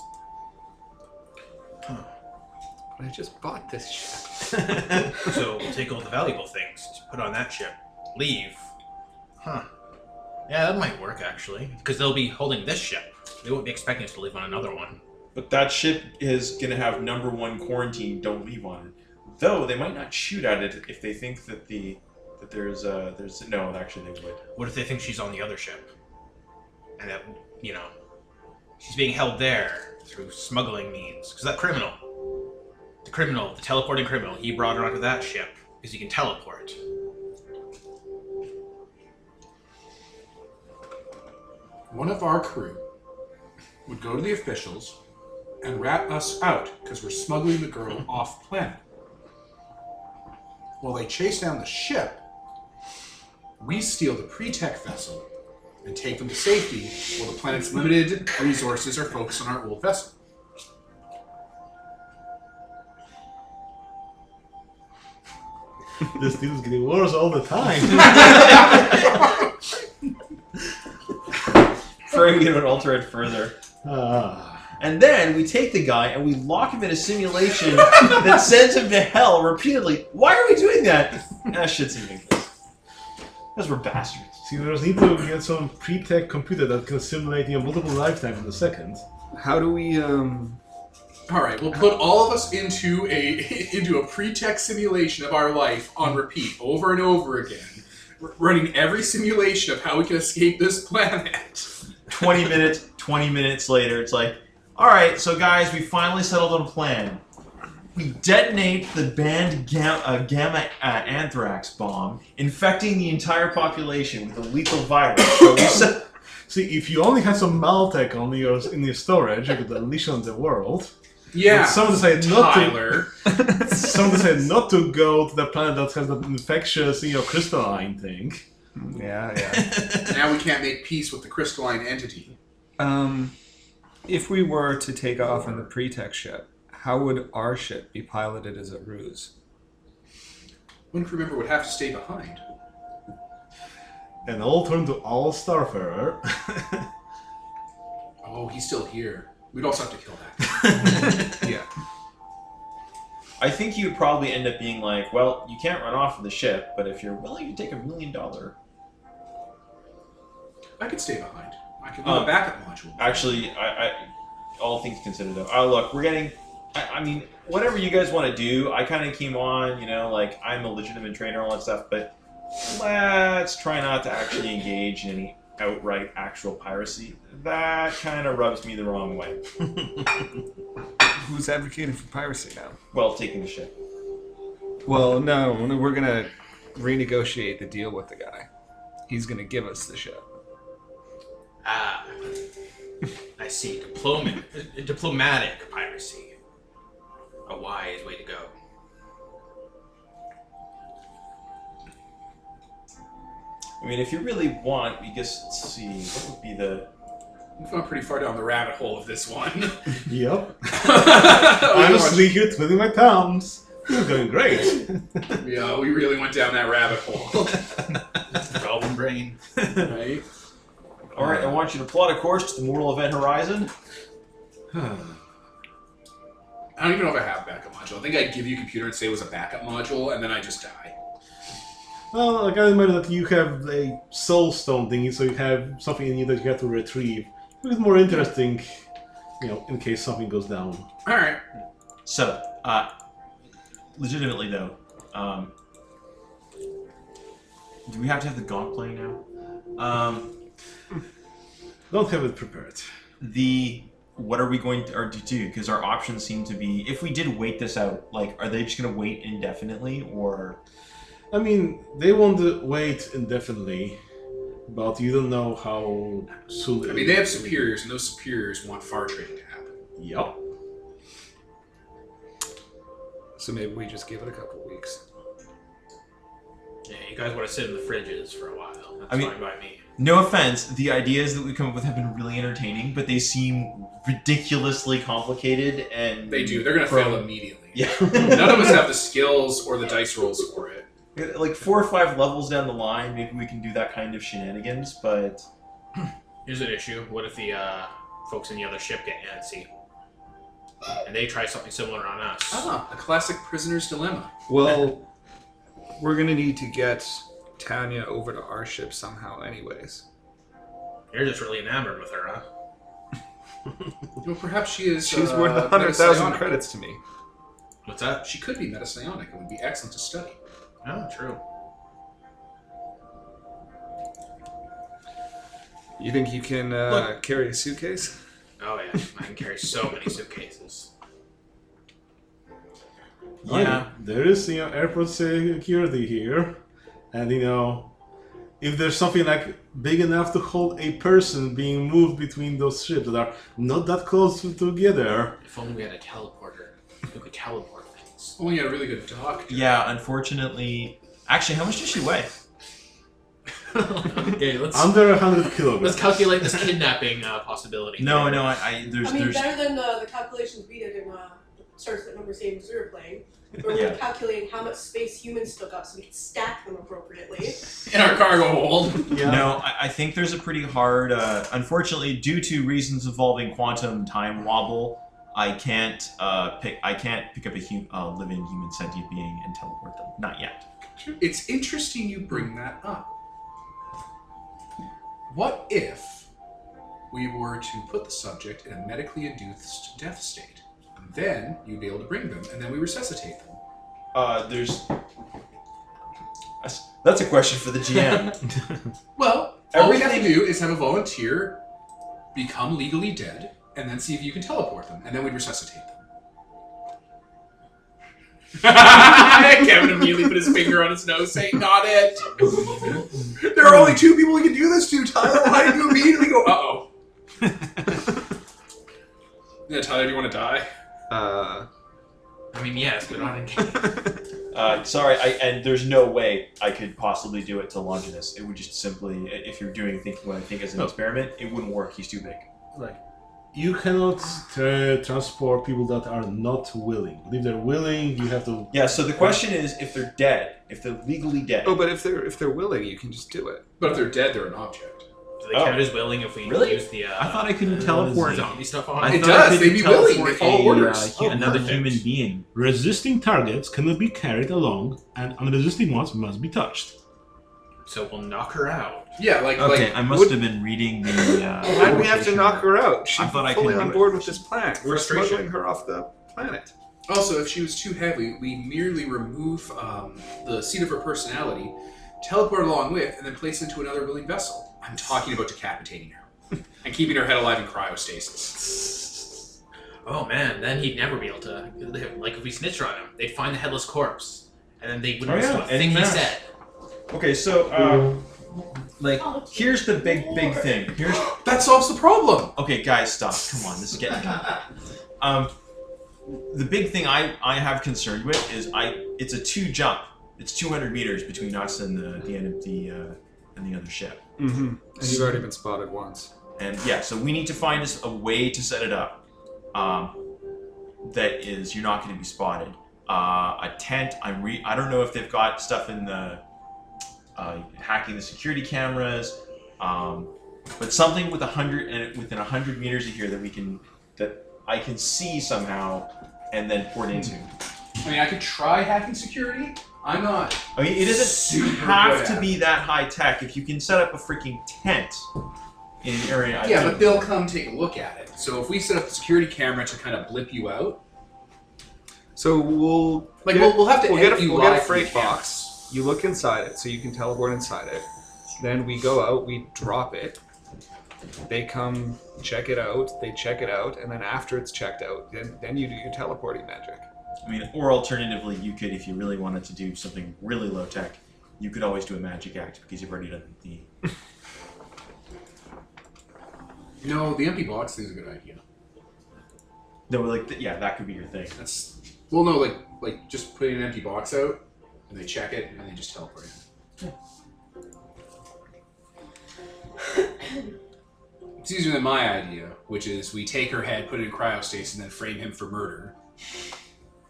S4: I just bought this ship.
S5: so we'll take all the valuable things, just put on that ship, leave. Huh. Yeah, that might work actually, because they'll be holding this ship. They won't be expecting us to leave on another one.
S3: But that ship is gonna have number one quarantine. Don't leave on it. Though they might not shoot at it if they think that the that there's uh there's no actually they would.
S5: What if they think she's on the other ship? And that, you know, she's being held there through smuggling means. Because that criminal, the criminal, the teleporting criminal, he brought her onto that ship because he can teleport.
S1: One of our crew would go to the officials and rat us out because we're smuggling the girl off planet. While they chase down the ship, we steal the pre-tech vessel and take them to safety while the planet's limited resources are focused on our old vessel.
S2: This deal is getting worse all the time.
S3: Furring it would alter it further.
S2: Ah.
S3: And then we take the guy and we lock him in a simulation that sends him to hell repeatedly. Why are we doing that? That shit's ridiculous. Because we're bastards.
S2: See, there's need to get some pre-tech computer that can simulate you know, multiple lifetimes in a second.
S4: How do we um
S1: All right, we'll put all of us into a into a pre-tech simulation of our life on repeat over and over again, r- running every simulation of how we can escape this planet.
S3: 20 minutes, 20 minutes later, it's like, all right, so guys, we finally settled on a plan. We detonate the banned gamma, uh, gamma uh, anthrax bomb, infecting the entire population with a lethal virus. So we se-
S2: See, if you only had some Maltech on your in your storage, you could unleash on the world.
S1: Yeah,
S2: But some decided not to.
S1: Tyler.
S2: Some decided not to go to the planet that has that infectious, you know, crystalline thing.
S4: Yeah, yeah.
S1: now we can't make peace with the crystalline entity.
S4: um if we were to take off on the pre-tech ship, how would our ship be piloted as a ruse?
S1: One crew member would have to stay behind.
S2: And all turn to all Starfarer.
S1: Oh, he's still here. We'd also have to kill that. guy.
S4: Yeah.
S3: I think you would probably end up being like, well, you can't run off of the ship, but if you're willing to take a million dollar.
S1: I could stay behind. I could leave
S3: Uh,
S1: a backup module.
S3: Actually, I, I all things considered, though. Oh, look, we're getting. I, I mean, whatever you guys want to do, I kind of came on, you know, like I'm a legitimate trainer, all that stuff, but let's try not to actually engage in any outright actual piracy. That kind of rubs me the wrong way.
S4: Who's advocating for piracy now?
S3: Well, taking the ship.
S4: Well, no, no, we're gonna renegotiate the deal with the guy. He's gonna give us the ship.
S5: Ah, I see. Diplomat, uh, diplomatic piracy. A wise way to go.
S3: I mean, if you really want, we just let's see what would be the.
S1: We've gone pretty far down the rabbit hole of this one.
S2: yep.
S1: we,
S2: I'm
S1: went-
S2: asleep here twiddling my thumbs. This is going great.
S1: yeah, we really went down that rabbit hole.
S5: Problem brain.
S1: right?
S3: All right, I want you to plot a course to the mortal event horizon.
S1: I don't even know if I have a backup module. I think I'd give you a computer and say it was a backup module, and then I just die.
S2: Well, I gotta remember that you have a soul stone thingy, so you have something in you that you have to retrieve. It's more interesting, you know, in case something goes down.
S1: All right.
S3: So, uh, legitimately though, um, do we have to have the gong playing now? Um,
S2: Don't have it prepared.
S3: the what are we going to, or to do? Because our options seem to be if we did wait this out, like, are they just going to wait indefinitely or
S2: I mean, they want to wait indefinitely, but you don't know how soon.
S1: I mean, they have superiors, and those superiors want far trading to happen.
S2: Yep.
S4: So maybe we just give it a couple weeks.
S5: Yeah, you guys want to sit in the fridges for a while. That's
S3: I mean-
S5: fine by me.
S3: No offense, the ideas that we come up with have been really entertaining, but they seem ridiculously complicated and
S1: They do. They're going to
S3: From-
S1: fail immediately.
S3: Yeah.
S1: None of us have the skills or the dice rolls for it.
S3: like four or five levels down the line, maybe we can do that kind of shenanigans, but
S5: Here's an issue. What if the uh, folks in the other ship get antsy? And they try something similar on us.
S3: Oh.
S1: Ah, a classic prisoner's dilemma.
S4: Well, we're gonna need to get Tanya over to our ship somehow, anyways.
S5: You're just really enamored with her, huh?
S1: Well, perhaps she is.
S4: She's
S1: uh,
S4: worth a hundred thousand
S1: metasionic.
S4: credits to me.
S5: What's that?
S1: She could be metastionic. It would be excellent to study.
S5: Oh, true.
S4: You think you can uh, carry a suitcase?
S5: Oh yeah, I can carry so many suitcases.
S7: Oh,
S3: yeah.
S2: There is, you know, airport security here, and you know, if there's something like big enough to hold a person being moved between those ships that are not that close to- together,
S5: If only we had a teleporter who could teleport things.
S1: Only had a really good doctor.
S3: Yeah, unfortunately. Actually, how much does she weigh?
S5: okay, let's
S2: Under 100 kilograms.
S5: let's calculate this kidnapping uh, possibility.
S3: No, no, I, I there's
S6: I mean,
S3: there's
S6: better than the, the calculations we did in uh, Starts at Number Savings we were playing, where we
S3: Yeah.
S6: were calculating how much space humans took up so we could stack them appropriately.
S5: in our cargo hold.
S3: No, I, I think there's a pretty hard. Uh, unfortunately, due to reasons involving quantum time wobble, I can't uh, pick. I can't pick up a hum, uh, living human sentient being and teleport them. Not yet.
S1: It's interesting you bring that up. What if we were to put the subject in a medically induced death state? And then you'd be able to bring them, and then we resuscitate them.
S3: Uh, there's. That's- That's a question for the GM.
S1: Well, all we have to
S3: Everything-
S1: do is have a volunteer become legally dead, and then see if you can teleport them, and then we'd resuscitate them.
S5: Kevin immediately put his finger on his nose, saying, "Not it."
S1: There are only two people you can do this to, Tyler. Why do you immediately go, uh oh? yeah, Tyler, do you want to die?
S4: Uh,
S5: I mean, yes, but not in game.
S3: uh, sorry, I, and there's no way I could possibly do it to Longinus. It would just simply, i- if you're doing thinking what I think as an experiment, it wouldn't work. He's too big.
S2: Like, you cannot tra- transport people that are not willing. If they're willing, you have to.
S3: Yeah. So the question is, if they're dead, if they're legally dead.
S4: oh, but if they're if they're willing, you can just do it.
S1: But if they're dead, they're an object.
S5: Do they
S3: Oh.
S5: count as willing if we
S3: Really?
S5: use the? Uh,
S7: I thought I couldn't
S5: uh,
S7: teleport.
S5: zombie stuff on.
S7: I
S1: It
S7: thought
S1: does,
S7: I
S1: they
S7: couldn't
S1: be willing,
S7: teleport
S1: they follow
S7: a,
S1: orders.
S7: uh, hu-
S1: Oh,
S7: another
S1: perfect.
S7: human being.
S2: Resisting targets cannot be carried along, and unresisting ones must be touched.
S5: so we'll knock her out.
S1: Yeah, like,
S7: Okay,
S1: like
S7: I must
S4: would-
S7: have been reading the. Uh,
S4: Why do Oh, we have to
S7: location.
S4: knock her out? She's
S7: I thought I
S4: fully
S7: could
S4: on
S7: do
S4: board
S7: it.
S4: with this plan. We're
S5: Frustration.
S4: smuggling her off the planet.
S1: also, if she was too heavy, we merely remove um, the seat of her personality, teleport along with, and then place into another willing vessel. I'm talking about decapitating her and keeping her head alive in cryostasis.
S5: Oh man, then he'd never be able to live. Like if we snitched her on him, they'd find the headless corpse, and then they wouldn't
S3: Oh, yeah,
S5: listen to a
S3: and
S5: thing he
S3: mass.
S5: said.
S3: Okay, so uh, like
S6: Oh,
S3: here's the big big
S6: Lord.
S3: thing. Here's
S1: That solves the problem.
S3: okay, guys, stop. Come on, this is getting. Um, the big thing I I have concerned with is I it's a two jump. It's 200 meters between us and the the end of the uh, and the other ship.
S4: Mm-hmm. And you've already been spotted once.
S3: And yeah, so we need to find us a way to set it up. Um, that is, you're not going to be spotted. Uh, a tent. I'm re. I don't know if they've got stuff in the uh, hacking the security cameras, um, but something with a hundred and within a hundred meters of here that we can that I can see somehow and then port into.
S1: I mean, I could try hacking security. I'm not.
S3: I mean, it doesn't
S1: Super
S3: have
S1: good
S3: to
S1: at
S3: be that high tech. If you can set up a freaking tent in an area, I
S1: Yeah,
S3: think-
S1: but they'll come take a look at it. So if we set up a security camera to kind of blip you out,
S4: So we'll
S1: like
S4: get-
S1: we'll, we'll have to
S4: we'll get
S1: edit
S4: a,
S1: you
S4: we'll get a
S1: live from the
S4: freight box. You look inside it, so you can teleport inside it. Then we go out, we drop it. They come check it out. They check it out, and then after it's checked out, then then you do your teleporting magic.
S3: I mean, or alternatively, you could, if you really wanted to do something really low tech, you could always do a magic act because you've already done the.
S1: camera. No, the empty box thing's a good idea.
S3: No, like, th- yeah, that could be your thing.
S1: That's well, no, like like just putting an empty box out, and they check it, and they just teleport in. It's easier than my idea, which is we take her head, put it in cryostasis, and then frame him for murder,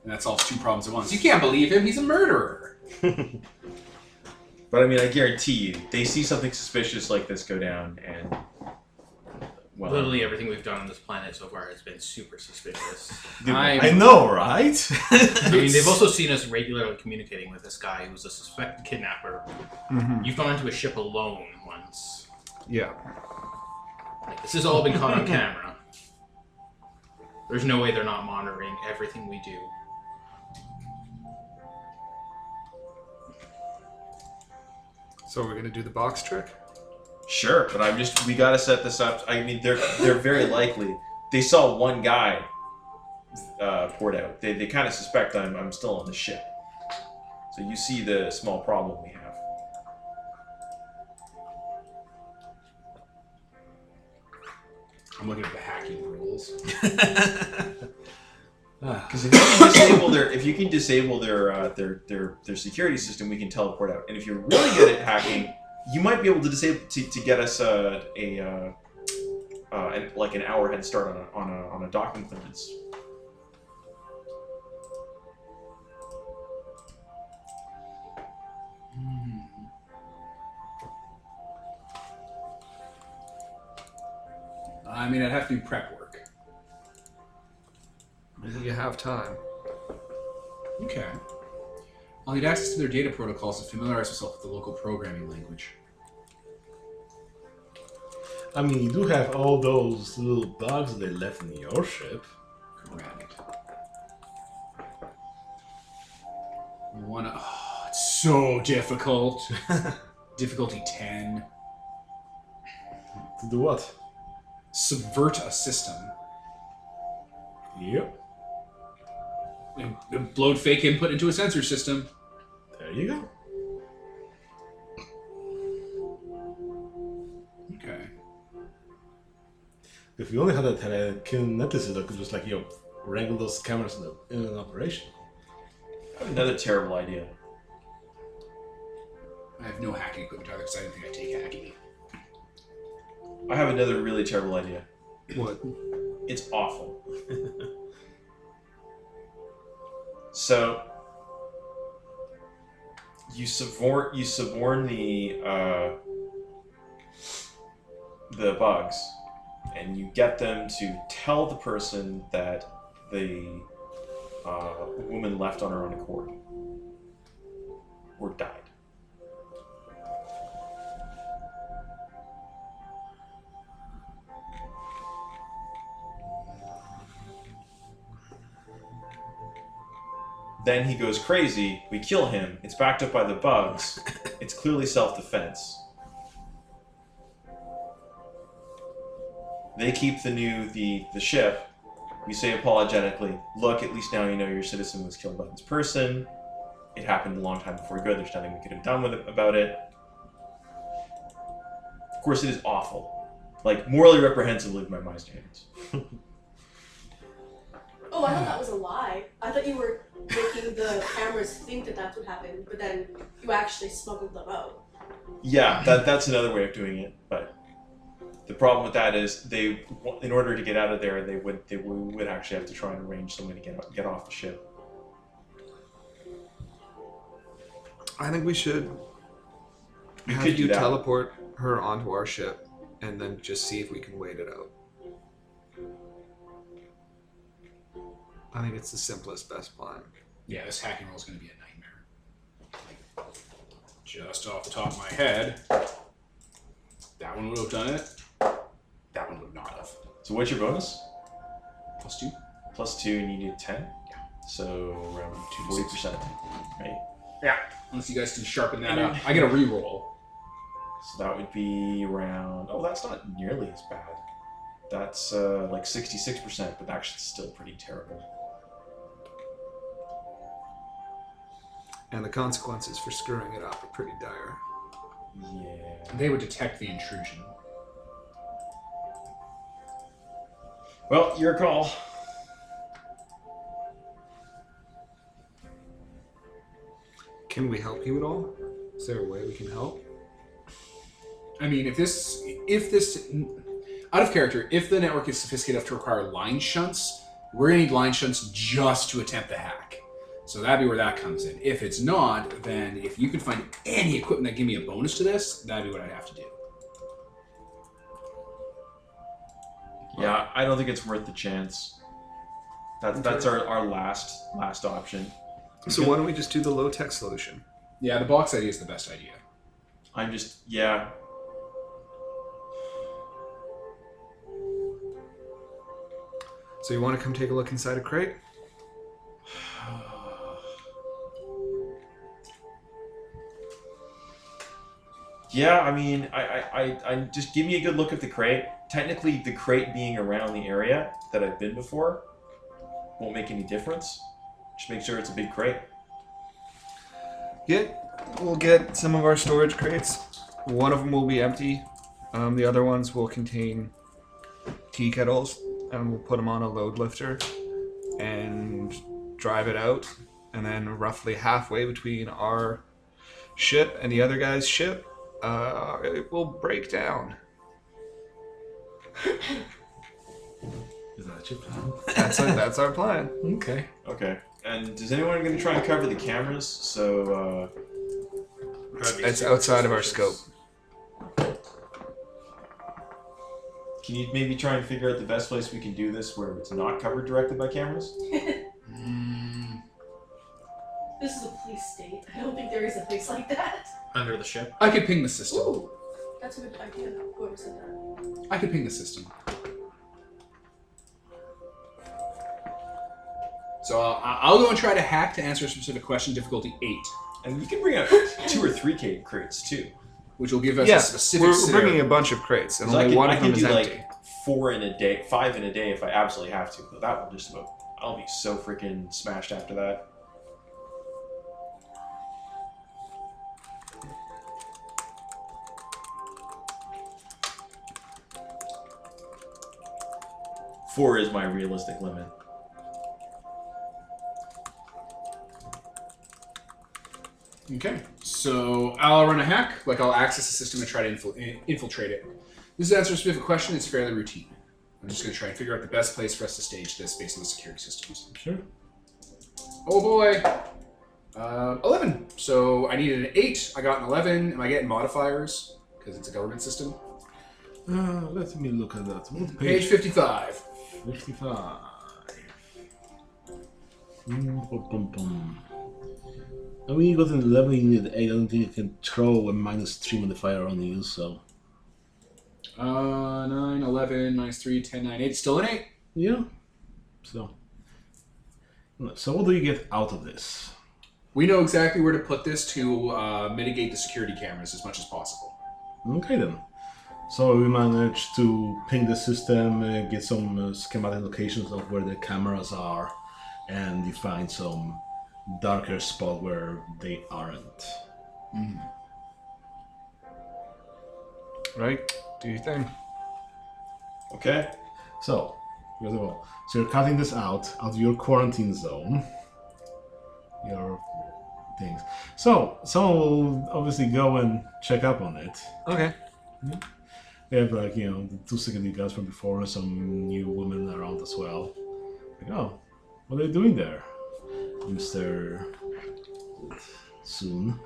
S1: and that solves two problems at once. You can't believe him; he's a murderer.
S3: But I mean, I guarantee you, they see something suspicious like this go down, and well,
S5: Literally everything we've done on this planet so far has been super suspicious.
S3: dude,
S1: I'm-
S7: I know, right?
S5: I mean, they've also seen us regularly communicating with this guy who's a suspected kidnapper. You've gone into a ship alone once.
S4: Yeah.
S5: Like, this has all been caught on camera. There's no way they're not monitoring everything we do.
S4: So we're gonna do the box trick.
S3: sure, but I'm just we gotta set this up. I mean, they're they're very likely they saw one guy uh, poured out. They they kind of suspect I'm I'm still on the ship. So you see the small problem we have.
S1: I'm looking at the hacking rules.
S2: Ah.
S3: Because if you can disable their, if you can disable their uh, their their their security system, we can teleport out. And if you're really good at hacking, you might be able to disable to, to get us uh, a uh, uh, an, like an hour head start on a on a, on a docking clearance.
S1: I mean, I'd have to do prep work.
S4: You have time.
S1: Okay. I'll need access to their data protocols and familiarize myself with the local programming language.
S2: I mean, you do have all those little bugs they left in your ship.
S1: Correct. We want to. Oh, it's so difficult. Difficulty 10.
S2: To do what?
S1: Subvert a system.
S2: Yep.
S1: And Upload fake input into a sensor system.
S2: There you go.
S1: Okay.
S2: If you only had a telekineticist that could just like you know, wrangle those cameras in, a, in an operation.
S3: I have another terrible idea.
S1: I have no hacking equipment either because I didn't think I'd take hacking.
S3: I have another really terrible idea.
S4: What?
S3: It's awful. so you suborn you suborn the uh, the bugs, and you get them to tell the person that the uh, woman left on her own accord or died. Then he goes crazy. We kill him. It's backed up by the bugs. It's clearly self defense. They keep the new the the ship. We say apologetically, look, at least now you know your citizen was killed by this person. It happened a long time before you go. There's nothing we could have done with it about it. Of course, it is awful, like morally reprehensible by my standards.
S6: Oh, I thought that was a lie. I thought you were making the cameras think that that's what happened, but then you actually smuggled them out.
S3: Yeah, that, that's another way of doing it. But the problem with that is they, in order to get out of there, they would they would would actually have to try and arrange someone to get get off the ship.
S4: I think we should
S3: You
S4: have
S3: could do
S4: you
S3: that.
S4: teleport her onto our ship and then just see if we can wait it out. I think it's the simplest, best plan.
S1: Yeah, this hacking roll is going to be a nightmare. Like, just off the top of my head, that one would have done it. That one would not have.
S3: So what's your bonus?
S1: Plus two.
S3: Plus two, and you need ten. Yeah. So around
S1: Two to
S3: forty
S1: six.
S3: percent, right?
S1: Unless you guys can sharpen that up. I get a reroll.
S3: So that would be around. Oh, that's not nearly as bad. That's uh, like sixty-six percent, but actually it's still pretty terrible.
S4: And the consequences for screwing it up are pretty dire.
S3: Yeah.
S1: They would detect the intrusion.
S3: Well, your call.
S4: Can we help you at all? Is there a way we can help?
S1: I mean, if this, if this, out of character, if the network is sophisticated enough to require line shunts, we're gonna need line shunts just to attempt the hack. So that'd be where that comes in. If it's not, then if you can find any equipment that give me a bonus to this, that'd be what I'd have to do.
S3: Yeah, I don't think it's worth the chance. That, That's our, our last last option.
S4: So why don't we just do the low tech solution?
S1: Yeah, the box idea is the best idea.
S3: I'm just yeah.
S4: So you want to come take a look inside a crate?
S3: Yeah, I mean, I, I, I, I just give me a good look at the crate. Technically, the crate being around the area that I've been before won't make any difference. Just make sure it's a big crate.
S4: Yeah, we'll get some of our storage crates. One of them will be empty. Um, the other ones will contain tea kettles, and we'll put them on a load lifter, and drive it out. And then roughly halfway between our ship and the other guy's ship, uh, it will break down.
S2: Is that your plan?
S4: That's our, that's our plan.
S2: Okay.
S3: Okay. And is anyone going to try and cover the cameras? So, uh,
S4: It's outside of our scope.
S3: can you maybe try and figure out the best place we can do this where it's not covered directly by cameras?
S6: This is a police state. I don't think there is a place like that.
S5: Under the ship.
S1: I could ping the system.
S6: Ooh, that's a good idea. Whoever said that.
S1: I could ping the system. So I'll, I'll go and try to hack to answer a specific question, difficulty eight,
S3: And you can bring out two or three ca- crates too.
S1: which will give us
S4: yeah,
S1: a specific.
S4: we're, we're
S1: scenario.
S4: bringing a bunch of crates, and
S3: 'Cause I
S4: only
S3: could,
S4: one
S3: I
S4: of them
S3: could
S4: is
S3: do
S4: empty.
S3: like four in a day, five in a day if I absolutely have to. But that will just about. I'll be so freaking smashed after that. Four is my realistic limit.
S1: Okay, so I'll run a hack. Like I'll access the system and try to infil- in- infiltrate it. This answer a specific question. It's fairly routine. I'm just going to try and figure out the best place for us to stage this based on the security systems.
S2: Sure.
S1: Oh boy, uh, eleven. So I needed an eight. I got an eleven. Am I getting modifiers? Because it's a government system.
S2: Uh, let me look at that. What
S1: Page
S2: page?
S1: fifty-five.
S2: 55. Mm, bum, bum, bum. I mean, you got an 11, you need 8. I don't think you can throw a minus 3 modifier on you, so.
S1: Uh, 9, 11, minus 3, 10, 9, 8. Still an 8.
S2: Yeah. So. So, what do you get out of this?
S1: We know exactly where to put this to uh, mitigate the security cameras as much as possible.
S2: Okay, then. So, we managed to ping the system, uh, get some uh, schematic locations of where the cameras are, and you find some darker spot where they aren't.
S4: Right? Do your thing.
S3: Okay.
S2: So, first of all, so you're cutting this out out of your quarantine zone, your things. So, someone will obviously go and check up on it.
S4: Okay.
S2: They have like you know the two security guards from before and some new women around as well. Like, oh, what are you doing there, Mister? Soon.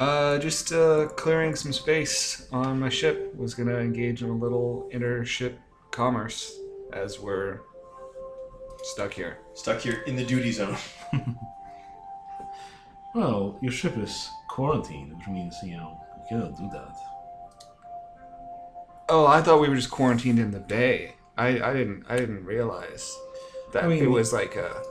S4: Uh, just uh, clearing some space on my ship. Was gonna engage in a little inter-ship commerce as we're stuck here.
S3: Stuck here in the duty zone.
S2: Well, your ship is quarantined, which means you know you cannot do that.
S4: Oh, I thought we were just quarantined in the bay. I, I didn't I didn't realize that
S2: I mean-
S4: it was like a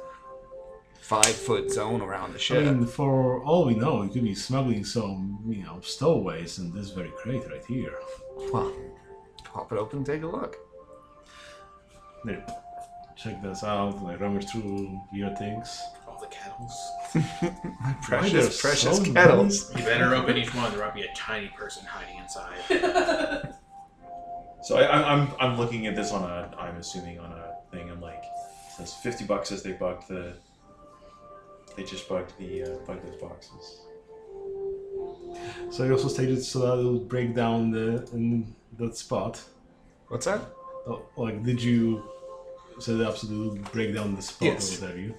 S4: five foot zone around the
S2: I
S4: ship.
S2: mean, for all we know, you could be smuggling some, you know, stowaways in this very crate right here.
S4: well, pop it open, take a look.
S2: There. Check this out. Like rummage through your things.
S5: All the kettles.
S2: Why
S4: Precious,
S2: there's
S4: precious
S2: so
S4: kettles.
S5: You better open each one. There might be a tiny person hiding inside.
S3: So I, I'm, I'm I'm looking at this on a I'm assuming on a thing. I'm like, it says fifty bucks as they bugged the. They just bugged the uh, bugged those boxes.
S2: many- So you also stated so that it would break down the in that spot.
S4: What's that?
S2: Oh, like, did you set it up so that it would break down the spot
S1: Yes.
S2: or what have you?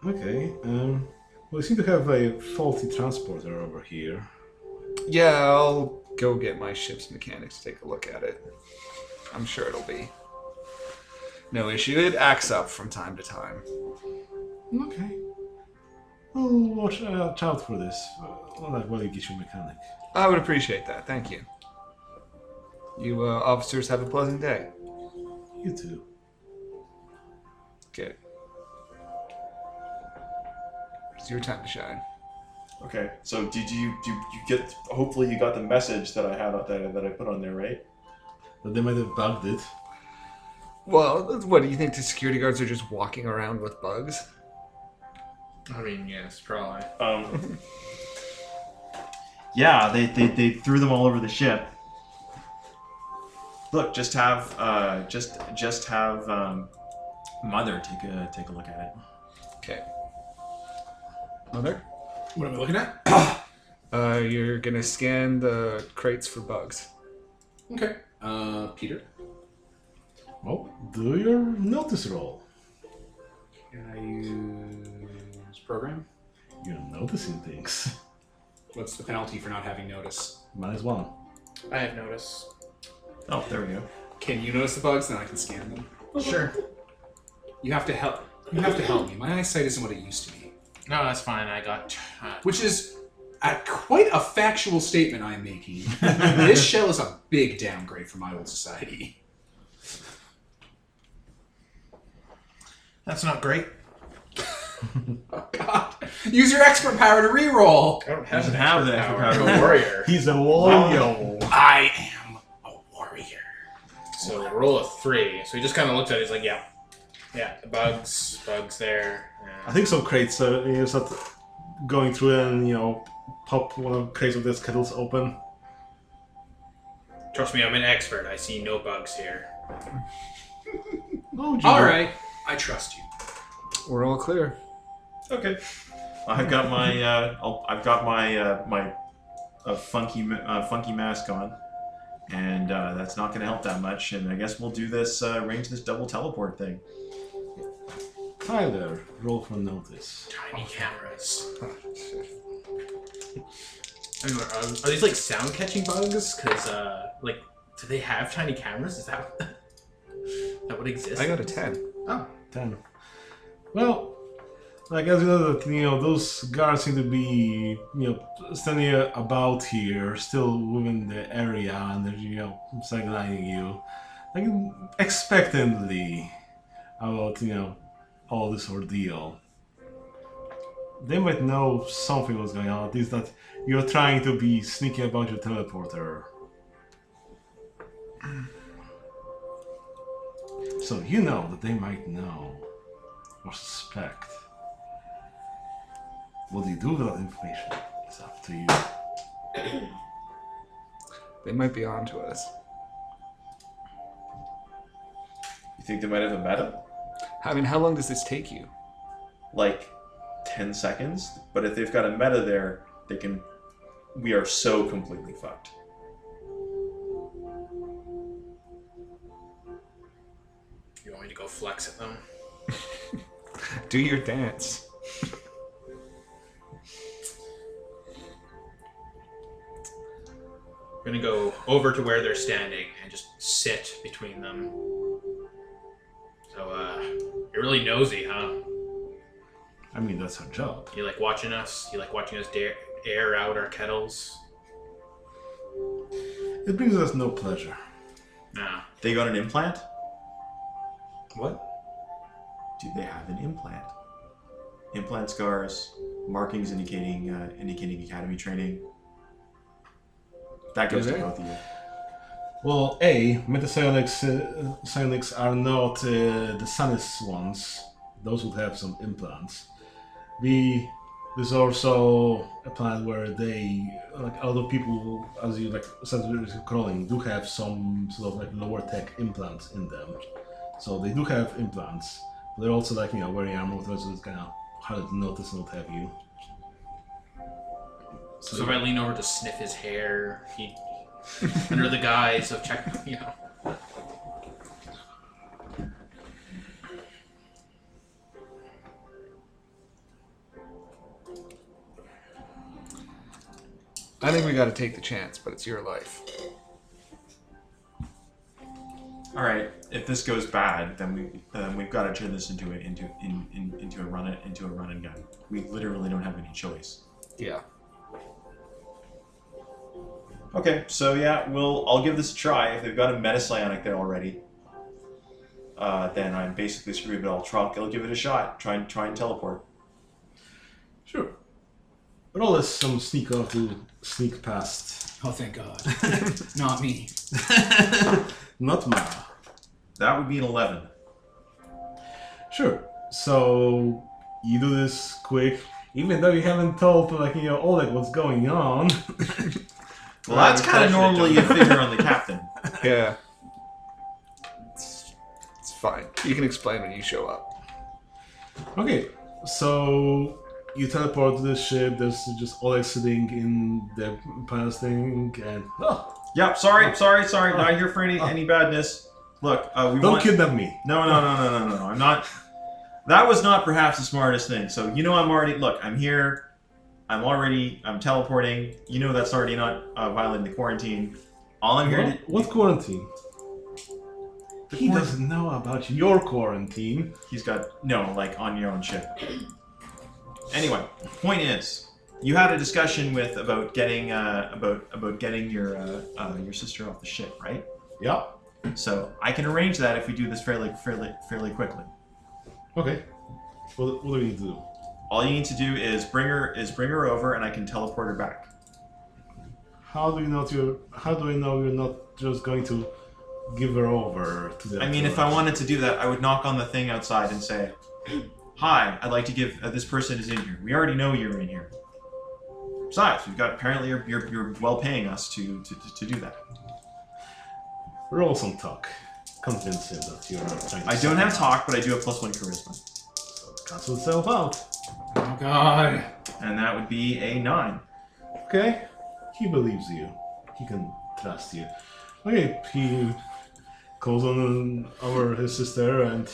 S2: Hmm. Okay. Um. We seem to have a faulty transporter over here.
S4: Yeah, I'll go get my ship's mechanic to take a look at it. I'm sure it'll be no issue. It acts up from time to time.
S2: Okay. We'll watch uh, watch out for this. Well, like, while you get your mechanic.
S4: I would appreciate that. Thank you. You uh, officers have a pleasant day.
S2: You too.
S4: Okay. It's your time to shine.
S3: Okay. So did you do you get? Hopefully you got the message that I had out there that I put on there, right?
S2: But they might have bugged it.
S4: Well, what do you think? The security guards are just walking around with bugs?
S5: I mean, yes, probably.
S3: Um. yeah, they, they they threw them all over the ship. Look, just have uh, just just have um, mother take a take a look at it.
S4: Okay. Mother?
S1: What am I looking at?
S4: Uh, you're gonna scan the crates for bugs.
S1: Okay. Uh, Peter.
S2: Well, do your notice roll.
S1: Can I use program?
S2: You're noticing things.
S1: What's the penalty for not having notice?
S2: Minus one.
S5: I have noticed.
S3: Oh, there we go.
S1: Can you notice the bugs? Then I can scan them.
S5: Sure.
S1: You have to help. You have to help me. My eyesight isn't what it used to be,
S5: No, that's fine. I got. uh,
S1: which is a, quite a factual statement I'm making. this shell is a big downgrade from my old society.
S5: That's not great.
S1: Oh God! Use your expert power to reroll.
S5: I don't have
S3: Doesn't
S5: an
S3: have
S5: expert
S3: the expert
S5: power.
S3: power.
S5: I'm a warrior.
S2: He's a warrior.
S1: I am a warrior.
S5: So roll a three. So he just kind of looked at it. He's like, yeah, yeah, the bugs, bugs there.
S2: I
S5: Yeah.
S2: think some crates are you know, start going through and you know pop one of the crates of these kettles open.
S5: Trust me, I'm an expert. I see no bugs here.
S1: All right, I trust you.
S4: We're all clear.
S3: Okay. I've got my uh, I'll, I've got my uh, my uh, funky ma- uh, funky mask on, and uh, that's not going to help that much. And I guess we'll do this uh, arrange this double teleport thing.
S2: Tyler, roll for notice.
S5: Tiny cameras. I mean, are, are these like sound catching bugs? Because uh, like, do they have tiny cameras? Is that that would exist?
S4: I got a 10.
S2: Ten. Well, I guess you know that you know those guards seem to be you know standing about here, still within the area, and they're you know sidelining you, like expectantly about you know all this ordeal. They might know something was going on, at least that you're trying to be sneaky about your teleporter. So you know that they might know or suspect. What do you do with that information? It's up to you.
S4: They might be on to us.
S3: You think they might have a meta?
S4: I mean, how long does this take you?
S3: Like ten seconds. But if they've got a meta there, they can. We are so completely fucked.
S5: You want me to go flex at them?
S4: Do your dance.
S5: We're gonna go over to where they're standing and just sit between them. So uh, you're really nosy, huh?
S2: I mean, that's her job.
S5: You like watching us? You like watching us dare, air out our kettles?
S2: It brings us no pleasure.
S5: Nah.
S3: They got an implant.
S5: What?
S3: Do they have an implant? Implant scars, markings indicating uh, indicating academy training. That
S4: Do
S3: goes to
S4: they?
S3: both of you.
S2: Well, A, metacionics uh, psionics are not uh, the sunless ones. Those would have some implants. B, there's also a planet where they, like a lot of people, as you like, said we were crawling, do have some sort of like lower tech implants in them. So they do have implants. But they're also like, you know, wearing armor, so it's kind of hard to notice and what have you.
S5: So, if I lean over to sniff his hair, he under the guise of check, you know.
S4: I think we gotta take the chance, but it's your life.
S3: All right. If this goes bad, then we um, we've got to turn this into a into in, in, into a run into a run and gun. We literally don't have any choice.
S4: Yeah.
S3: Okay. So yeah, we'll I'll give this a try. If they've got a metacyanic there already, uh, then I'm basically screwed. But I'll try. I'll give it a shot. Try and try and teleport.
S2: Sure. Roll us some sneak off to sneak past.
S1: Oh, thank God. Not me.
S2: Not Mara.
S3: That would be an eleven.
S2: Sure. So you do this quick, even though you haven't told like you know Oleg what's going on.
S3: Well, that's kind of normally a figure on the captain.
S4: Yeah. fine. You can explain when you show up.
S2: Okay, so you teleport to the ship. There's just Oleg sitting in the pilot's thing, and oh,
S3: Yep. Sorry. Sorry. Sorry. Not here for any any badness. Look, uh, we
S2: don't
S3: want.
S2: kidnap me.
S3: No, no, no, no, no, no, no. I'm not. That was not perhaps the smartest thing. So you know, I'm already. Look, I'm here. I'm already. I'm teleporting. You know, that's already not uh, violating the quarantine. All I'm here to.
S2: What, what quarantine?
S3: The
S2: he
S3: quarant-
S2: doesn't know about your quarantine.
S3: He's got no, like on your own ship. Anyway, point is, you had a discussion with about getting uh, about about getting your uh, uh, your sister off the ship, right?
S2: Yeah.
S3: So I can arrange that if we do this fairly fairly fairly quickly.
S2: Okay. What, what do we need to do?
S3: All you need to do is bring her is bring her over, and I can teleport her back.
S2: How do you know you? How do I know you're not just going to give her over to the?
S3: I mean, if I wanted to do that, I would knock on the thing outside and say, "Hi, I'd like to give uh, this person is in here. We already know you're in here. Besides, we've got apparently you're, you're, you're well paying us to, to to do that.
S2: roll some talk, convince him that you're not trying. To
S3: I don't have talk, but I do have plus one charisma,
S2: So it cancel itself out.
S1: Oh God.
S3: and that would be a nine.
S2: Okay. He believes you. He can trust you. Okay, he calls on our his sister and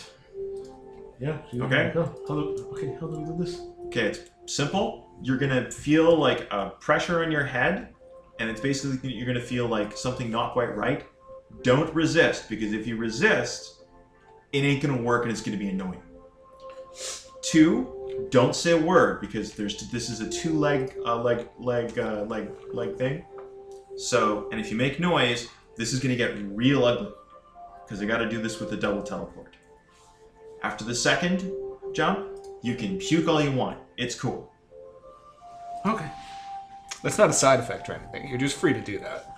S2: yeah. she-
S3: Okay.
S2: Go. How do, okay, how do we do this?
S3: Okay, it's simple. You're gonna feel like a pressure on your head, and it's basically you're gonna feel like something not quite right. Don't resist, because if you resist, it ain't gonna work, and it's gonna be annoying. Two, don't say a word because there's this is a two leg uh, leg leg uh, leg leg thing. So, and if you make noise, this is gonna get real ugly, because I got to do this with a double teleport. After the second jump, you can puke all you want. It's cool.
S1: Okay.
S4: That's not a side effect or anything. You're just free to do that.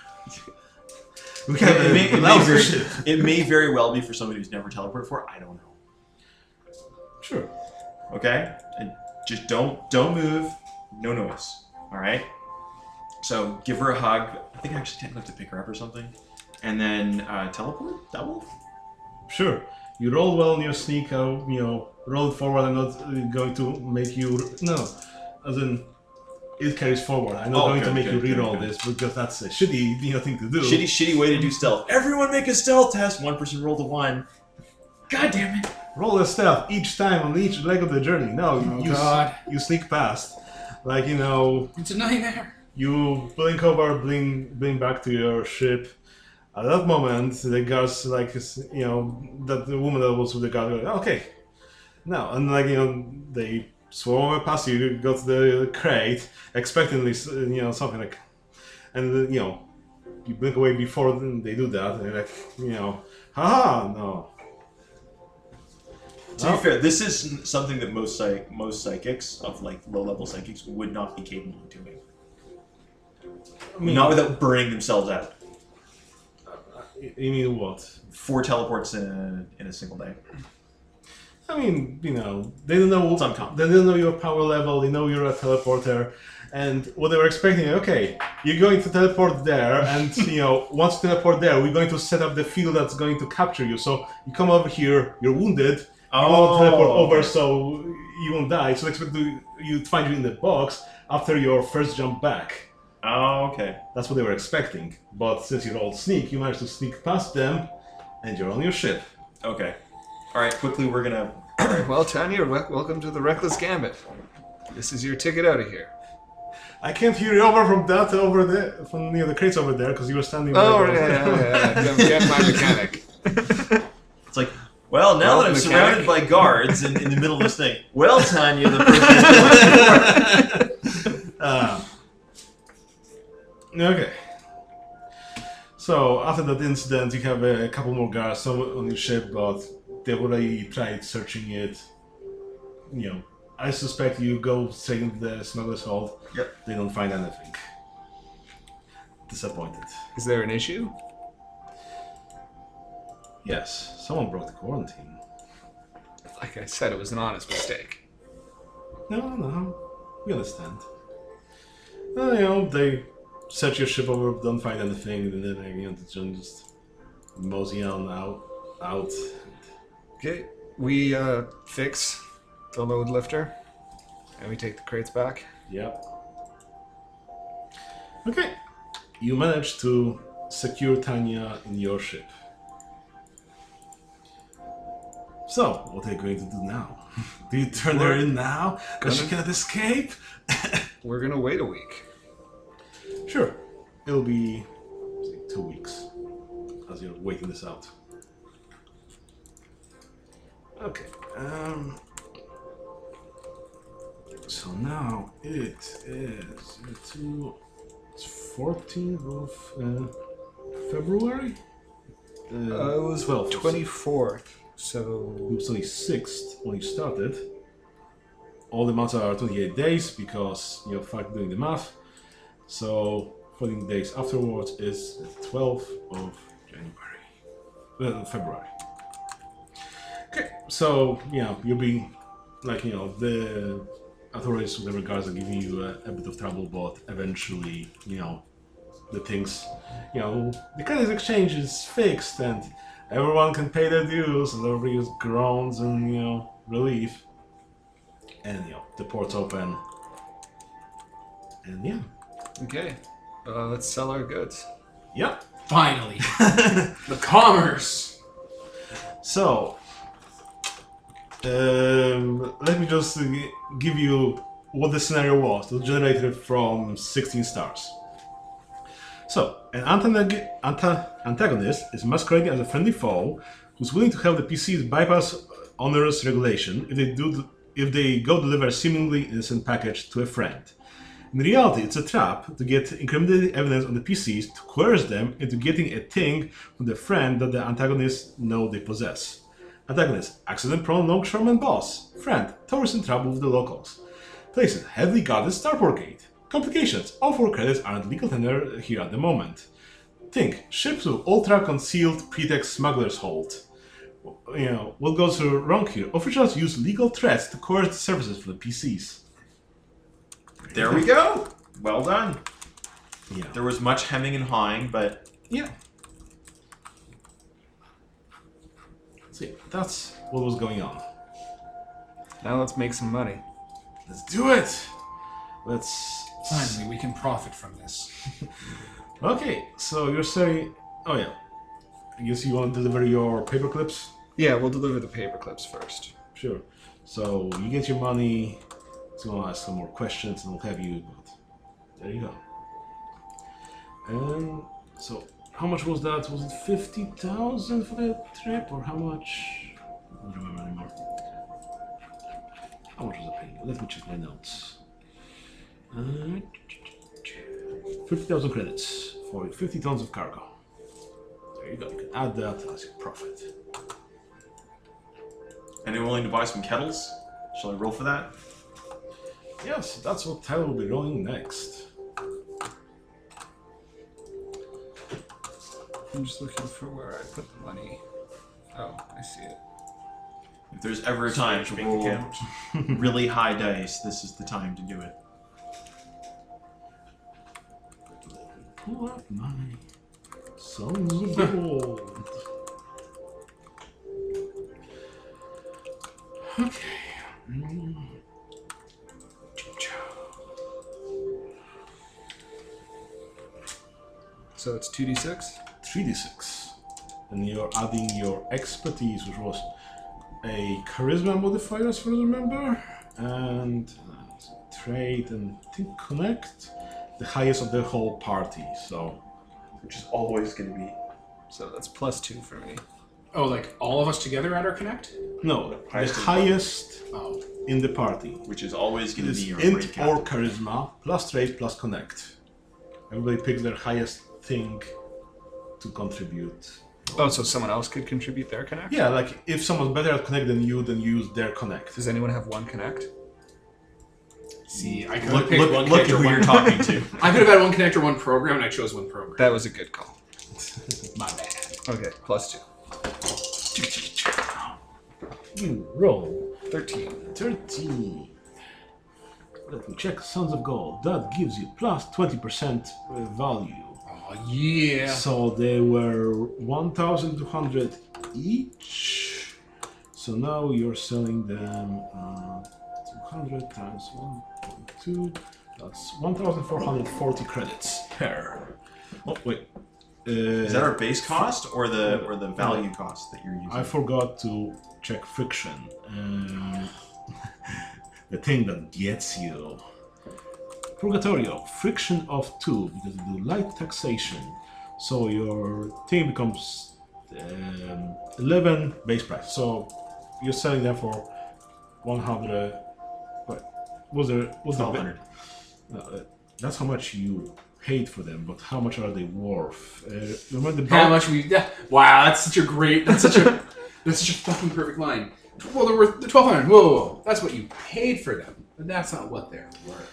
S2: Uh,
S3: it, may, it, may
S7: Lousy
S3: very,
S7: shit.
S3: it may very well be for somebody who's never teleported before. I don't know.
S2: Sure.
S3: Okay, and just don't don't move. No noise. All right. So give her a hug. I think I actually technically have to pick her up or something, and then uh, teleport. Double.
S2: Sure. You roll well on your sneak, uh, you know, roll forward. I'm not uh, going to make you. No. As in, it carries forward. I'm not
S3: Oh,
S2: going
S3: good,
S2: to make
S3: good,
S2: you
S3: good,
S2: re-roll
S3: good.
S2: this because that's a shitty you know, thing to do.
S3: Shitty, shitty way to do stealth. Everyone make a stealth test. One person rolled a one. God damn it.
S2: Roll a stealth each time on each leg of the journey. No, you,
S1: Oh,
S2: you, s-
S1: God.
S2: you sneak past. Like, you know,
S1: It's a nightmare.
S2: You blink over, blink, blink back to your ship. At that moment, the guards, like, is- you know, that the woman that was with the guard, go, okay. Now, and like, you know, they swarm over past you, you go to the crate, expectantly, s- you know, something like, and then, you know, you blink away before then they do that, and you're like, you know, haha, no.
S3: To
S2: Oh.
S3: be fair, this is something that most psych, most psychics of like low level psychics would not be capable of doing. Not without burning themselves out.
S2: You mean what?
S3: Four teleports in a, in a single day.
S2: I mean, you know, they don't know
S3: Some comp.
S2: they don't know your power level. They know you're a teleporter, and what they were expecting. Okay, you're going to teleport there, and you know, once you teleport there, we're going to set up the field that's going to capture you. So you come over here, you're wounded. I
S3: Oh.
S2: won't teleport over, so you won't die. So they expect to- you to find you in the box after your first jump back.
S3: Oh, okay.
S2: That's what they were expecting. But since you rolled sneak, you managed to sneak past them, and you're on your ship.
S3: Okay. All right. Quickly, we're gonna.
S4: Well, Tanya, wel- welcome to the Reckless Gambit. This is your ticket out of here.
S2: I can't hear you over from that over there, from near the crates over there, because you were standing.
S4: Oh,
S2: right
S4: yeah,
S2: over
S4: yeah,
S2: there.
S4: yeah, yeah. Get my mechanic.
S3: It's like, well, now
S4: Well,
S3: that I'm
S4: mechanic.
S3: surrounded by guards and in the middle of this thing. Well, Tanya, the person.
S2: Uh, okay. So after that incident, you have a couple more guards some on your ship, but they've already tried searching it. You know, I suspect you go straight into the smuggler's hold.
S3: Yep.
S2: They don't find anything. Disappointed.
S4: Is there an issue?
S2: Yes, someone broke the quarantine.
S4: Like I said, it was an honest mistake.
S2: No, no, we understand. Well, you know, they set your ship over, don't find anything, and then you know, they just mosey on out, out.
S4: Okay, we uh, fix the load lifter, and we take the crates back.
S2: Yep. Okay. You managed to secure Tanya in your ship. So, what are you going to do now? Do you turn her in now? Because she
S4: Gonna-
S2: cannot escape?
S4: We're gonna wait a week.
S2: Sure. It'll be say, two weeks as you're waiting this out. Okay. Um. So now it is to it's 14th of uh, February.
S4: Uh, it was
S2: 12th.
S4: Twenty fourth. So
S2: It's only 6th when you started. All the months are 28 days because you're fucking doing the math. So 14 days afterwards is the 12th of January. Well, February. Okay, so, you know, you'll be like, you know, the authorities with the regards are giving you uh, a, a bit of trouble, but eventually, you know, the things, you know, the currency exchange is fixed and everyone can pay their dues and everybody just groans and you know relief and you know the port's open and yeah
S4: okay, uh, let's sell our goods.
S2: yep
S1: Finally, the commerce.
S2: so um, let me just uh, gi- give you what the scenario was it was generated from 16 stars so an antag- anta- antagonist is masquerading as a friendly foe who's willing to help the PCs bypass onerous regulation if they do if they go deliver a seemingly innocent package to a friend. In reality, it's a trap to get incriminating evidence on the PCs to coerce them into getting a thing from the friend that the antagonists know they possess. Antagonist: accident-prone longshoreman boss, friend, tourist in trouble with the locals. Places heavily guarded starport gate. Complications: all four credits aren't legal tender here at the moment. Think ships with ultra concealed pretext smugglers hold. You know, what goes wrong here? Officials use legal threats to coerce the services from the PCs.
S3: There we go. Well done.
S2: Yeah.
S3: There was much hemming and hawing, but
S2: Yeah. See, that's what was going on.
S4: Now let's make some money.
S2: Let's do it! Let's.
S1: Finally, we can profit from this.
S2: Okay, so you're saying. Oh, yeah. I guess you want to deliver your paper clips?
S4: Yeah, we'll deliver the paper clips first.
S2: Sure. So you get your money. It's gonna ask some more questions, and we'll have you. But there you go. And so, how much was that? Was it fifty thousand for that trip, or how much? I don't remember anymore. How much was I paying? Let me check my notes. Uh, fifty thousand credits for fifty tons of cargo. There you go. You can add that as your profit.
S3: anyone willing to buy some kettles? Shall I roll for that?
S2: Yes, that's what Tyler will be rolling next.
S4: I'm just looking for where I put the money. Oh, I see it.
S3: If there's ever a time to
S4: Bank
S3: roll
S4: account.
S3: really high dice, this is the time to do it.
S2: Pull up my sons of gold. okay. Mm.
S4: So it's two d six.
S2: 3d6. And you're adding your expertise, which was a charisma modifier, as far as I remember, and uh, trade and I think connect. The highest of the whole party, so.
S3: Which is always going to be.
S4: So that's plus two for me.
S1: Oh, like all of us together at our connect?
S2: No,
S3: Highest
S2: the
S3: in the party.
S2: highest
S1: Oh,
S2: in the party.
S3: Which is always going to
S2: It's
S3: be your
S2: int
S3: breakout.
S2: or charisma plus trade plus connect. Everybody picks their highest thing to contribute.
S4: Oh, so someone else could contribute their connect.
S2: Yeah, like if someone's better at connect than you, then you use their connect.
S4: Does anyone have one connect?
S1: see, I could have
S3: Look,
S1: picked
S3: look,
S1: one
S3: look at
S1: connector,
S3: who
S1: one
S3: you're talking to.
S1: I could have had one connector, one program, and I chose one program.
S4: That was a good call.
S1: My bad.
S4: Okay, plus two.
S2: You roll
S4: Thirteen.
S2: thirteen. Let me check. Sons of Gold. That gives you plus twenty percent value.
S1: Oh yeah.
S2: So they were 1,200 each. So now you're selling them uh, 200 times 1.2. That's 1,440 credits.
S7: Err.
S3: Oh, wait,
S2: Uh,
S3: is that our base cost or the or the value cost that you're using?
S2: I forgot to check friction. Um, the thing that gets you. Purgatorio, friction of two, because you do light taxation. So your thing becomes um, 11 base price. So you're selling them for 100. What was there? Was the ba-
S3: 1200.
S2: No, uh, that's how much you paid for them, but how much are they worth? Uh, remember the
S1: How
S2: bulk-
S1: much we? Yeah. Wow, that's such a great. That's such a. that's such a fucking perfect line. Well, they're worth the twelve hundred. Whoa, whoa, whoa, that's what you paid for them, but that's not what they're worth.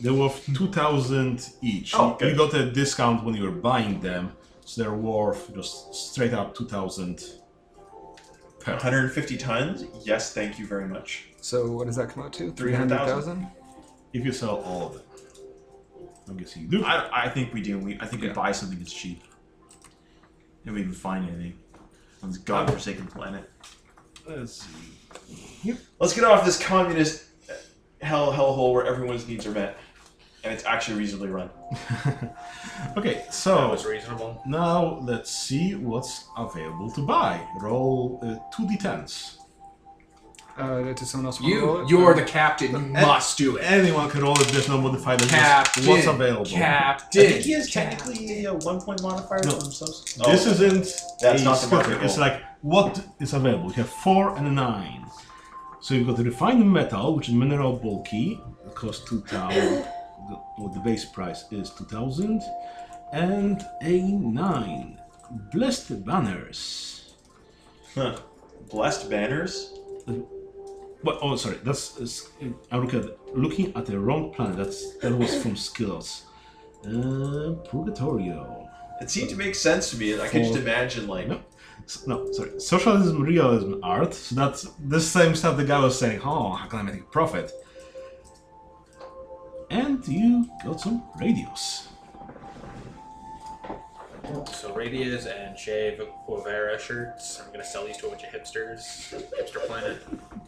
S2: They're worth two thousand each.
S3: Oh,
S2: You-
S3: good.
S2: You got a discount when you were buying them, so they're worth just straight up two thousand.
S3: 150 tons? Yes, thank you very much.
S4: So what does that come out to?
S3: 300,000?
S2: If you sell all of them, I'm guessing you do.
S3: I, I think we do. We I think we buy something that's cheap. If we can find anything on this godforsaken planet.
S2: Let's see.
S3: Let's get off this communist uh, hell hellhole where everyone's needs are met, and it's actually reasonably run.
S2: okay,
S5: That
S2: so
S5: was reasonable.
S2: now let's see what's available to buy. Roll uh, two d10s.
S4: Uh, did someone else want to roll
S1: You,
S4: it?
S1: you're
S4: Uh,
S1: the captain. You must do it.
S2: Anyone can roll if there's no modifier. there's
S1: Captain.
S2: just What's available?
S1: Captain.
S3: a one point modifier
S2: No.
S3: themselves.
S2: This isn't
S3: Oh. That's
S2: a
S3: not the
S2: skill
S3: market
S2: check. It's
S3: roll.
S2: like what is available. You have four and a nine. So you've got the refined metal, which is mineral bulky, it costs two thousand. What the base price is two thousand, and a nine. Blessed banners.
S3: Huh. blessed banners.
S2: But oh, sorry. That's is- I'm looking at looking at the wrong planet. That's that was from skills. Uh, Purgatorio.
S3: It seemed to make sense to me. I could just
S2: Four.
S3: imagine like
S2: No. S- No, sorry. Socialism, realism, art. So that's the same stuff the guy was saying. Oh, how can I make a profit? And you got some radios.
S5: So radias and Shave Overa shirts. I'm gonna sell these to a bunch of hipsters. Hipster Planet.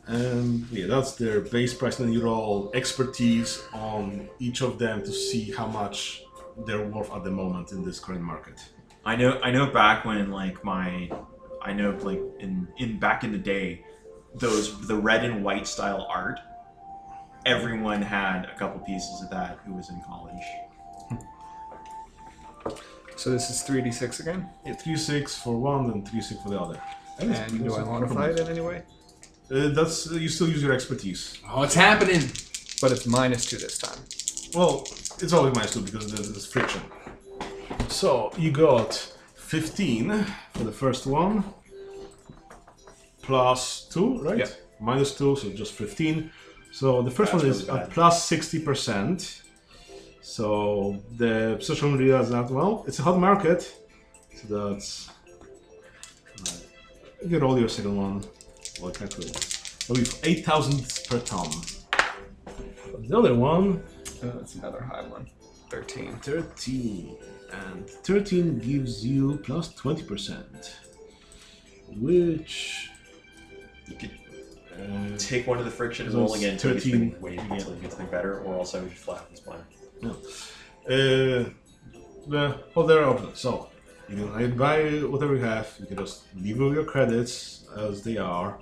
S2: Um, yeah, that's their base price. Then you roll expertise on each of them to see how much they're worth at the moment in this current market.
S3: I know I know back when like my I know like in in back in the day those the red and white style art everyone had a couple pieces of that who was in college.
S4: So this is 3d6 again?
S2: Yeah, three six for one, and three six for the other. it's-
S4: And do I
S2: it's-
S4: modify it in any way?
S2: Uh, that's you still use your expertise.
S1: Oh, it's happening.
S4: But it's minus 2 this time.
S2: Well, it's always minus two because there's, there's friction. So you got 15 for the first one, plus two, right?
S4: Yeah.
S2: Minus two, so just 15. So the first
S3: That's
S2: one
S3: really
S2: is
S3: bad.
S2: at plus 60%. So the social media is not well. It's a hot market, so that's. Right. You can roll your second one. Well, calculate. So we've 8,000 per ton. The other one
S4: Oh, that's another high one. 13.
S2: 13 and 13 gives you plus 20% which
S3: You could
S2: uh,
S3: take one of the friction
S2: Those
S3: rolling in until it gets
S2: 13
S3: thing- wait until it gets thing better or else I would just flat this plan.
S2: no. uh, the other option so you can either buy whatever you have you can just leave all your credits as they are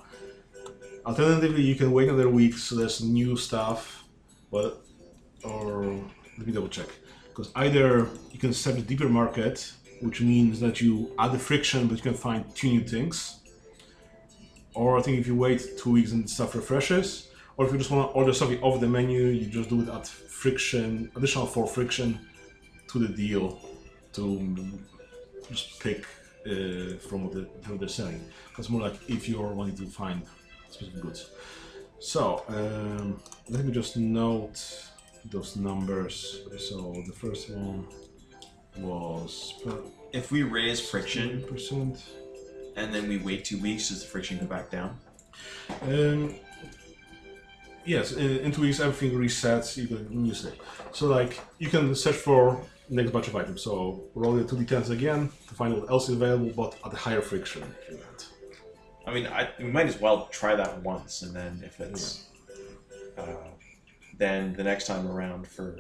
S2: alternatively you can wait another week so there's new stuff but or let me double check because either you can set a deeper market which means that you add the friction but you can find two new things or i think if you wait two weeks and stuff refreshes or if you just want to order something off the menu you just do it at friction additional for friction to the deal to just pick uh, from what the, from they're selling that's more like if you're wanting to find specific goods so um, let me just note those numbers. So the first one was
S3: If we raise friction
S2: percent.
S3: and then we wait two weeks, does the friction go back down?
S2: Um, yes, in, in two weeks everything resets. You can use it. So like you can search for next batch of items. So roll the two d10s again to find what else is available, but at a higher friction. if you want.
S3: I mean, I, we might as well try that once, and then if it's, uh, then the next time around for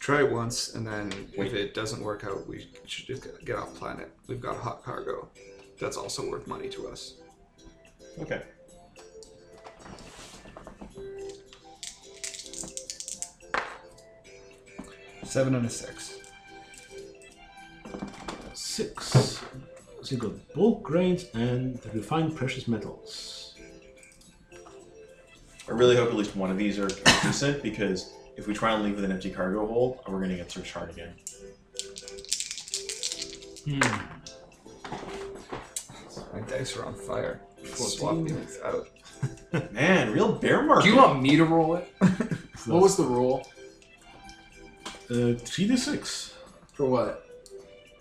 S4: Try it once, and then if
S3: Wait.
S4: it doesn't work out, we should just get- get off planet. We've got hot cargo. That's also worth money to us.
S3: okay.
S4: Seven and a six.
S2: Six. So you got bulk grains and refined precious metals.
S3: I really hope at least one of these are are decent because if we try and leave with an empty cargo hold, we're gonna get searched hard again.
S5: Hmm.
S4: My dice are on fire. Swap these out.
S3: Man, real bear market.
S1: Do you want me to roll it? What was the roll?
S2: Uh, 3d6.
S1: For what?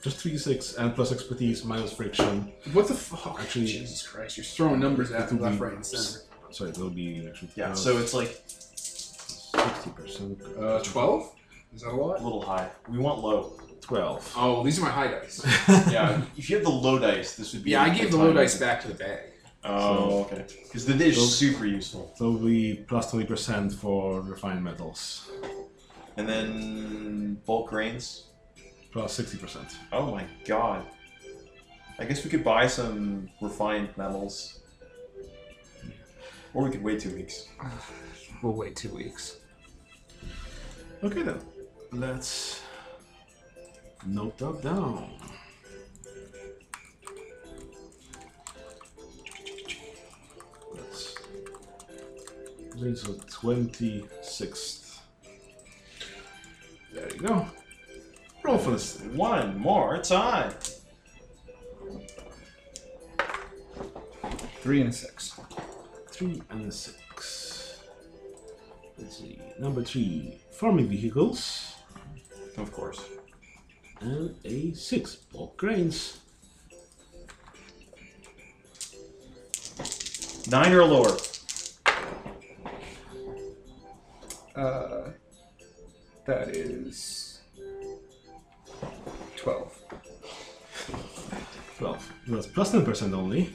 S2: Just 3d6 and plus expertise minus friction.
S1: What the fuck?
S2: Actually-
S1: Jesus Christ, you're Oh, throwing Oh, numbers at me
S2: It'll
S1: left,
S2: be-
S1: right, and center.
S2: Sorry, it'll be actually
S3: Yeah, so it's like
S2: 60%.
S1: Uh, 12? Is that a
S3: a
S1: lot?
S3: little high. We want low.
S2: 12.
S1: Oh, these are my high dice.
S3: Yeah, if you had the low dice, this would be.
S1: Yeah, I gave the low
S3: time.
S1: dice back to the bag.
S3: Oh, okay. Because the dish is super useful.
S2: So it'll be plus 20% for refined metals.
S3: And then bulk grains.
S2: Plus 60%.
S3: Oh my god. I guess we could buy some refined metals. Or we could wait two weeks.
S4: We'll wait two weeks.
S2: Okay then. Let's note that down. That's this is twenty sixth. There you go. Roll for this.
S3: One more time.
S4: Three and a six.
S2: Three and a six. Let's see. Number three, farming vehicles.
S3: Of course.
S2: And a six, bulk grains.
S3: Nine or lower.
S4: Uh, that is twelve.
S2: Twelve. That's plus ten percent only.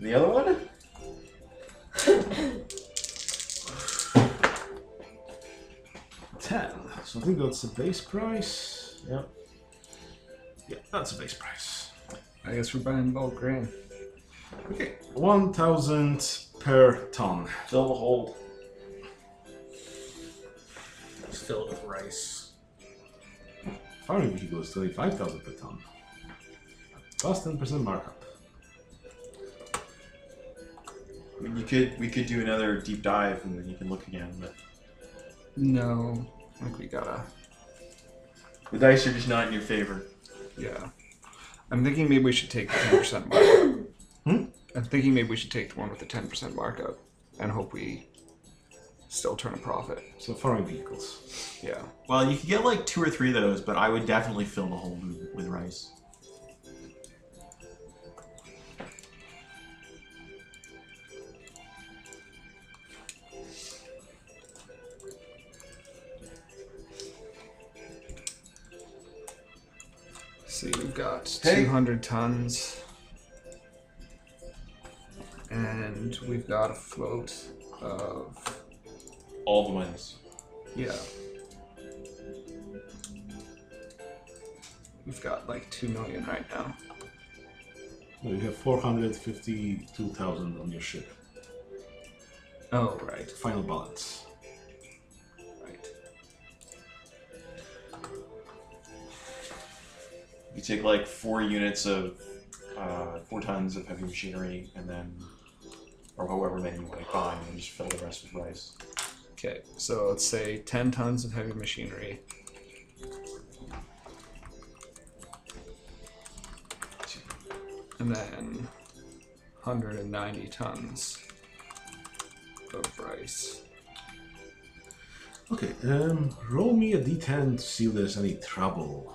S3: The other one?
S2: Ten. So I think that's the base price.
S3: Yep.
S2: Yeah, that's the base price.
S4: I guess we're buying bulk grain.
S2: Okay, 1,000 per ton.
S3: Fill the hold.
S5: It's filled with rice.
S2: Farming vehicle is 25,000 per ton. Plus 10% markup.
S3: I mean, you could we could do another deep dive and then you can look again, but
S4: No, like we gotta.
S3: the dice are just not in your favor.
S4: Yeah. I'm thinking maybe we should take the ten percent markup.
S2: Hmm?
S4: I'm thinking maybe we should take the one with the ten percent markup and hope we still turn a profit.
S2: So farming vehicles.
S4: Yeah.
S7: Well, you could get like two or three of those, but I would definitely fill the hole with, with rice.
S4: See, we've got
S3: Hey.
S4: 200 tons. And we've got a float of.
S3: All the monies.
S4: Yeah. We've got like 2 million right now.
S2: No, you have 452,000 on your ship.
S4: Oh, right.
S2: Final balance.
S4: Right.
S3: You take like four units of uh, four tons of heavy machinery and then or however many you want to buy and just fill the rest with rice.
S4: Okay, so let's say 10 tons of heavy machinery. And then 190 tons of rice.
S2: Okay, um, roll me a d10 to see if there's any trouble.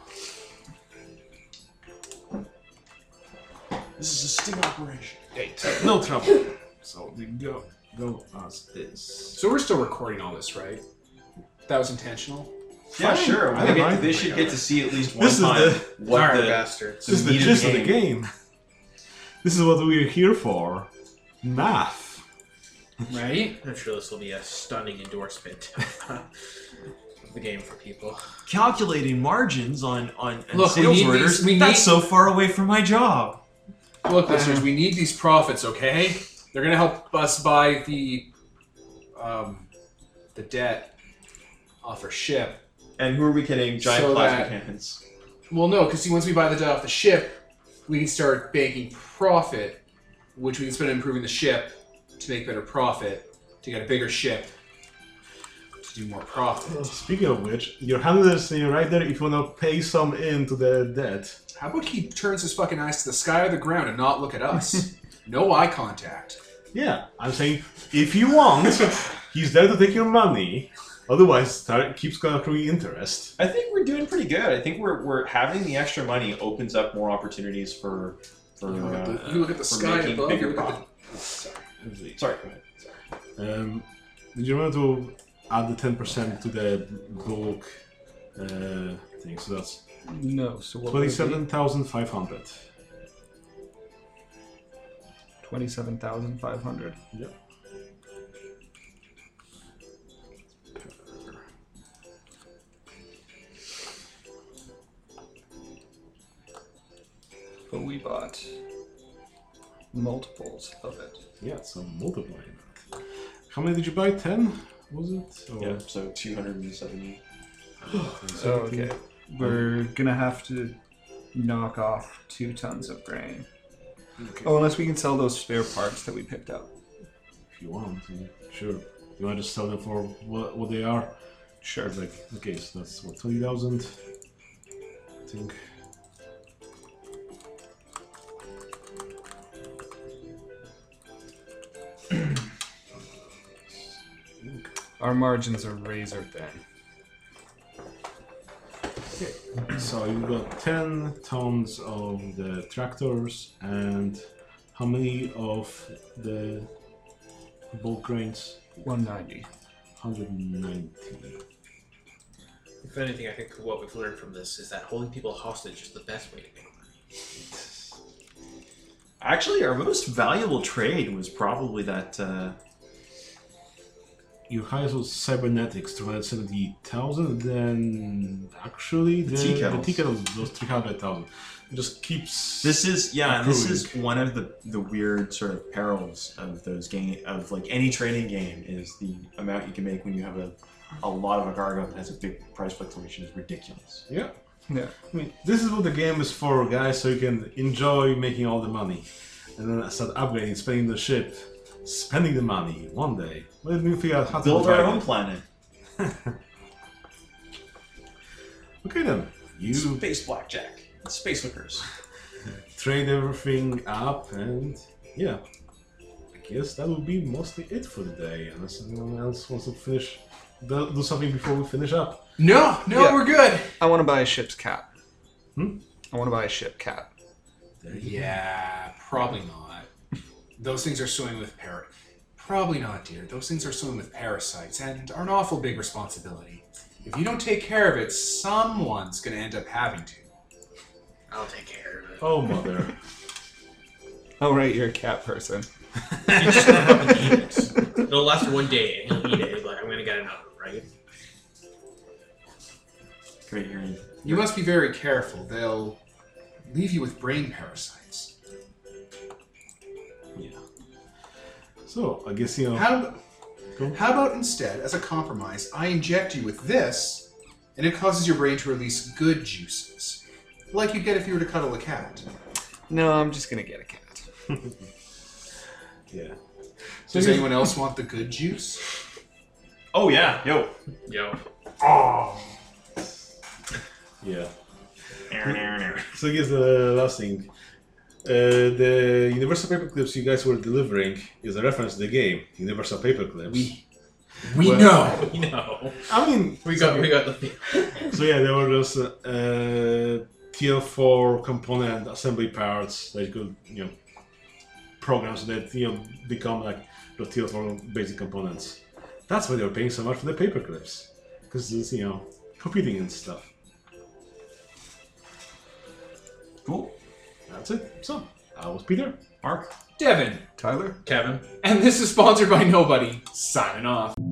S3: This is a sting operation.
S2: Eight. No trouble. So they go, go as is.
S1: So we're still recording all this, right? That was intentional.
S3: Yeah,
S2: Fine.
S3: sure.
S2: I
S3: we
S2: don't
S3: get-
S2: mind.
S3: they should get to see at least one
S2: This is
S3: time
S2: the-
S3: what
S5: Sorry,
S3: the
S5: bastards.
S2: This is the
S3: meat
S2: gist of the
S3: game.
S2: game. This is what we're here for. Math.
S5: Right? I'm sure this will be a stunning endorsement of the game for people.
S7: Calculating margins on on, on
S1: Look, we
S7: sales
S1: need
S7: orders.
S1: these- we
S7: that's
S1: need-
S7: so far away from my job.
S1: Look, listeners, we need these profits, okay? They're gonna help us buy the um, the debt off our ship.
S3: And who are we kidding? Giant
S1: So
S3: plasma
S1: that-
S3: cannons.
S1: Well, no, because see, once we buy the debt off the ship, we can start banking profit, which we can spend on improving the ship to make better profit, to get a bigger ship, to do more profit.
S2: Speaking of which, your hand is sitting right there if you want to pay some in to the debt.
S1: How about he turns his fucking eyes to the sky or the ground and not look at us? no eye contact.
S2: Yeah, I'm saying if you want, he's there to take your money. Otherwise, start, keeps accruing interest.
S3: I think we're doing pretty good. I think we're, we're having the extra money opens up more opportunities for for
S1: You look at
S3: uh,
S1: the, you look at the
S3: for
S1: sky
S3: making
S1: above.
S3: bigger
S1: You look at
S3: profit.
S1: the, sorry.
S3: Sorry, go ahead.
S2: Um, did you remember to add the 10% to the bulk uh, thing? So that's
S4: No, so what would it be?
S2: 27,500.
S4: 27,500.
S2: Yep.
S4: But we bought multiples of it.
S2: Yeah, so multiplying that. How many did you buy? 10? Was it? Or
S3: Yeah, so 270.
S4: okay. We're gonna have to knock off two tons of grain. Oh, unless we can sell those spare parts that we picked up.
S2: If you want, yeah, sure. You want to just sell them for what, what they are?
S4: Sure.
S2: Like, okay, so that's what, 20,000? I think.
S4: Our margins are razor thin.
S2: So you've got 10 tons of the tractors and how many of the bulk grains?
S4: 190.
S2: 190.
S5: If anything, I think what we've learned from this is that holding people hostage is the best way to make money.
S7: Actually, our most valuable trade was probably that. Uh,
S2: Your highest was cybernetics, 270,000. Then actually, the,
S7: tea
S2: the
S7: kettles.
S2: tea kettles was 300,000. It just keeps.
S7: this is yeah, and this is
S2: Brewing.
S7: one of the the weird sort of perils of those game of like any trading game is the amount you can make when you have a a lot of a cargo that has a big price fluctuation is ridiculous.
S2: Yeah.
S4: Yeah.
S2: I mean, this is what the game is for, guys, so you can enjoy making all the money. And then start upgrading, spending the ship, spending the money one day. Let me figure out how to
S7: Build our
S2: divide
S7: own
S2: it.
S7: planet.
S2: Okay then. You
S3: Space blackjack. Space hookers.
S2: trade everything up and yeah. I guess that will be mostly it for the day, unless anyone else wants to finish do do something before we finish up.
S1: No, no,
S4: Yeah.
S1: we're good.
S4: I want to buy a ship's cap.
S2: Hmm?
S4: I want to buy a ship cap.
S2: There you
S1: Yeah, Ah, probably not. Those things are swimming with parrot. Probably not, dear. Those things are swimming with parasites and are an awful big responsibility. If you don't take care of it, someone's gonna end up having to.
S5: I'll take care of it.
S2: go. Oh mother.
S4: Oh, right, you're a cat person.
S5: You just don't have to eat it. It'll last one day and you'll eat it. Like, I'm gonna get another, right?
S7: Great hearing.
S1: You must be very careful. They'll leave you with brain parasites.
S2: yeah. So I guess you know
S1: How,
S2: Go.
S1: how about instead, as a compromise, I inject you with this, and it causes your brain to release good juices, like you'd get if you were to cuddle a cat.
S4: No, I'm just gonna get a cat.
S2: Yeah. So
S1: Does
S2: you-
S1: anyone else want the good juice?
S3: Oh yeah, yo.
S5: Yo.
S2: Yeah. So here's the last thing. Uh, the Universal Paperclips you guys were delivering is a reference to the game, Universal Paperclips.
S5: We-
S1: We
S2: Well-
S1: know.
S5: You know.
S2: I mean,
S5: We got, we got the.
S2: So yeah, they were just uh, uh, tier four component assembly parts that you could you know program so that you know become like the tier four basic components. That's why they were paying so much for the paper clips because it's you know competing and stuff.
S7: Cool.
S2: That's it. So I I was Peter.
S3: Mark,
S5: Devin,
S8: Tyler?
S3: Kevin.
S5: and this is sponsored by nobody. Signing off.